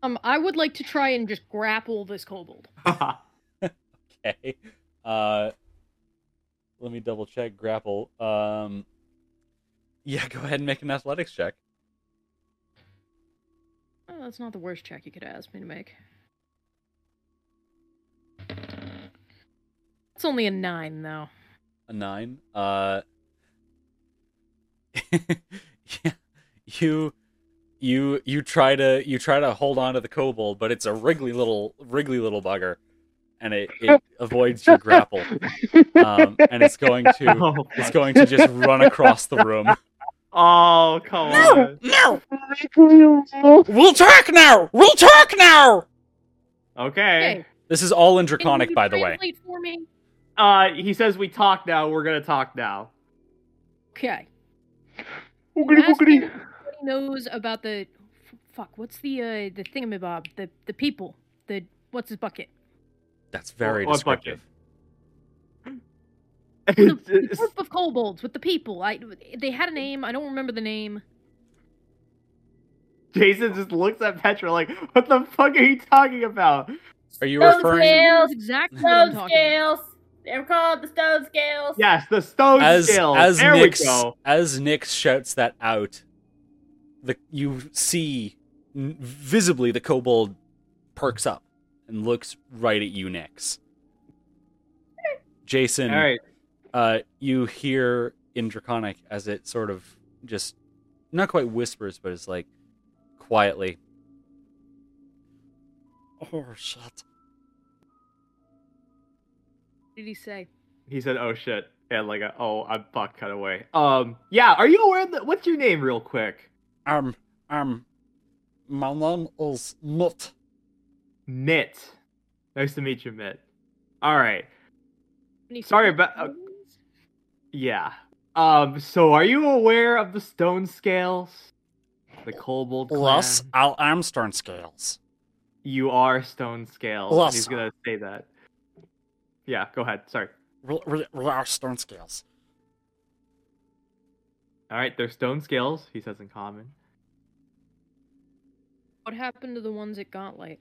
Speaker 10: Um, I would like to try and just grapple this kobold.
Speaker 3: Okay. Uh, let me double check. Grapple. Um, yeah, go ahead and make an athletics check.
Speaker 10: Oh, that's not the worst check you could ask me to make. It's only a nine, though.
Speaker 3: a nine. Uh, (laughs) yeah, you, you, you try to you try to hold on to the kobold, but it's a wriggly little wriggly little bugger, and it, it avoids your grapple, um, and it's going to
Speaker 4: Oh,
Speaker 3: it's going to just run across the room.
Speaker 4: oh, come on.
Speaker 3: no, we'll talk now. We'll talk now.
Speaker 4: Okay.
Speaker 3: This is all in
Speaker 10: Can
Speaker 3: draconic,
Speaker 10: you
Speaker 3: by the way.
Speaker 10: translate for me?
Speaker 4: Uh, he says we talk now. We're gonna talk now.
Speaker 10: Okay.
Speaker 2: Oogity
Speaker 10: Ask
Speaker 2: boogity.
Speaker 10: him what he knows about the f- fuck. What's the uh, the thingamabob? The the people. The what's his bucket?
Speaker 3: That's very
Speaker 4: What bucket? (laughs)
Speaker 3: descriptive.
Speaker 10: The, the group of kobolds with the people. I they had a name. I don't remember the name.
Speaker 4: Jason just looks at Petra like, "What the fuck are you talking about?"
Speaker 3: Are you
Speaker 10: Oh,
Speaker 9: Stone
Speaker 3: referring?
Speaker 9: scales,
Speaker 10: That's exactly what I'm
Speaker 9: stone
Speaker 10: talking about.
Speaker 9: scales. They were called the stone scales.
Speaker 4: Yes, the stone
Speaker 3: as
Speaker 4: scale.
Speaker 3: as
Speaker 4: there
Speaker 3: Nix
Speaker 4: we go.
Speaker 3: as Nix shouts that out, the you see n- visibly the kobold perks up and looks right at you, Nix. Jason,
Speaker 4: All right.
Speaker 3: uh, you hear in Draconic as it sort of just not quite whispers, but it's like quietly. Oh shit!
Speaker 10: What did he say?
Speaker 4: He said, "Oh shit," and like, a, "Oh, I'm fucked." Cut away. Um, yeah. Are you aware that? What's your name, real quick?
Speaker 3: Um, um, my name is Nut.
Speaker 4: Mitt. Nice to meet you, Mitt. All right.
Speaker 10: Any
Speaker 4: Sorry
Speaker 10: secret
Speaker 3: uh,
Speaker 4: about-
Speaker 10: clues?
Speaker 4: Yeah. Um. So, are you aware of the stone scales? The kobold clan.
Speaker 3: Plus, I'll Armstrong scales.
Speaker 4: You are stone scales. and
Speaker 3: Plus.
Speaker 4: He's gonna say that. Yeah. Go ahead. Sorry.
Speaker 3: We, we, we are stone scales.
Speaker 4: All right. They're stone scales. He says in common.
Speaker 10: What happened to the ones at Gauntlet?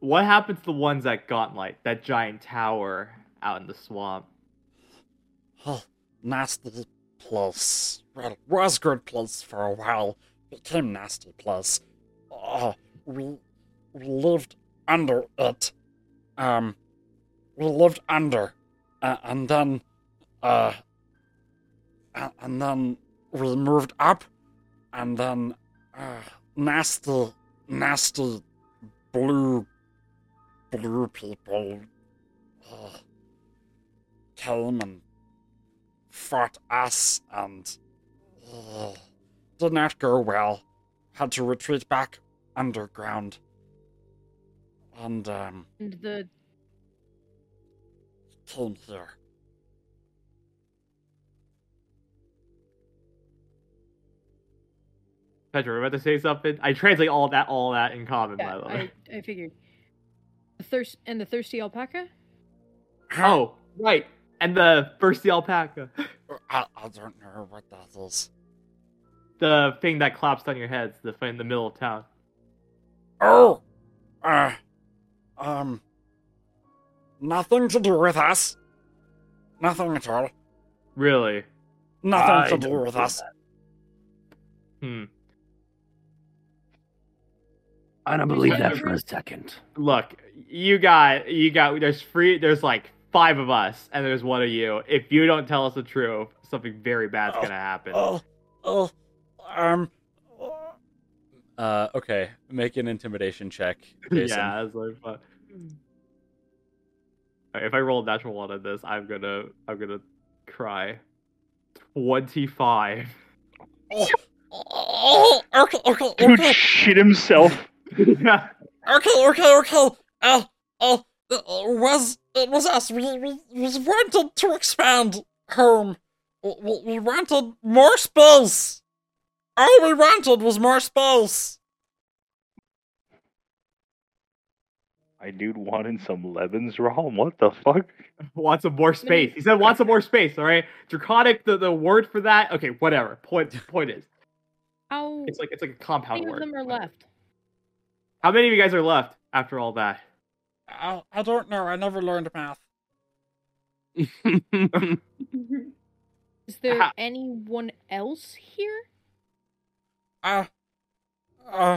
Speaker 4: What happened to the ones at Gauntlet? That giant tower out in the swamp.
Speaker 3: Oh, nasty place. Well, was good place for a while. Became nasty place. Oh, we, we lived under it. Um, we lived under. Uh, and then, uh, a- and then we moved up. And then, uh, nasty, nasty blue, blue people uh, came and fought us and uh, did not go well. Had to retreat back underground. And um,
Speaker 10: And the
Speaker 3: came here.
Speaker 4: Petra, we're about to say something. I translate all that, all that in common, by
Speaker 10: yeah,
Speaker 4: the
Speaker 10: I,
Speaker 4: way.
Speaker 10: I figured. The thirst and the thirsty alpaca.
Speaker 4: Oh, right. And the thirsty alpaca,
Speaker 3: I, I don't know what that is.
Speaker 4: the thing that claps on your heads, the thing in the middle of town.
Speaker 3: Oh! Uh, um. Nothing to do with us. Nothing at all.
Speaker 4: Really?
Speaker 3: Nothing
Speaker 6: I
Speaker 3: to
Speaker 6: don't
Speaker 3: do with
Speaker 6: do
Speaker 3: us.
Speaker 4: Hmm.
Speaker 6: I don't believe that for a second.
Speaker 4: Look, you got, you got. There's free. There's like five of us, and there's one of you. If you don't tell us the truth, something very bad's gonna happen.
Speaker 3: Oh, oh, Um. Uh. Okay. Make an
Speaker 11: (laughs)
Speaker 3: intimidation check, Jason.
Speaker 4: (laughs) Yeah, that's like fun.
Speaker 5: Mm.
Speaker 4: Alright, if I roll a natural one on this, I'm gonna I'm gonna cry. Twenty (laughs) five.
Speaker 11: Oh, okay, okay,
Speaker 2: Dude
Speaker 11: okay,
Speaker 2: shit himself.
Speaker 4: yeah.
Speaker 11: okay, okay, okay. Uh, uh, it was it was us? We we, we wanted to expand home. We, we, we wanted more space. All we wanted was more space.
Speaker 2: I dude wanted some Lebensraum. What the fuck?
Speaker 4: Wants some more space. He said wants some more space, alright? Draconic, the, the word for that, okay, whatever. Point point is.
Speaker 5: How
Speaker 4: It's like it's like a compound
Speaker 5: many of
Speaker 4: word.
Speaker 5: them are
Speaker 4: Whatever.
Speaker 5: left?
Speaker 4: How many of you guys are left after all that?
Speaker 11: I, I don't know. I never learned math.
Speaker 5: Is there
Speaker 4: Ha-
Speaker 5: anyone else here?
Speaker 11: Uh, uh,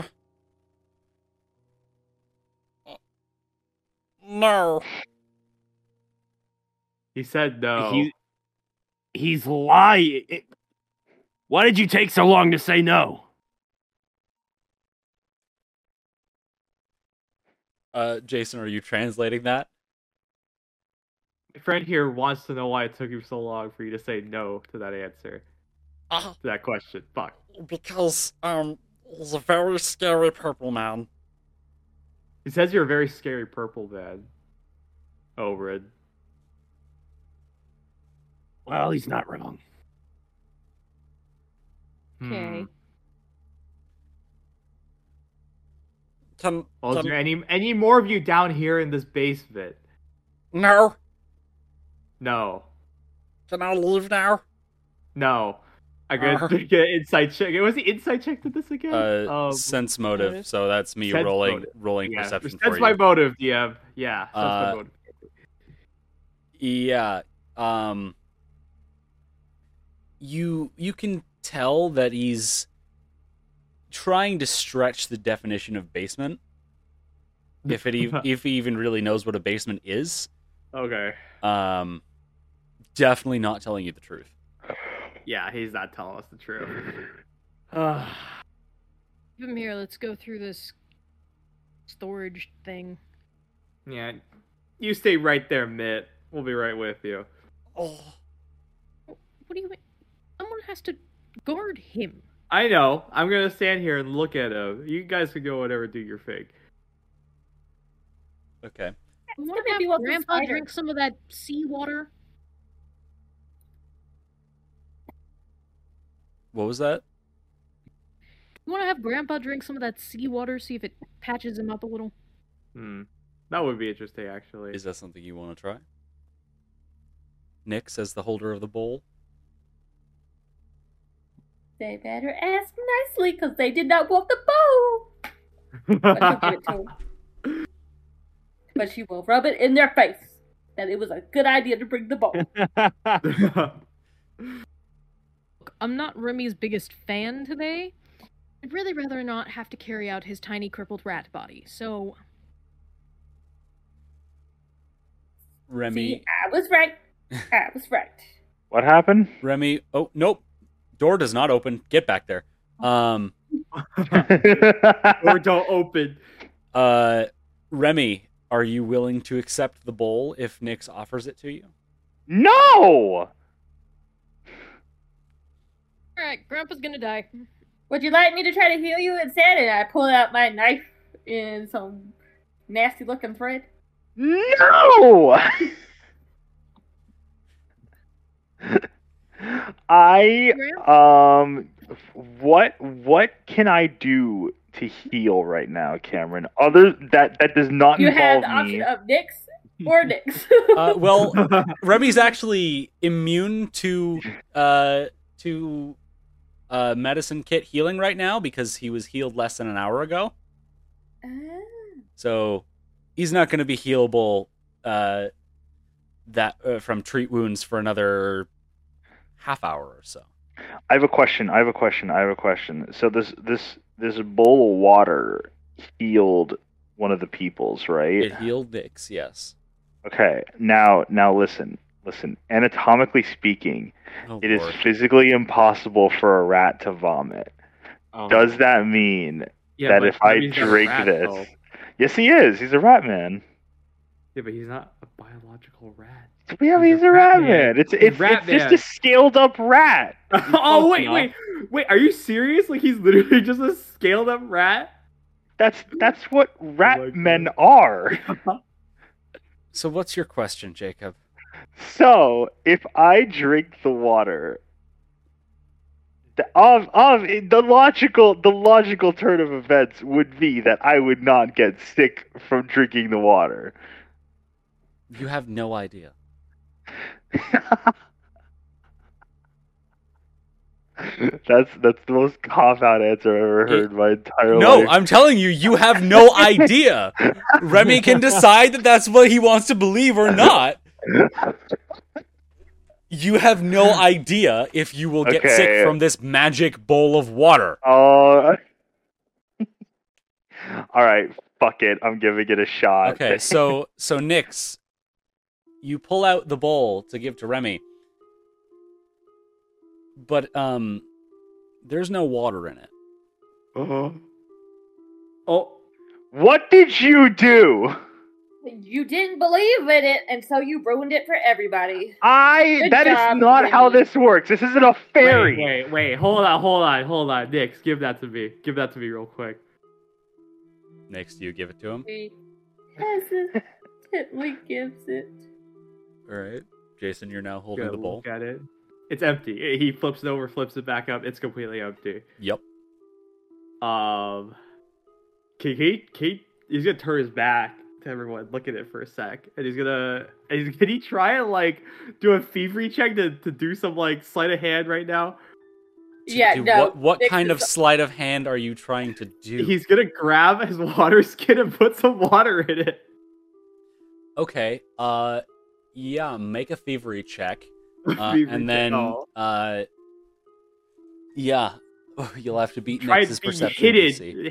Speaker 11: no.
Speaker 4: He said no.
Speaker 6: He- he's lying. Why did you take so long to say no?
Speaker 3: Uh, Jason, are you translating that?
Speaker 4: My friend here wants to know why it took him so long for you to say no to that answer.
Speaker 11: Uh,
Speaker 4: To that question. Fuck.
Speaker 11: because um, he's a very scary purple man.
Speaker 4: He says you're a very scary purple man. Oberon.
Speaker 6: Well, he's not wrong.
Speaker 5: Okay.
Speaker 11: Can,
Speaker 4: Well, is
Speaker 11: can
Speaker 4: there any any more of you down here in this basement?
Speaker 11: no?
Speaker 4: No,
Speaker 11: Can I leave now?
Speaker 4: no. I
Speaker 11: Uh.
Speaker 4: gotta get an insight check. Was the insight check to this again?
Speaker 8: Mm-hmm.
Speaker 3: Uh,
Speaker 4: Um,
Speaker 3: sense motive. So that's me
Speaker 4: sense
Speaker 3: rolling
Speaker 4: motive.
Speaker 3: rolling
Speaker 4: yeah.
Speaker 3: perception
Speaker 4: That's
Speaker 3: for you.
Speaker 4: my motive, DM. Yeah, that's
Speaker 3: Uh,
Speaker 4: my motive.
Speaker 3: Yeah. Um you you can tell that he's trying to stretch the definition of basement if it
Speaker 4: (laughs)
Speaker 3: e- if he even really knows what a basement is.
Speaker 4: Okay.
Speaker 3: Um definitely not telling you the truth.
Speaker 4: Yeah, he's not telling us
Speaker 3: (sighs)
Speaker 4: the truth. Uh,
Speaker 5: Leave him here. Let's go through this storage thing.
Speaker 4: yeah, you stay right there, Mitt. We'll be right with you.
Speaker 11: Oh,
Speaker 5: What do you mean? Someone has to guard him.
Speaker 4: I know. I'm gonna stand here and look at him. You guys can go whatever, do your thing.
Speaker 3: Okay.
Speaker 5: I want
Speaker 8: gonna
Speaker 5: to
Speaker 8: be
Speaker 5: have
Speaker 8: lots of
Speaker 5: Grandpa
Speaker 8: spiders.
Speaker 5: drink some of that seawater.
Speaker 3: What was that?
Speaker 5: You want to have Grandpa drink some of that seawater, see if it patches him up a little?
Speaker 4: Hmm. That would be interesting, actually.
Speaker 3: Is that something you want to try? Nick says the holder of the bowl.
Speaker 8: They better ask nicely because they did not want the bow.
Speaker 4: (laughs)
Speaker 8: But she'll give it to
Speaker 2: (laughs)
Speaker 8: 'em. But she will rub it in their face that it was a good idea to bring
Speaker 2: (laughs)
Speaker 8: the bow.
Speaker 5: Look, I'm not Remy's biggest fan today. I'd really rather not have to carry out his tiny crippled rat body. So,
Speaker 3: Remy
Speaker 8: See, I was right. I was right.
Speaker 2: What happened?
Speaker 3: Remy. Oh nope, door does not open. Get back there.
Speaker 8: Oh.
Speaker 3: Um,
Speaker 4: (laughs) or don't open. (laughs)
Speaker 3: uh, Remy, are you willing to accept the bowl if Nix offers it to you?
Speaker 2: (laughs) no!
Speaker 5: all right, Grandpa's gonna die.
Speaker 8: Would you like me to try to heal you instead? And I pull out my knife in some nasty looking thread.
Speaker 2: No! (laughs) I um what what can I do to heal right now, Cameron? Other that that does not
Speaker 8: You have
Speaker 2: involve
Speaker 8: the option
Speaker 2: me.
Speaker 8: of Nyx
Speaker 2: (laughs)
Speaker 8: or Nyx. (laughs)
Speaker 3: Uh, well, Remy's actually immune to uh, to uh, medicine kit healing right now because he was healed less than an hour ago.
Speaker 8: Uh,
Speaker 3: So he's not going to be healable uh, that uh, from treat wounds for another half hour or so.
Speaker 2: I have a question. I have a question. I have a question. So this this this bowl of water healed one of the peoples, right?
Speaker 3: It healed Nix, yes.
Speaker 2: Okay. Now now listen. Listen. Anatomically speaking,
Speaker 3: Oh,
Speaker 2: it is
Speaker 3: Lord.
Speaker 2: physically impossible for a rat to vomit.
Speaker 7: Oh.
Speaker 2: Does that mean
Speaker 4: Yeah,
Speaker 2: that
Speaker 4: but
Speaker 2: if I
Speaker 4: Kirby's not a
Speaker 2: drink
Speaker 4: rat,
Speaker 2: this?
Speaker 4: though.
Speaker 2: Yes, he is. He's a rat man.
Speaker 4: Yeah, but he's not a biological (laughs) rat.
Speaker 2: Yeah, he's, a rat man. It's
Speaker 4: He's
Speaker 2: it's,
Speaker 4: rat
Speaker 2: it's just
Speaker 4: man.
Speaker 2: a scaled up rat.
Speaker 4: oh wait, wait, wait! Are you serious? Like he's literally (laughs) just a scaled up rat.
Speaker 2: That's that's what rat men are. (laughs)
Speaker 3: So what's your question, Jacob?
Speaker 2: So if I drink the water, the of of the logical the logical turn of events would be that I would not get sick from drinking the water.
Speaker 3: You have no idea.
Speaker 2: That's that's the most cop out answer I've ever heard in my entire
Speaker 12: No,
Speaker 2: life.
Speaker 12: I'm telling you, you have no idea. Remy can decide that that's what he wants to believe or not. You have no idea if you will get
Speaker 2: Okay.
Speaker 12: sick from this magic bowl of water.
Speaker 2: Oh. (laughs) All right, fuck it. I'm giving it a shot.
Speaker 3: Okay, so so Nix, you pull out the bowl to give to Remy, but um, there's no water in it.
Speaker 4: Uh-huh. Oh,
Speaker 2: What did you do?
Speaker 9: You didn't believe in it, and so you ruined it for everybody.
Speaker 2: I.
Speaker 9: Good
Speaker 2: that is
Speaker 9: job,
Speaker 2: not how
Speaker 9: Whitney.
Speaker 2: this works. This isn't a fairy.
Speaker 4: wait, wait, wait! Hold on, hold on, hold on, Nix, give that to me. Give that to me real quick.
Speaker 3: Nix, do you give it to him?
Speaker 9: He hesitantly gives it.
Speaker 3: All right, Jason, you're now holding
Speaker 4: Gotta
Speaker 3: the bowl.
Speaker 4: Look at it. It's empty. He flips it over, flips it back up. It's completely empty.
Speaker 3: Yep.
Speaker 4: Um, can he, can he- he's gonna turn his back to everyone, look at it for a sec, and he's gonna. And he's, can he try and like do a thievery check to, to do some like sleight of hand right now?
Speaker 9: Yeah,
Speaker 3: Do-
Speaker 9: no.
Speaker 3: What, what
Speaker 9: Nick's
Speaker 3: kind
Speaker 9: is-
Speaker 3: of sleight of hand are you trying to do?
Speaker 4: He's gonna grab his water (laughs) skin and put some water in it.
Speaker 3: Okay. Uh, yeah. Make a thievery check,
Speaker 4: (laughs)
Speaker 3: uh,
Speaker 4: Thievery check,
Speaker 3: and then
Speaker 4: oh.
Speaker 3: uh, yeah, (laughs) you'll have to beat
Speaker 4: Try
Speaker 3: Nix's
Speaker 4: and be
Speaker 3: perception DC.
Speaker 4: hidden,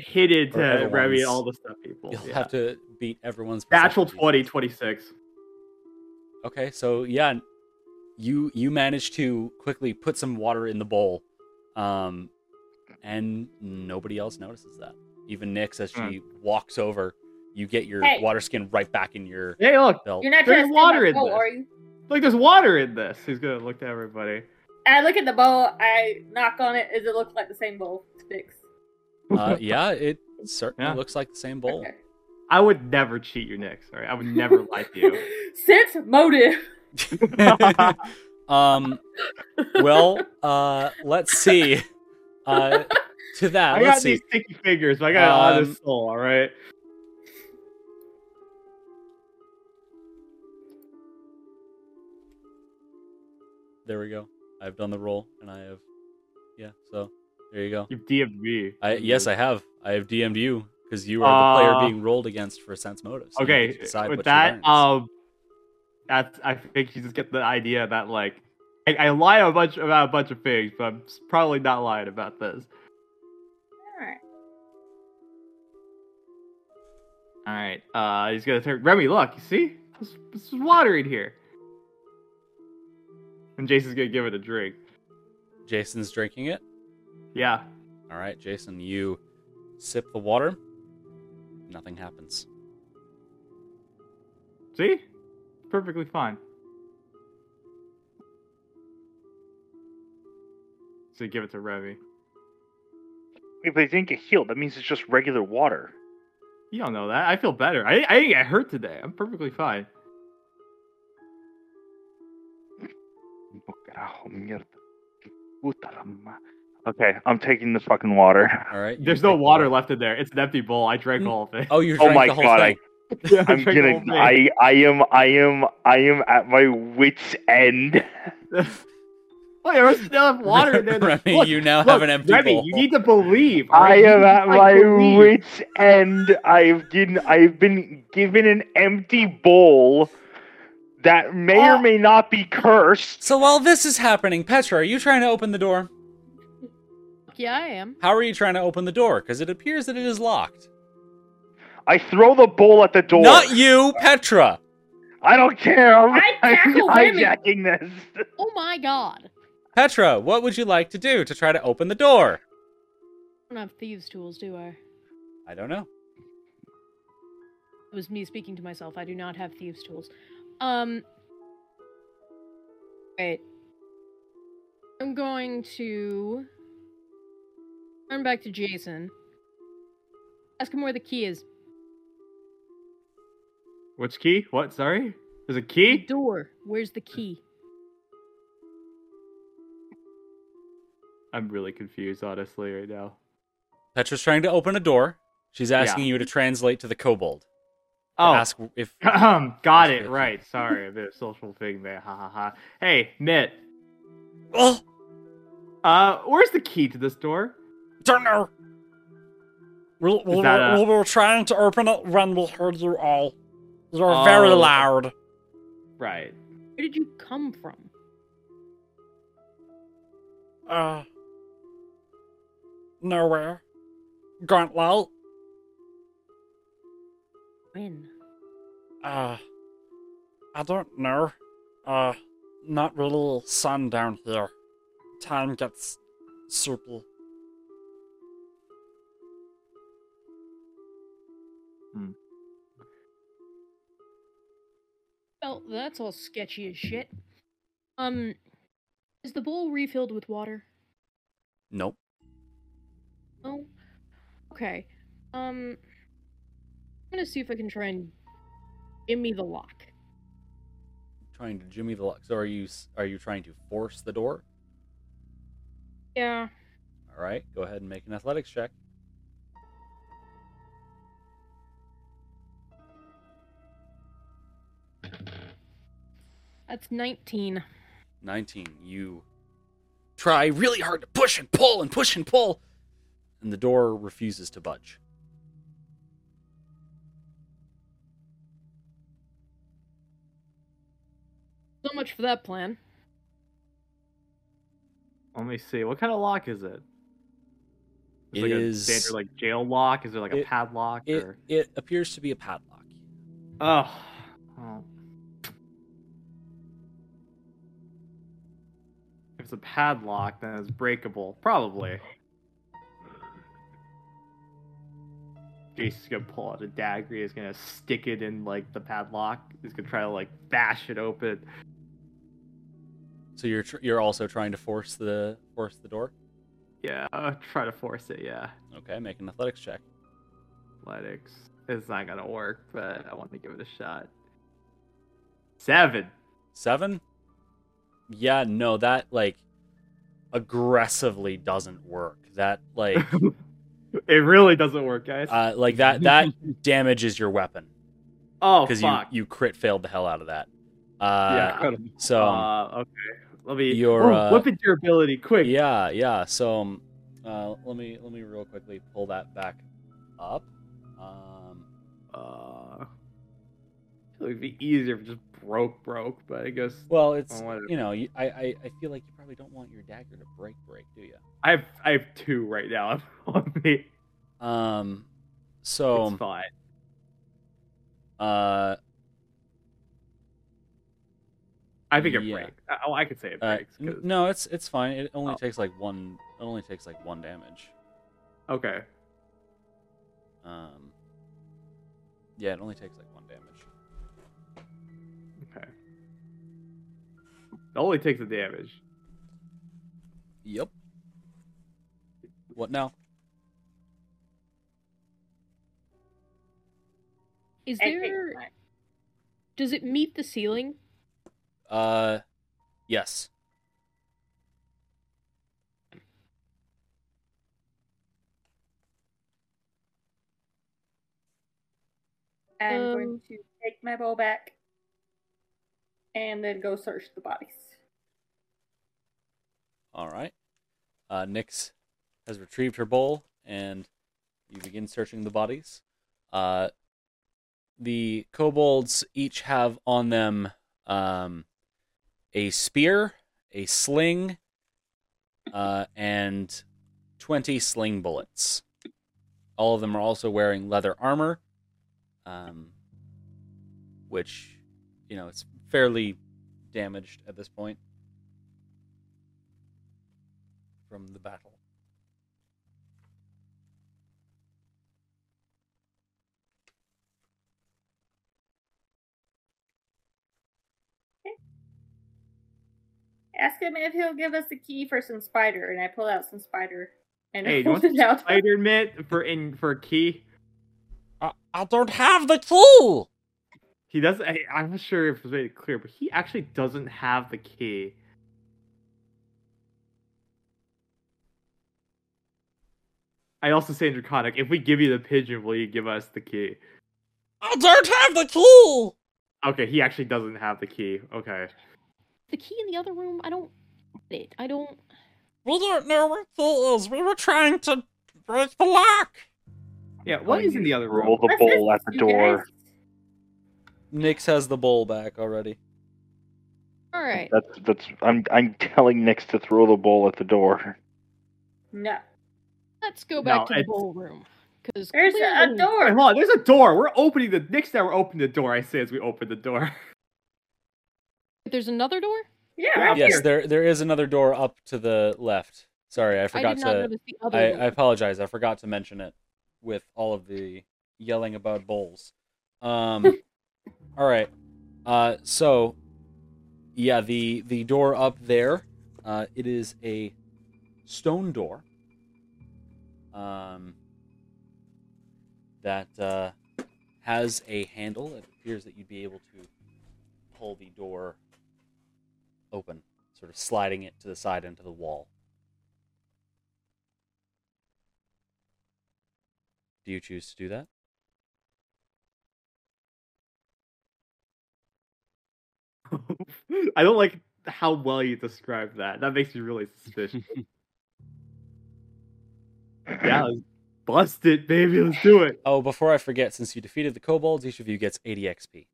Speaker 4: hidden
Speaker 3: Or
Speaker 4: to Remy
Speaker 3: everyone's.
Speaker 4: all the stuff people.
Speaker 3: You'll
Speaker 4: Yeah.
Speaker 3: have to beat everyone's
Speaker 4: Natural
Speaker 3: perception
Speaker 4: 20, 26.
Speaker 3: DC. Okay, so yeah, you you manage to quickly put some water in the bowl, um, and nobody else notices that. Even Nix, as she walks over, you get your
Speaker 9: Hey.
Speaker 3: water skin right back in your
Speaker 4: (laughs) Hey, look,
Speaker 3: belt.
Speaker 9: You're not trying
Speaker 4: There's
Speaker 9: to steal
Speaker 4: water
Speaker 9: my
Speaker 4: in
Speaker 9: bowl,
Speaker 4: this.
Speaker 9: are you?
Speaker 4: Like there's water in this. He's gonna look to everybody.
Speaker 9: I look at the bowl. I knock on it. Does it look like the same bowl? Sticks.
Speaker 3: Uh, yeah, it certainly
Speaker 4: Yeah.
Speaker 3: looks like the same bowl.
Speaker 9: Okay.
Speaker 4: I would never cheat you, Nick. Sorry, I would (laughs) never lie to you.
Speaker 9: Sense motive.
Speaker 3: um, well, uh, let's see. Uh, to that,
Speaker 4: I
Speaker 3: let's
Speaker 4: got
Speaker 3: see.
Speaker 4: these sticky fingers, but I got an
Speaker 3: Um,
Speaker 4: honest soul. All right.
Speaker 3: There we go. I've done the roll, and I have, yeah. So there you go.
Speaker 4: You've DM'd me.
Speaker 3: I yes, I have. I have DM'd you because you are the
Speaker 4: Uh,
Speaker 3: player being rolled against for sense motives. and you get
Speaker 4: Okay.
Speaker 3: to decide
Speaker 4: With
Speaker 3: what she
Speaker 4: that,
Speaker 3: learns.
Speaker 4: um, that's I think you just get the idea that like I, I lie a bunch about a bunch of things, but I'm s- probably not lying about this.
Speaker 9: Alright.
Speaker 4: All right. Uh, he's gonna turn. Remy, look. You see? There's, there's water in here. And Jason's gonna give it a drink.
Speaker 3: Jason's drinking it.
Speaker 4: Yeah.
Speaker 3: All right, Jason, you sip the water. Nothing happens.
Speaker 4: See? Perfectly fine. So you give it to Remy.
Speaker 2: If they didn't get healed, that means it's just regular water.
Speaker 4: You don't know that. I feel better. I, I didn't get hurt today. I'm perfectly fine.
Speaker 2: Okay, I'm taking the fucking water. (laughs)
Speaker 3: All right. you
Speaker 4: There's no
Speaker 3: take the
Speaker 4: water left in there. It's an empty bowl. I drank all
Speaker 3: (laughs)
Speaker 4: of it.
Speaker 3: Oh, you
Speaker 2: Oh
Speaker 3: drank
Speaker 2: my
Speaker 3: the whole
Speaker 2: God,
Speaker 3: thing.
Speaker 4: Yeah, I
Speaker 2: I'm
Speaker 4: drank the
Speaker 2: gonna.
Speaker 4: whole thing.
Speaker 2: I I am. I am. I am at my wits end.
Speaker 4: Wait, there was still
Speaker 3: (laughs)
Speaker 4: water in there.
Speaker 3: Remy,
Speaker 4: Look,
Speaker 3: you now
Speaker 4: look,
Speaker 3: have an empty
Speaker 4: Remy,
Speaker 3: bowl.
Speaker 4: you need to believe. all
Speaker 2: I
Speaker 4: right? You
Speaker 2: am
Speaker 4: need to,
Speaker 2: at
Speaker 4: like,
Speaker 2: my
Speaker 4: believe.
Speaker 2: wits end. I've given. I've been given an empty bowl that may or may not be cursed.
Speaker 12: So while this is happening, Petra, are you trying to open the door?
Speaker 10: Yeah, I am.
Speaker 12: How are you trying to open the door? Because it appears that it is locked.
Speaker 2: I throw the bowl at the door.
Speaker 12: Not you, Petra.
Speaker 2: I don't care. I'm,
Speaker 9: I
Speaker 2: (laughs) I'm
Speaker 9: tackle women.
Speaker 2: hijacking this.
Speaker 10: Oh my god.
Speaker 12: Petra, what would you like to do to try to open the door?
Speaker 5: don't have thieves' tools, do I?
Speaker 3: I don't know.
Speaker 5: It was me speaking to myself. I do not have thieves' tools. Um. Wait. I'm going to turn back to Jason. Ask him where the key is.
Speaker 4: Which key? What? Sorry? There's a
Speaker 5: The
Speaker 4: key?
Speaker 5: door. Where's the key?
Speaker 4: I'm really confused, honestly, right now.
Speaker 3: Petra's trying to open a door. She's asking you to translate to the kobold. to
Speaker 4: Oh,
Speaker 3: Ask if
Speaker 4: got it right. Sorry, a bit of social thing there. Ha ha ha. Hey, Mitt.
Speaker 12: Oh,
Speaker 4: Uh, where's the key to this door?
Speaker 12: don't know. We'll, we'll,
Speaker 4: that a-
Speaker 12: we'll, we're trying to open it when we heard you all. You're very
Speaker 4: Oh.
Speaker 12: loud.
Speaker 4: Right.
Speaker 5: Where did you come from?
Speaker 12: Uh, nowhere. Gauntlet.
Speaker 5: When?
Speaker 12: Uh, I don't know. Uh, not really sun down here. Time gets super.
Speaker 5: Well, that's all sketchy as shit. Um, is the bowl refilled with water?
Speaker 3: Nope.
Speaker 5: No. Okay. Um, I'm gonna see if I can try and give me the lock.
Speaker 3: Trying to jimmy the lock. So are you s- are you trying to force the door?
Speaker 5: Yeah.
Speaker 3: All right. Go ahead and make an athletics check.
Speaker 5: That's 19.
Speaker 3: 19. You try really hard to push and pull and push and pull, and the door refuses to budge.
Speaker 5: So much for that plan.
Speaker 4: Let me see. What kind of lock is it? It's
Speaker 3: It
Speaker 4: like
Speaker 3: is-
Speaker 4: a standard like jail lock. Is there like a
Speaker 3: It-
Speaker 4: padlock?
Speaker 3: It,
Speaker 4: or...
Speaker 3: it appears to be a padlock.
Speaker 4: Oh. Well. If it's a padlock, then it's breakable. Probably. Jason's gonna pull out a dagger. He's gonna stick it in like the padlock. He's gonna try to like bash it open.
Speaker 3: So you're tr- you're also trying to force the force the door.
Speaker 4: Yeah, uh, try to force it. Yeah,
Speaker 3: Okay, make an athletics check.
Speaker 4: athletics. It's not gonna work, but I want to give it a shot. Seven. (laughs)
Speaker 3: Seven. Yeah, no, that like aggressively doesn't work. That
Speaker 4: (laughs)
Speaker 3: like
Speaker 4: It really doesn't work, guys.
Speaker 3: uh, like that that damages your weapon
Speaker 4: oh
Speaker 3: because you
Speaker 4: fuck.
Speaker 3: you crit failed the hell out of that. Uh,
Speaker 4: yeah, incredible.
Speaker 3: So. um,
Speaker 4: Uh, okay. Let me.
Speaker 3: your,
Speaker 4: Ooh,
Speaker 3: uh,
Speaker 4: whip it durability quick.
Speaker 3: Yeah, yeah. So um, uh, let me let me real quickly pull that back up. Um,
Speaker 4: Uh, it would be easier if it just broke, broke. But I guess
Speaker 3: well, it's
Speaker 4: Oh, whatever.
Speaker 3: you know you, I, I I feel like you probably don't want your dagger to break break, do you?
Speaker 4: I have I have two right now (laughs) on me.
Speaker 3: Um, so um,
Speaker 4: It's fine.
Speaker 3: uh,
Speaker 4: I think it
Speaker 3: yeah.
Speaker 4: breaks. Oh, I could say it
Speaker 3: uh,
Speaker 4: breaks.
Speaker 3: n-
Speaker 4: 'cause-
Speaker 3: no, it's it's fine. It only
Speaker 4: Oh.
Speaker 3: takes like one. It only takes like one damage.
Speaker 4: Okay.
Speaker 3: Um, yeah, it only takes like one damage.
Speaker 4: Okay. It only takes the damage.
Speaker 3: Yep. What now?
Speaker 5: Is
Speaker 9: Okay,
Speaker 5: there.
Speaker 9: right.
Speaker 5: Does it meet the ceiling?
Speaker 3: Uh, yes.
Speaker 9: I'm
Speaker 5: Um,
Speaker 9: going to take my bow back and then go search the bodies.
Speaker 3: All right. Uh, Nyx has retrieved her bowl, and you begin searching the bodies. Uh, the kobolds each have on them um, a spear, a sling, uh, and 20 sling bullets. All of them are also wearing leather armor, um, which, you know, it's fairly damaged at this point from the battle.
Speaker 8: Ask him if he'll give us the key for some spider, and I pull out some spider
Speaker 9: (laughs)
Speaker 8: and
Speaker 4: Hey, do you
Speaker 8: hold
Speaker 4: want some
Speaker 8: it out.
Speaker 4: spider mitt for in for a key?
Speaker 13: I, I don't have the key.
Speaker 4: He doesn't. I, I'm not sure if it's made it clear, but he actually doesn't have the key. I also say in Draconic, if we give you the pigeon, will you give us the key?
Speaker 13: I don't have the key.
Speaker 4: Okay, he actually doesn't have the key. Okay.
Speaker 5: The key in the other room, I don't get it. I don't.
Speaker 13: We don't know what key is. We were trying to break the lock.
Speaker 4: Yeah, what is in the other
Speaker 2: Roll
Speaker 4: room?
Speaker 2: the bowl at the
Speaker 8: You guys-
Speaker 2: door.
Speaker 3: Nix has the bowl back already.
Speaker 5: All right.
Speaker 2: That's that's. I'm I'm telling Nix to throw the bowl at the door.
Speaker 8: No.
Speaker 5: Let's go back
Speaker 4: No,
Speaker 5: to the
Speaker 4: it's-
Speaker 5: bowl room. Because
Speaker 8: There's a, a
Speaker 4: Wait,
Speaker 8: door.
Speaker 4: hold on, there's a door. We're opening the next time we're opening the door. I say as we open the door.
Speaker 5: There's another door.
Speaker 8: Yeah, right
Speaker 3: yes,
Speaker 8: here.
Speaker 3: there there is another door up to the left. Sorry, I
Speaker 5: I
Speaker 3: forgot
Speaker 5: did not
Speaker 3: to.
Speaker 5: notice the other.
Speaker 3: I,
Speaker 5: door.
Speaker 3: I apologize. I forgot to mention it with all of the yelling about bowls. Um, all right. Uh, so yeah, the the door up there. Uh, it is a stone door. Um, that uh, has a handle. It appears that you'd be able to pull the door open, sort of sliding it to the side into the wall. Do you choose to do that?
Speaker 4: I don't like how well you described that. That makes me really suspicious. yeah, let's bust it, baby. Let's do it.
Speaker 3: Oh, before I forget, since you defeated the kobolds, each of you gets 80 XP.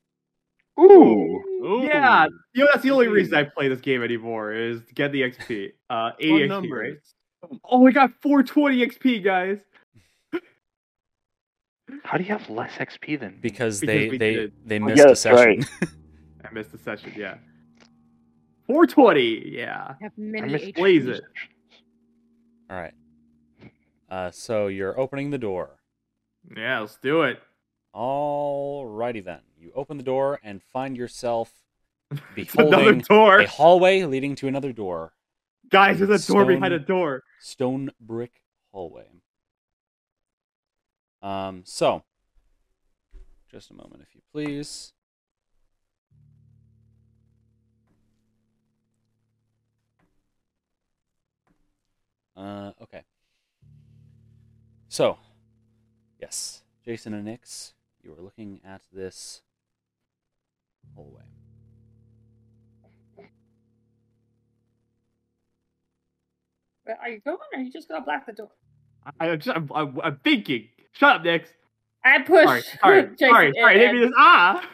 Speaker 2: Ooh.
Speaker 4: Yeah, you know that's the only reason I play this game anymore is to get the XP. Uh, 80 XP, right? Oh, we got 420 XP, guys.
Speaker 2: How do you have less XP than? me?
Speaker 3: Because,
Speaker 4: Because
Speaker 3: they
Speaker 4: we
Speaker 3: they,
Speaker 4: did.
Speaker 3: they
Speaker 2: Oh,
Speaker 3: missed
Speaker 2: yeah,
Speaker 3: a
Speaker 2: that's
Speaker 3: session.
Speaker 4: I missed the session. Yeah, 420. Yeah,
Speaker 5: I
Speaker 2: I
Speaker 5: have many
Speaker 2: missed
Speaker 5: HP.
Speaker 4: blaze it.
Speaker 3: (laughs) All right. Uh, so you're opening the door.
Speaker 4: Yeah, let's do it.
Speaker 3: Alrighty then. You open the door and find yourself
Speaker 4: It's (laughs) another
Speaker 3: beholding
Speaker 4: door,
Speaker 3: a hallway leading to another door.
Speaker 4: guys. There's a door behind a
Speaker 3: stone-
Speaker 4: door.
Speaker 3: stone brick hallway. Um, so, just a moment, if you please. Uh, okay. So, yes, Jason and Nix, you are looking at this hallway.
Speaker 8: But Are you going or are you just gonna block the door?
Speaker 4: I, I'm, just, I'm, I'm, I'm thinking. Shut up, Nix.
Speaker 8: I push.
Speaker 4: Sorry, sorry,
Speaker 8: (laughs)
Speaker 9: (laughs)
Speaker 8: Jason
Speaker 4: sorry,
Speaker 8: in
Speaker 4: sorry.
Speaker 9: uh,
Speaker 4: Didn't mean
Speaker 8: and-
Speaker 4: this. Ah,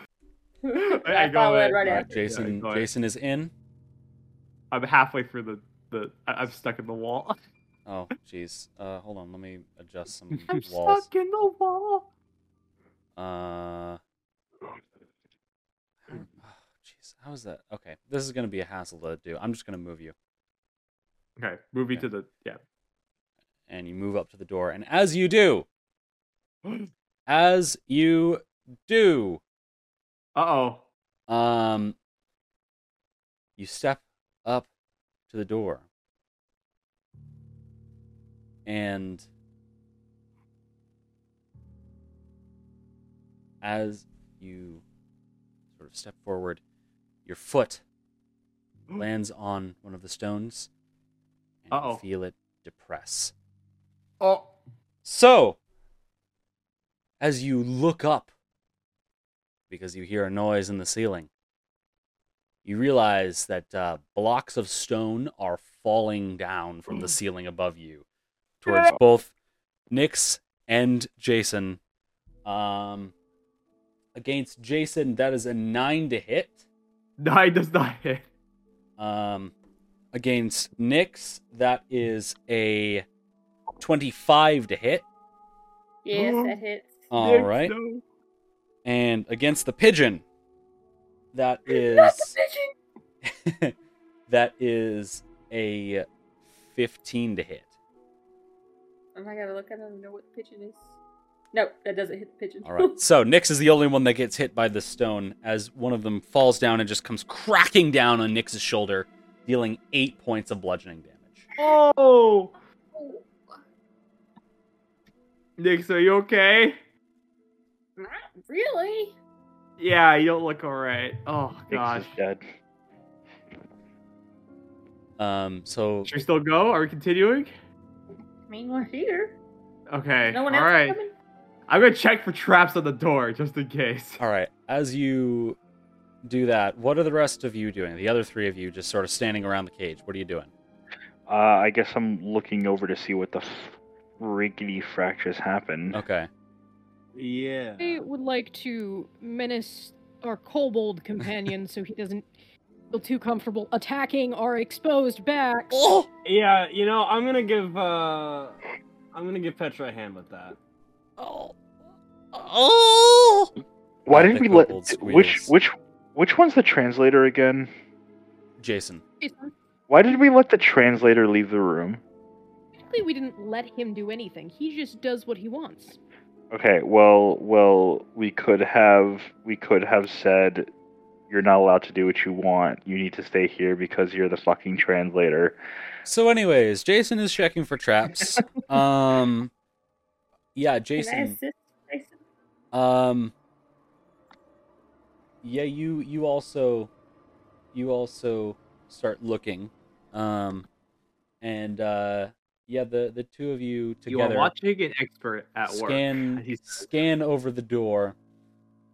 Speaker 8: I,
Speaker 4: I go
Speaker 8: follow
Speaker 4: away.
Speaker 8: in right
Speaker 3: All
Speaker 8: after.
Speaker 3: right, Jason.
Speaker 4: go ahead.
Speaker 3: Jason is in.
Speaker 4: I'm halfway through the the. I- I'm stuck in the wall. (laughs)
Speaker 3: Oh, jeez. Uh, hold on. Let me adjust some
Speaker 4: I'm
Speaker 3: walls.
Speaker 4: stuck in the wall.
Speaker 3: Uh, (sighs) how- oh, jeez, how is that? Okay, this is gonna be a hassle to do. I'm just gonna move you,
Speaker 4: Okay, moving
Speaker 3: Okay.
Speaker 4: to the yeah.
Speaker 3: and you move up to the door, and as you do, as you do,
Speaker 4: Uh oh.
Speaker 3: um, you step up to the door, and as you sort of step forward, your foot lands on one of the stones, and you
Speaker 4: Uh-oh.
Speaker 3: feel it depress.
Speaker 4: Oh. (laughs)
Speaker 3: So, as you look up, because you hear a noise in the ceiling, you realize that uh, blocks of stone are falling down from the ceiling above you towards both Nyx and Jason. Um, against Jason, that is a nine to hit.
Speaker 4: Nine does not hit.
Speaker 3: Um, against Nyx, that is a 25 to hit.
Speaker 8: Yes, that
Speaker 4: (laughs)
Speaker 8: hits.
Speaker 3: All
Speaker 4: Nix,
Speaker 3: right.
Speaker 4: no.
Speaker 3: And against the pigeon, that
Speaker 8: (laughs) Not the
Speaker 3: is
Speaker 8: pigeon.
Speaker 3: (laughs) that is a 15 to hit.
Speaker 8: Am I gonna look at it and know what the pigeon is? No, that doesn't hit the pigeon.
Speaker 3: All
Speaker 8: (laughs)
Speaker 3: right. So Nix is the only one that gets hit by the stone as one of them falls down and just comes cracking down on Nix's shoulder. dealing eight points of bludgeoning damage.
Speaker 4: Oh, Nix, are you okay?
Speaker 9: Not really.
Speaker 4: Yeah, you don't look all right. Oh gosh.
Speaker 2: dead.
Speaker 3: Um, so
Speaker 4: Should we still go? Are we continuing?
Speaker 9: I mean, we're here.
Speaker 4: Okay.
Speaker 9: No one
Speaker 4: all
Speaker 9: else is
Speaker 4: right.
Speaker 9: coming.
Speaker 4: I'm gonna check for traps on the door just in case.
Speaker 3: all right, as you do that, what are the rest of you doing? The other three of you just sort of standing around the cage. What are you doing?
Speaker 2: Uh, I guess I'm looking over to see what the friggity fractures happen.
Speaker 3: Okay.
Speaker 7: Yeah.
Speaker 10: I would like to menace our kobold companion so he doesn't feel too comfortable attacking our
Speaker 9: (laughs)
Speaker 10: exposed backs.
Speaker 12: Oh,
Speaker 7: Yeah, you know, I'm gonna give uh I'm gonna give Petra a hand with that.
Speaker 12: oh, oh.
Speaker 2: Why
Speaker 3: Uh,
Speaker 2: didn't
Speaker 3: the
Speaker 2: we let
Speaker 3: kobold
Speaker 2: d- which
Speaker 3: squeals.
Speaker 2: which which one's the translator again?
Speaker 3: Jason.
Speaker 2: Why did we let the translator leave the room?
Speaker 10: Technically, we didn't let him do anything. He just does what he wants.
Speaker 2: Okay, well, well, we could have we could have said you're not allowed to do what you want. You need to stay here because you're the fucking translator.
Speaker 3: So, anyways, Jason is checking for traps.
Speaker 9: (laughs)
Speaker 3: um, yeah, Jason.
Speaker 9: Can I assist? Jason?
Speaker 3: Um. Yeah, you you also, you also start looking, um, and uh, yeah, the the two of you
Speaker 4: You are
Speaker 3: together
Speaker 4: watching an expert at work.
Speaker 3: scan
Speaker 4: He's-
Speaker 3: scan over the door,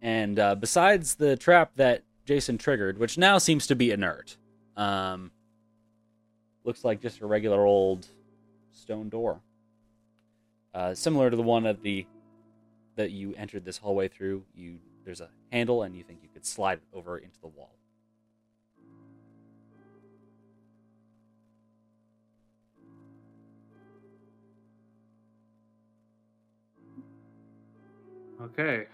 Speaker 3: and uh, besides the trap that Jason triggered, which now seems to be inert, um, looks like just a regular old stone door, uh, similar to the one at the that you entered this hallway through. You there's a handle, and you think you could slide it over into the wall.
Speaker 4: Okay.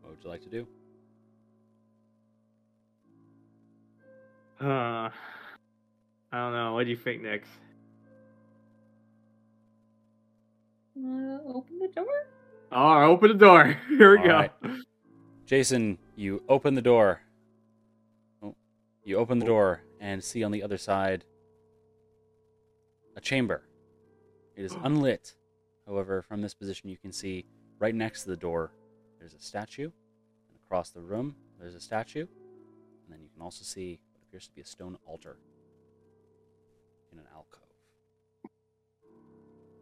Speaker 3: What would you like to do?
Speaker 4: Uh, I don't know. What do you think, Nix?
Speaker 9: Uh, open the door.
Speaker 4: All right, Ah, open the door. (laughs) Here we
Speaker 3: All
Speaker 4: go.
Speaker 3: right.
Speaker 4: (laughs)
Speaker 3: Jason, you open the door. Oh, you open the door and see on the other side a chamber. It is unlit. However, from this position, you can see right next to the door there's a statue. And across the room, there's a statue. And then you can also see what appears to be a stone altar in an alcove.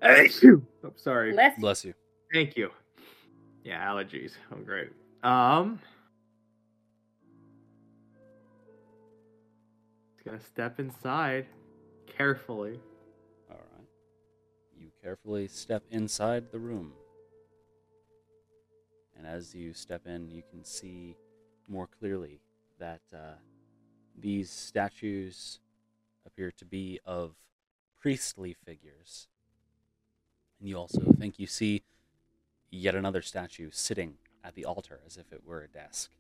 Speaker 4: Hey, phew. I'm sorry.
Speaker 9: Bless you.
Speaker 3: Bless you.
Speaker 4: Thank you. Yeah, allergies. I'm great. Um, just gonna step inside carefully.
Speaker 3: All right. You carefully step inside the room. And as you step in, you can see more clearly that uh, these statues appear to be of priestly figures. And you also think you see yet another statue sitting at the altar as if it were a desk.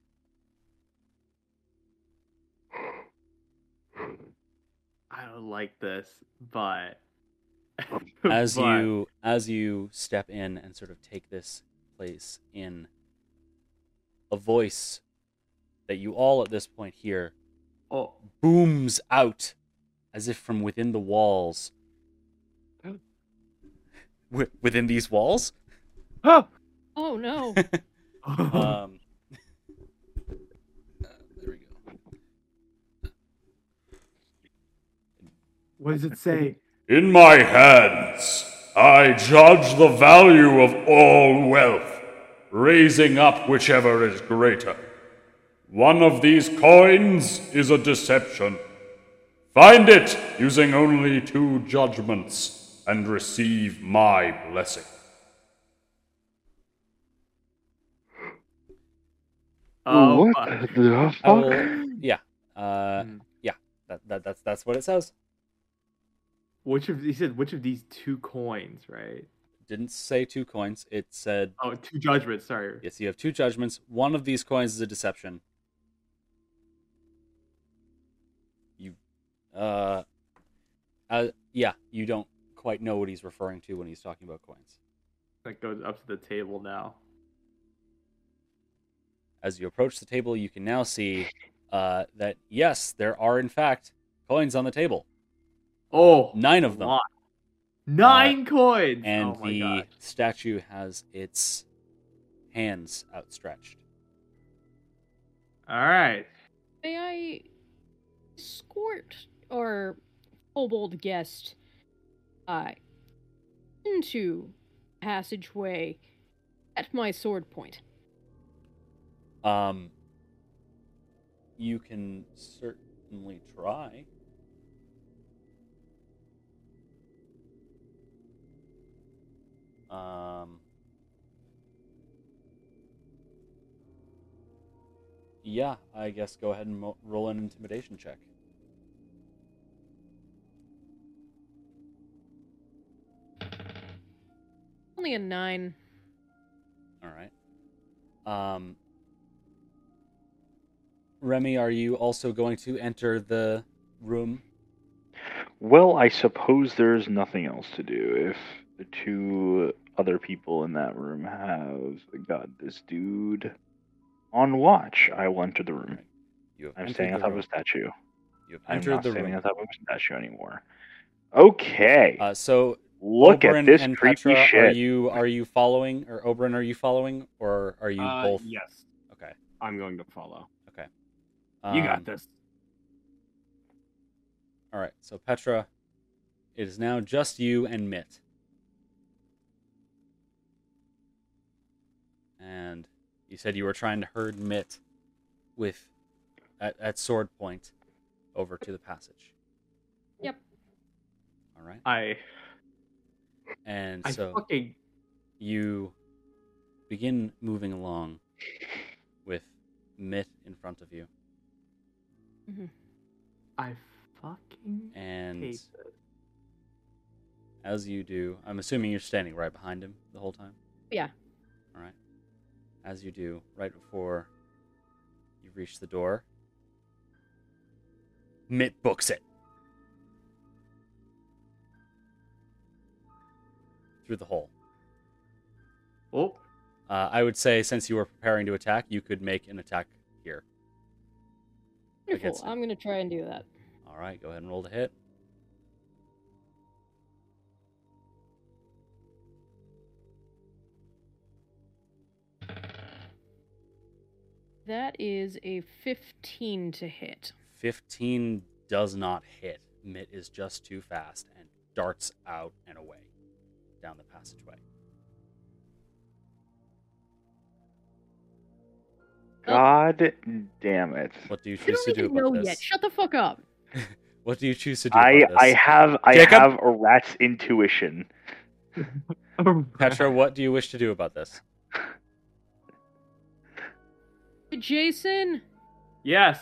Speaker 4: I don't like this, but
Speaker 3: (laughs) as
Speaker 4: (laughs) but-
Speaker 3: you as you step in and sort of take this place in a voice that you all at this point hear
Speaker 4: oh (gasps)
Speaker 3: booms out as if from within the walls (gasps) Wi- within these walls
Speaker 10: Oh no.
Speaker 3: um uh, there we go
Speaker 4: (laughs) what does it say?
Speaker 14: In my hands, I judge the value of all wealth, raising up whichever is greater. One of these coins is a deception. Find it using only two judgments and receive my blessing.
Speaker 4: Oh,
Speaker 2: what
Speaker 4: fuck.
Speaker 2: the
Speaker 3: I
Speaker 2: fuck?
Speaker 3: will, yeah uh
Speaker 4: Hmm.
Speaker 3: yeah that, that that's that's what it says
Speaker 4: (laughs) which of he said which of these two coins, right?
Speaker 3: didn't say two coins it said
Speaker 4: Oh, two judgments. Sorry.
Speaker 3: Yes, you have two judgments. One of these coins is a deception. You, uh, uh, yeah, you don't quite know what he's referring to when he's talking about coins.
Speaker 4: That goes up to the table now.
Speaker 3: As you approach the table, you can now see uh, that yes, there are in fact coins on the table.
Speaker 4: Oh,
Speaker 3: nine of them.
Speaker 4: lot. Nine coins.
Speaker 3: And
Speaker 4: oh my
Speaker 3: the
Speaker 4: god.
Speaker 3: statue has its hands outstretched.
Speaker 4: All right.
Speaker 10: May I escort our kobold guest uh, into passageway at my sword point?
Speaker 3: Um, you can certainly try. Um, yeah, I guess go ahead and mo- roll an intimidation check.
Speaker 10: Only a nine.
Speaker 3: All right. Um, Remy, are you also going to enter the room?
Speaker 2: Well, I suppose there's nothing else to do if the two other people in that room have got this dude on watch. I will enter the room.
Speaker 3: You have
Speaker 2: I'm
Speaker 3: entered
Speaker 2: standing on
Speaker 3: the
Speaker 2: top of
Speaker 3: room.
Speaker 2: a statue.
Speaker 3: You have
Speaker 2: I'm
Speaker 3: entered
Speaker 2: not
Speaker 3: the
Speaker 2: standing
Speaker 3: room.
Speaker 2: on top of a statue anymore. Okay.
Speaker 3: Uh, so
Speaker 2: Look
Speaker 3: Oberyn
Speaker 2: at this
Speaker 3: and
Speaker 2: creepy
Speaker 3: Petra,
Speaker 2: shit.
Speaker 3: Are you are you following, or Oberon? Are you following, or are you
Speaker 7: Uh,
Speaker 3: both?
Speaker 7: Yes,
Speaker 3: Okay.
Speaker 7: I'm going to follow.
Speaker 3: Okay.
Speaker 7: you got
Speaker 3: Um,
Speaker 7: this.
Speaker 3: All right. So Petra, it is now just you and Mitt. And you said you were trying to herd Mitt with at, at sword point over to the passage.
Speaker 10: Yep.
Speaker 3: All right.
Speaker 4: I
Speaker 3: And
Speaker 4: I
Speaker 3: so
Speaker 4: fucking
Speaker 3: you begin moving along with Mitt in front of you.
Speaker 4: I fucking
Speaker 3: And
Speaker 4: hate this.
Speaker 3: as you do, I'm assuming you're standing right behind him the whole time.
Speaker 10: Yeah.
Speaker 3: All right. As you do, right before you reach the door, Mitt books it. Through the hole.
Speaker 4: Oh,
Speaker 3: Uh, I would say, since you were preparing to attack, you could make an attack here.
Speaker 10: Wonderful.
Speaker 3: Against it.
Speaker 10: I'm going to try and do that.
Speaker 3: All right, go ahead and roll to hit.
Speaker 10: That is a 15 to hit.
Speaker 3: 15 does not hit. Mitt is just too fast and darts out and away down the passageway.
Speaker 2: God damn it.
Speaker 3: What do you
Speaker 10: You don't
Speaker 3: choose to do
Speaker 10: even
Speaker 3: about
Speaker 10: know
Speaker 3: this?
Speaker 10: yet. Shut the fuck up.
Speaker 3: What do you choose to do
Speaker 2: I
Speaker 3: about this?
Speaker 2: I have I
Speaker 3: Jacob?
Speaker 2: have a rat's intuition.
Speaker 4: Oh.
Speaker 3: Petra, what do you wish to do about this?
Speaker 10: Jason,
Speaker 4: Yes.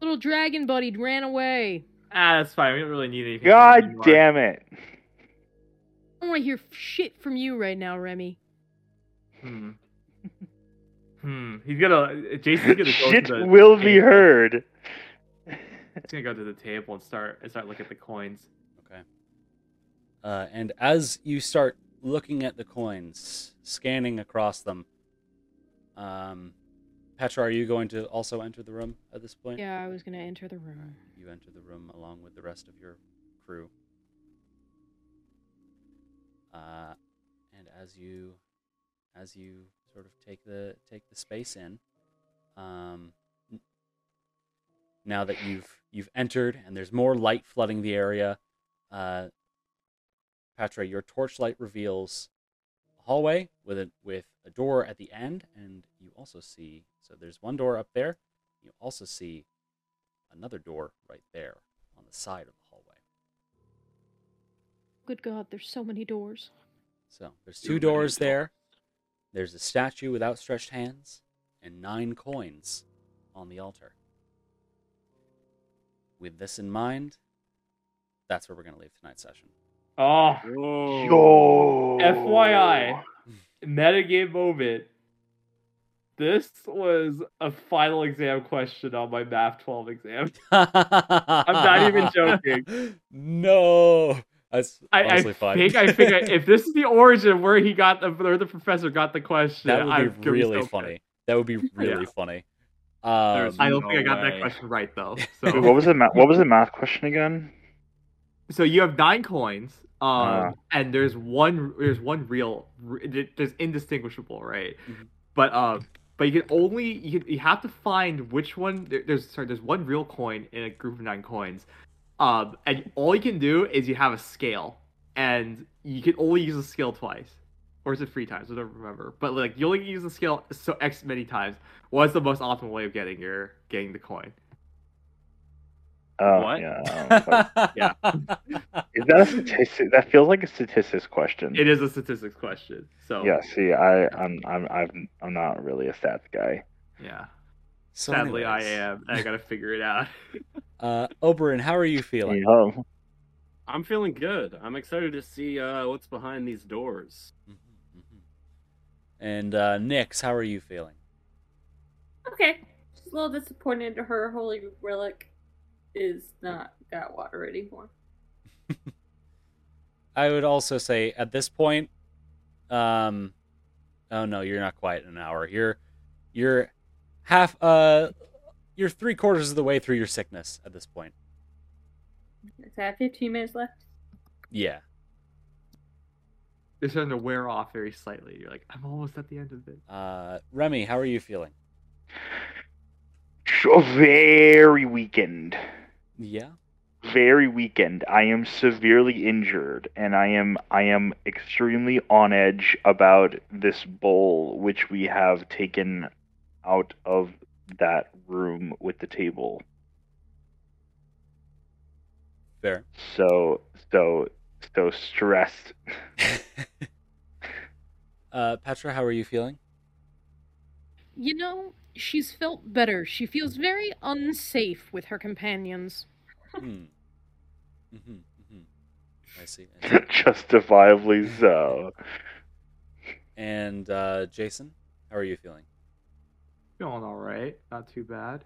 Speaker 10: little dragon buddy ran away.
Speaker 4: Ah, that's fine. We don't really need anything.
Speaker 2: God
Speaker 4: anymore.
Speaker 2: damn it.
Speaker 10: I don't want to hear shit from you right now, Remy.
Speaker 4: Hmm. Hmm. He's gonna. Jason's (laughs) gonna go
Speaker 2: Shit
Speaker 4: to the
Speaker 2: will be
Speaker 4: table.
Speaker 2: heard.
Speaker 4: He's gonna go to the table and start and start looking at the coins.
Speaker 3: Okay. Uh, and as you start looking at the coins, scanning across them, um, Petra, are you going to also enter the room at this point?
Speaker 10: Yeah, I was going to enter the room.
Speaker 3: You enter the room along with the rest of your crew. Uh, and as you, as you sort of take the take the space in, um, n- now that you've you've entered and there's more light flooding the area, uh, Patra, your torchlight reveals a hallway with a with a door at the end, and you also see so there's one door up there. You also see another door right there on the side of the hallway.
Speaker 10: Good God, there's so many doors.
Speaker 3: So there's two doors there. There's a statue with outstretched hands and nine coins on the altar. With this in mind, that's where we're going to leave tonight's session.
Speaker 4: (laughs) Oh,
Speaker 2: Yo.
Speaker 4: FYI, metagame moment. This was a final exam question on my Math 12 exam. (laughs)
Speaker 3: I'm
Speaker 4: not even
Speaker 3: (laughs)
Speaker 4: joking.
Speaker 3: No. That's
Speaker 4: I, I
Speaker 3: honestly fun.
Speaker 4: think I think I, if this is the origin of where he got the where the professor got the
Speaker 3: (laughs)
Speaker 4: question,
Speaker 3: that
Speaker 4: I'm
Speaker 3: would be
Speaker 4: gonna be
Speaker 3: really
Speaker 4: so
Speaker 3: funny. That would be really funny. Um,
Speaker 4: I don't think I got that question right
Speaker 3: (laughs)
Speaker 4: though. So
Speaker 2: Wait, what was the ma- what was the math question again?
Speaker 4: So you have nine coins, um,
Speaker 2: Ah.
Speaker 4: and there's one there's one real there's indistinguishable, right? But uh, but you can only you, can, you have to find which one there, there's sorry there's one real coin in a group of nine coins, um, and all you can do is you have a scale, and you can only use a scale twice. Or is it three times? I don't remember. But like you only use the scale so X many times. What's the most optimal way of getting your getting the coin?
Speaker 2: Oh,
Speaker 7: What?
Speaker 2: yeah. I don't know.
Speaker 4: Yeah.
Speaker 2: Is that a statistic? That feels like a statistics question.
Speaker 4: It is a statistics question. So
Speaker 2: Yeah. See, I, I'm, I'm, I'm, I'm not really a stats guy.
Speaker 4: yeah.
Speaker 3: So
Speaker 4: Sadly, I
Speaker 3: anyways,
Speaker 4: am. and I gotta figure it out. (laughs)
Speaker 3: Uh, Oberon, how are you feeling?
Speaker 2: Oh,
Speaker 7: I'm feeling good. I'm excited to see uh, what's behind these doors.
Speaker 3: Mm-hmm. And uh, Nix, how are you feeling?
Speaker 9: Okay. She's a little disappointed her holy relic is not got water anymore.
Speaker 3: I would also say at this point, um, oh no, you're not quite an hour. You're you're half uh, you're three quarters of the way through your sickness at this point.
Speaker 9: Does that have 15 minutes left?
Speaker 3: Yeah.
Speaker 4: They're starting to wear off very slightly. You're like, I'm almost at the end of it.
Speaker 3: Uh, Remy, how are you feeling?
Speaker 2: Sure, very weakened.
Speaker 3: Yeah.
Speaker 2: Very weakened. I am severely injured, and I am, I am extremely on edge about this bowl which we have taken out of that room with the table.
Speaker 3: Fair. (laughs)
Speaker 2: So, so, so stressed.
Speaker 3: Uh, Petra, how are you feeling?
Speaker 10: You know, she's felt better. She feels very unsafe with her companions.
Speaker 3: Hmm. Mm-hmm, mm-hmm. I see. I see.
Speaker 2: (laughs) Justifiably so.
Speaker 3: And uh, Jason, how are you feeling?
Speaker 4: Feeling all right. Not too bad.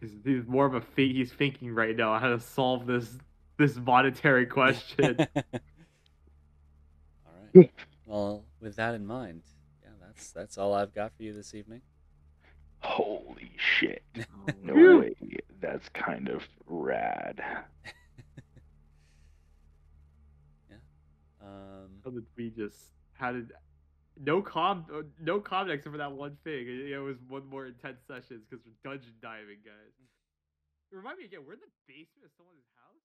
Speaker 4: He's, he's more of a thi- he's thinking right now how to solve this this monetary
Speaker 3: (laughs)
Speaker 4: question.
Speaker 3: all right. Well, with that in mind, yeah, that's that's all I've got for you this evening.
Speaker 2: Holy shit. No
Speaker 4: Phew.
Speaker 2: way. That's kind of rad.
Speaker 3: Um,
Speaker 4: How did we just how did no com uh, no comment except for that one thing. It, it was one more intense sessions because we're dungeon diving, guys. Remind me again, we're in the basement of someone's house.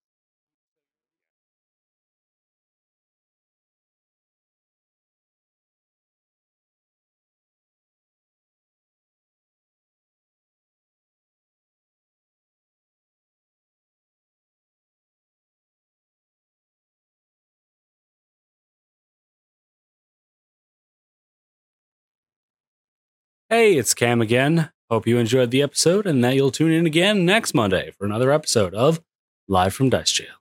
Speaker 15: Hey, it's Cam again. Hope you enjoyed the episode and that you'll tune in again next Monday for another episode of Live from Dice Jail.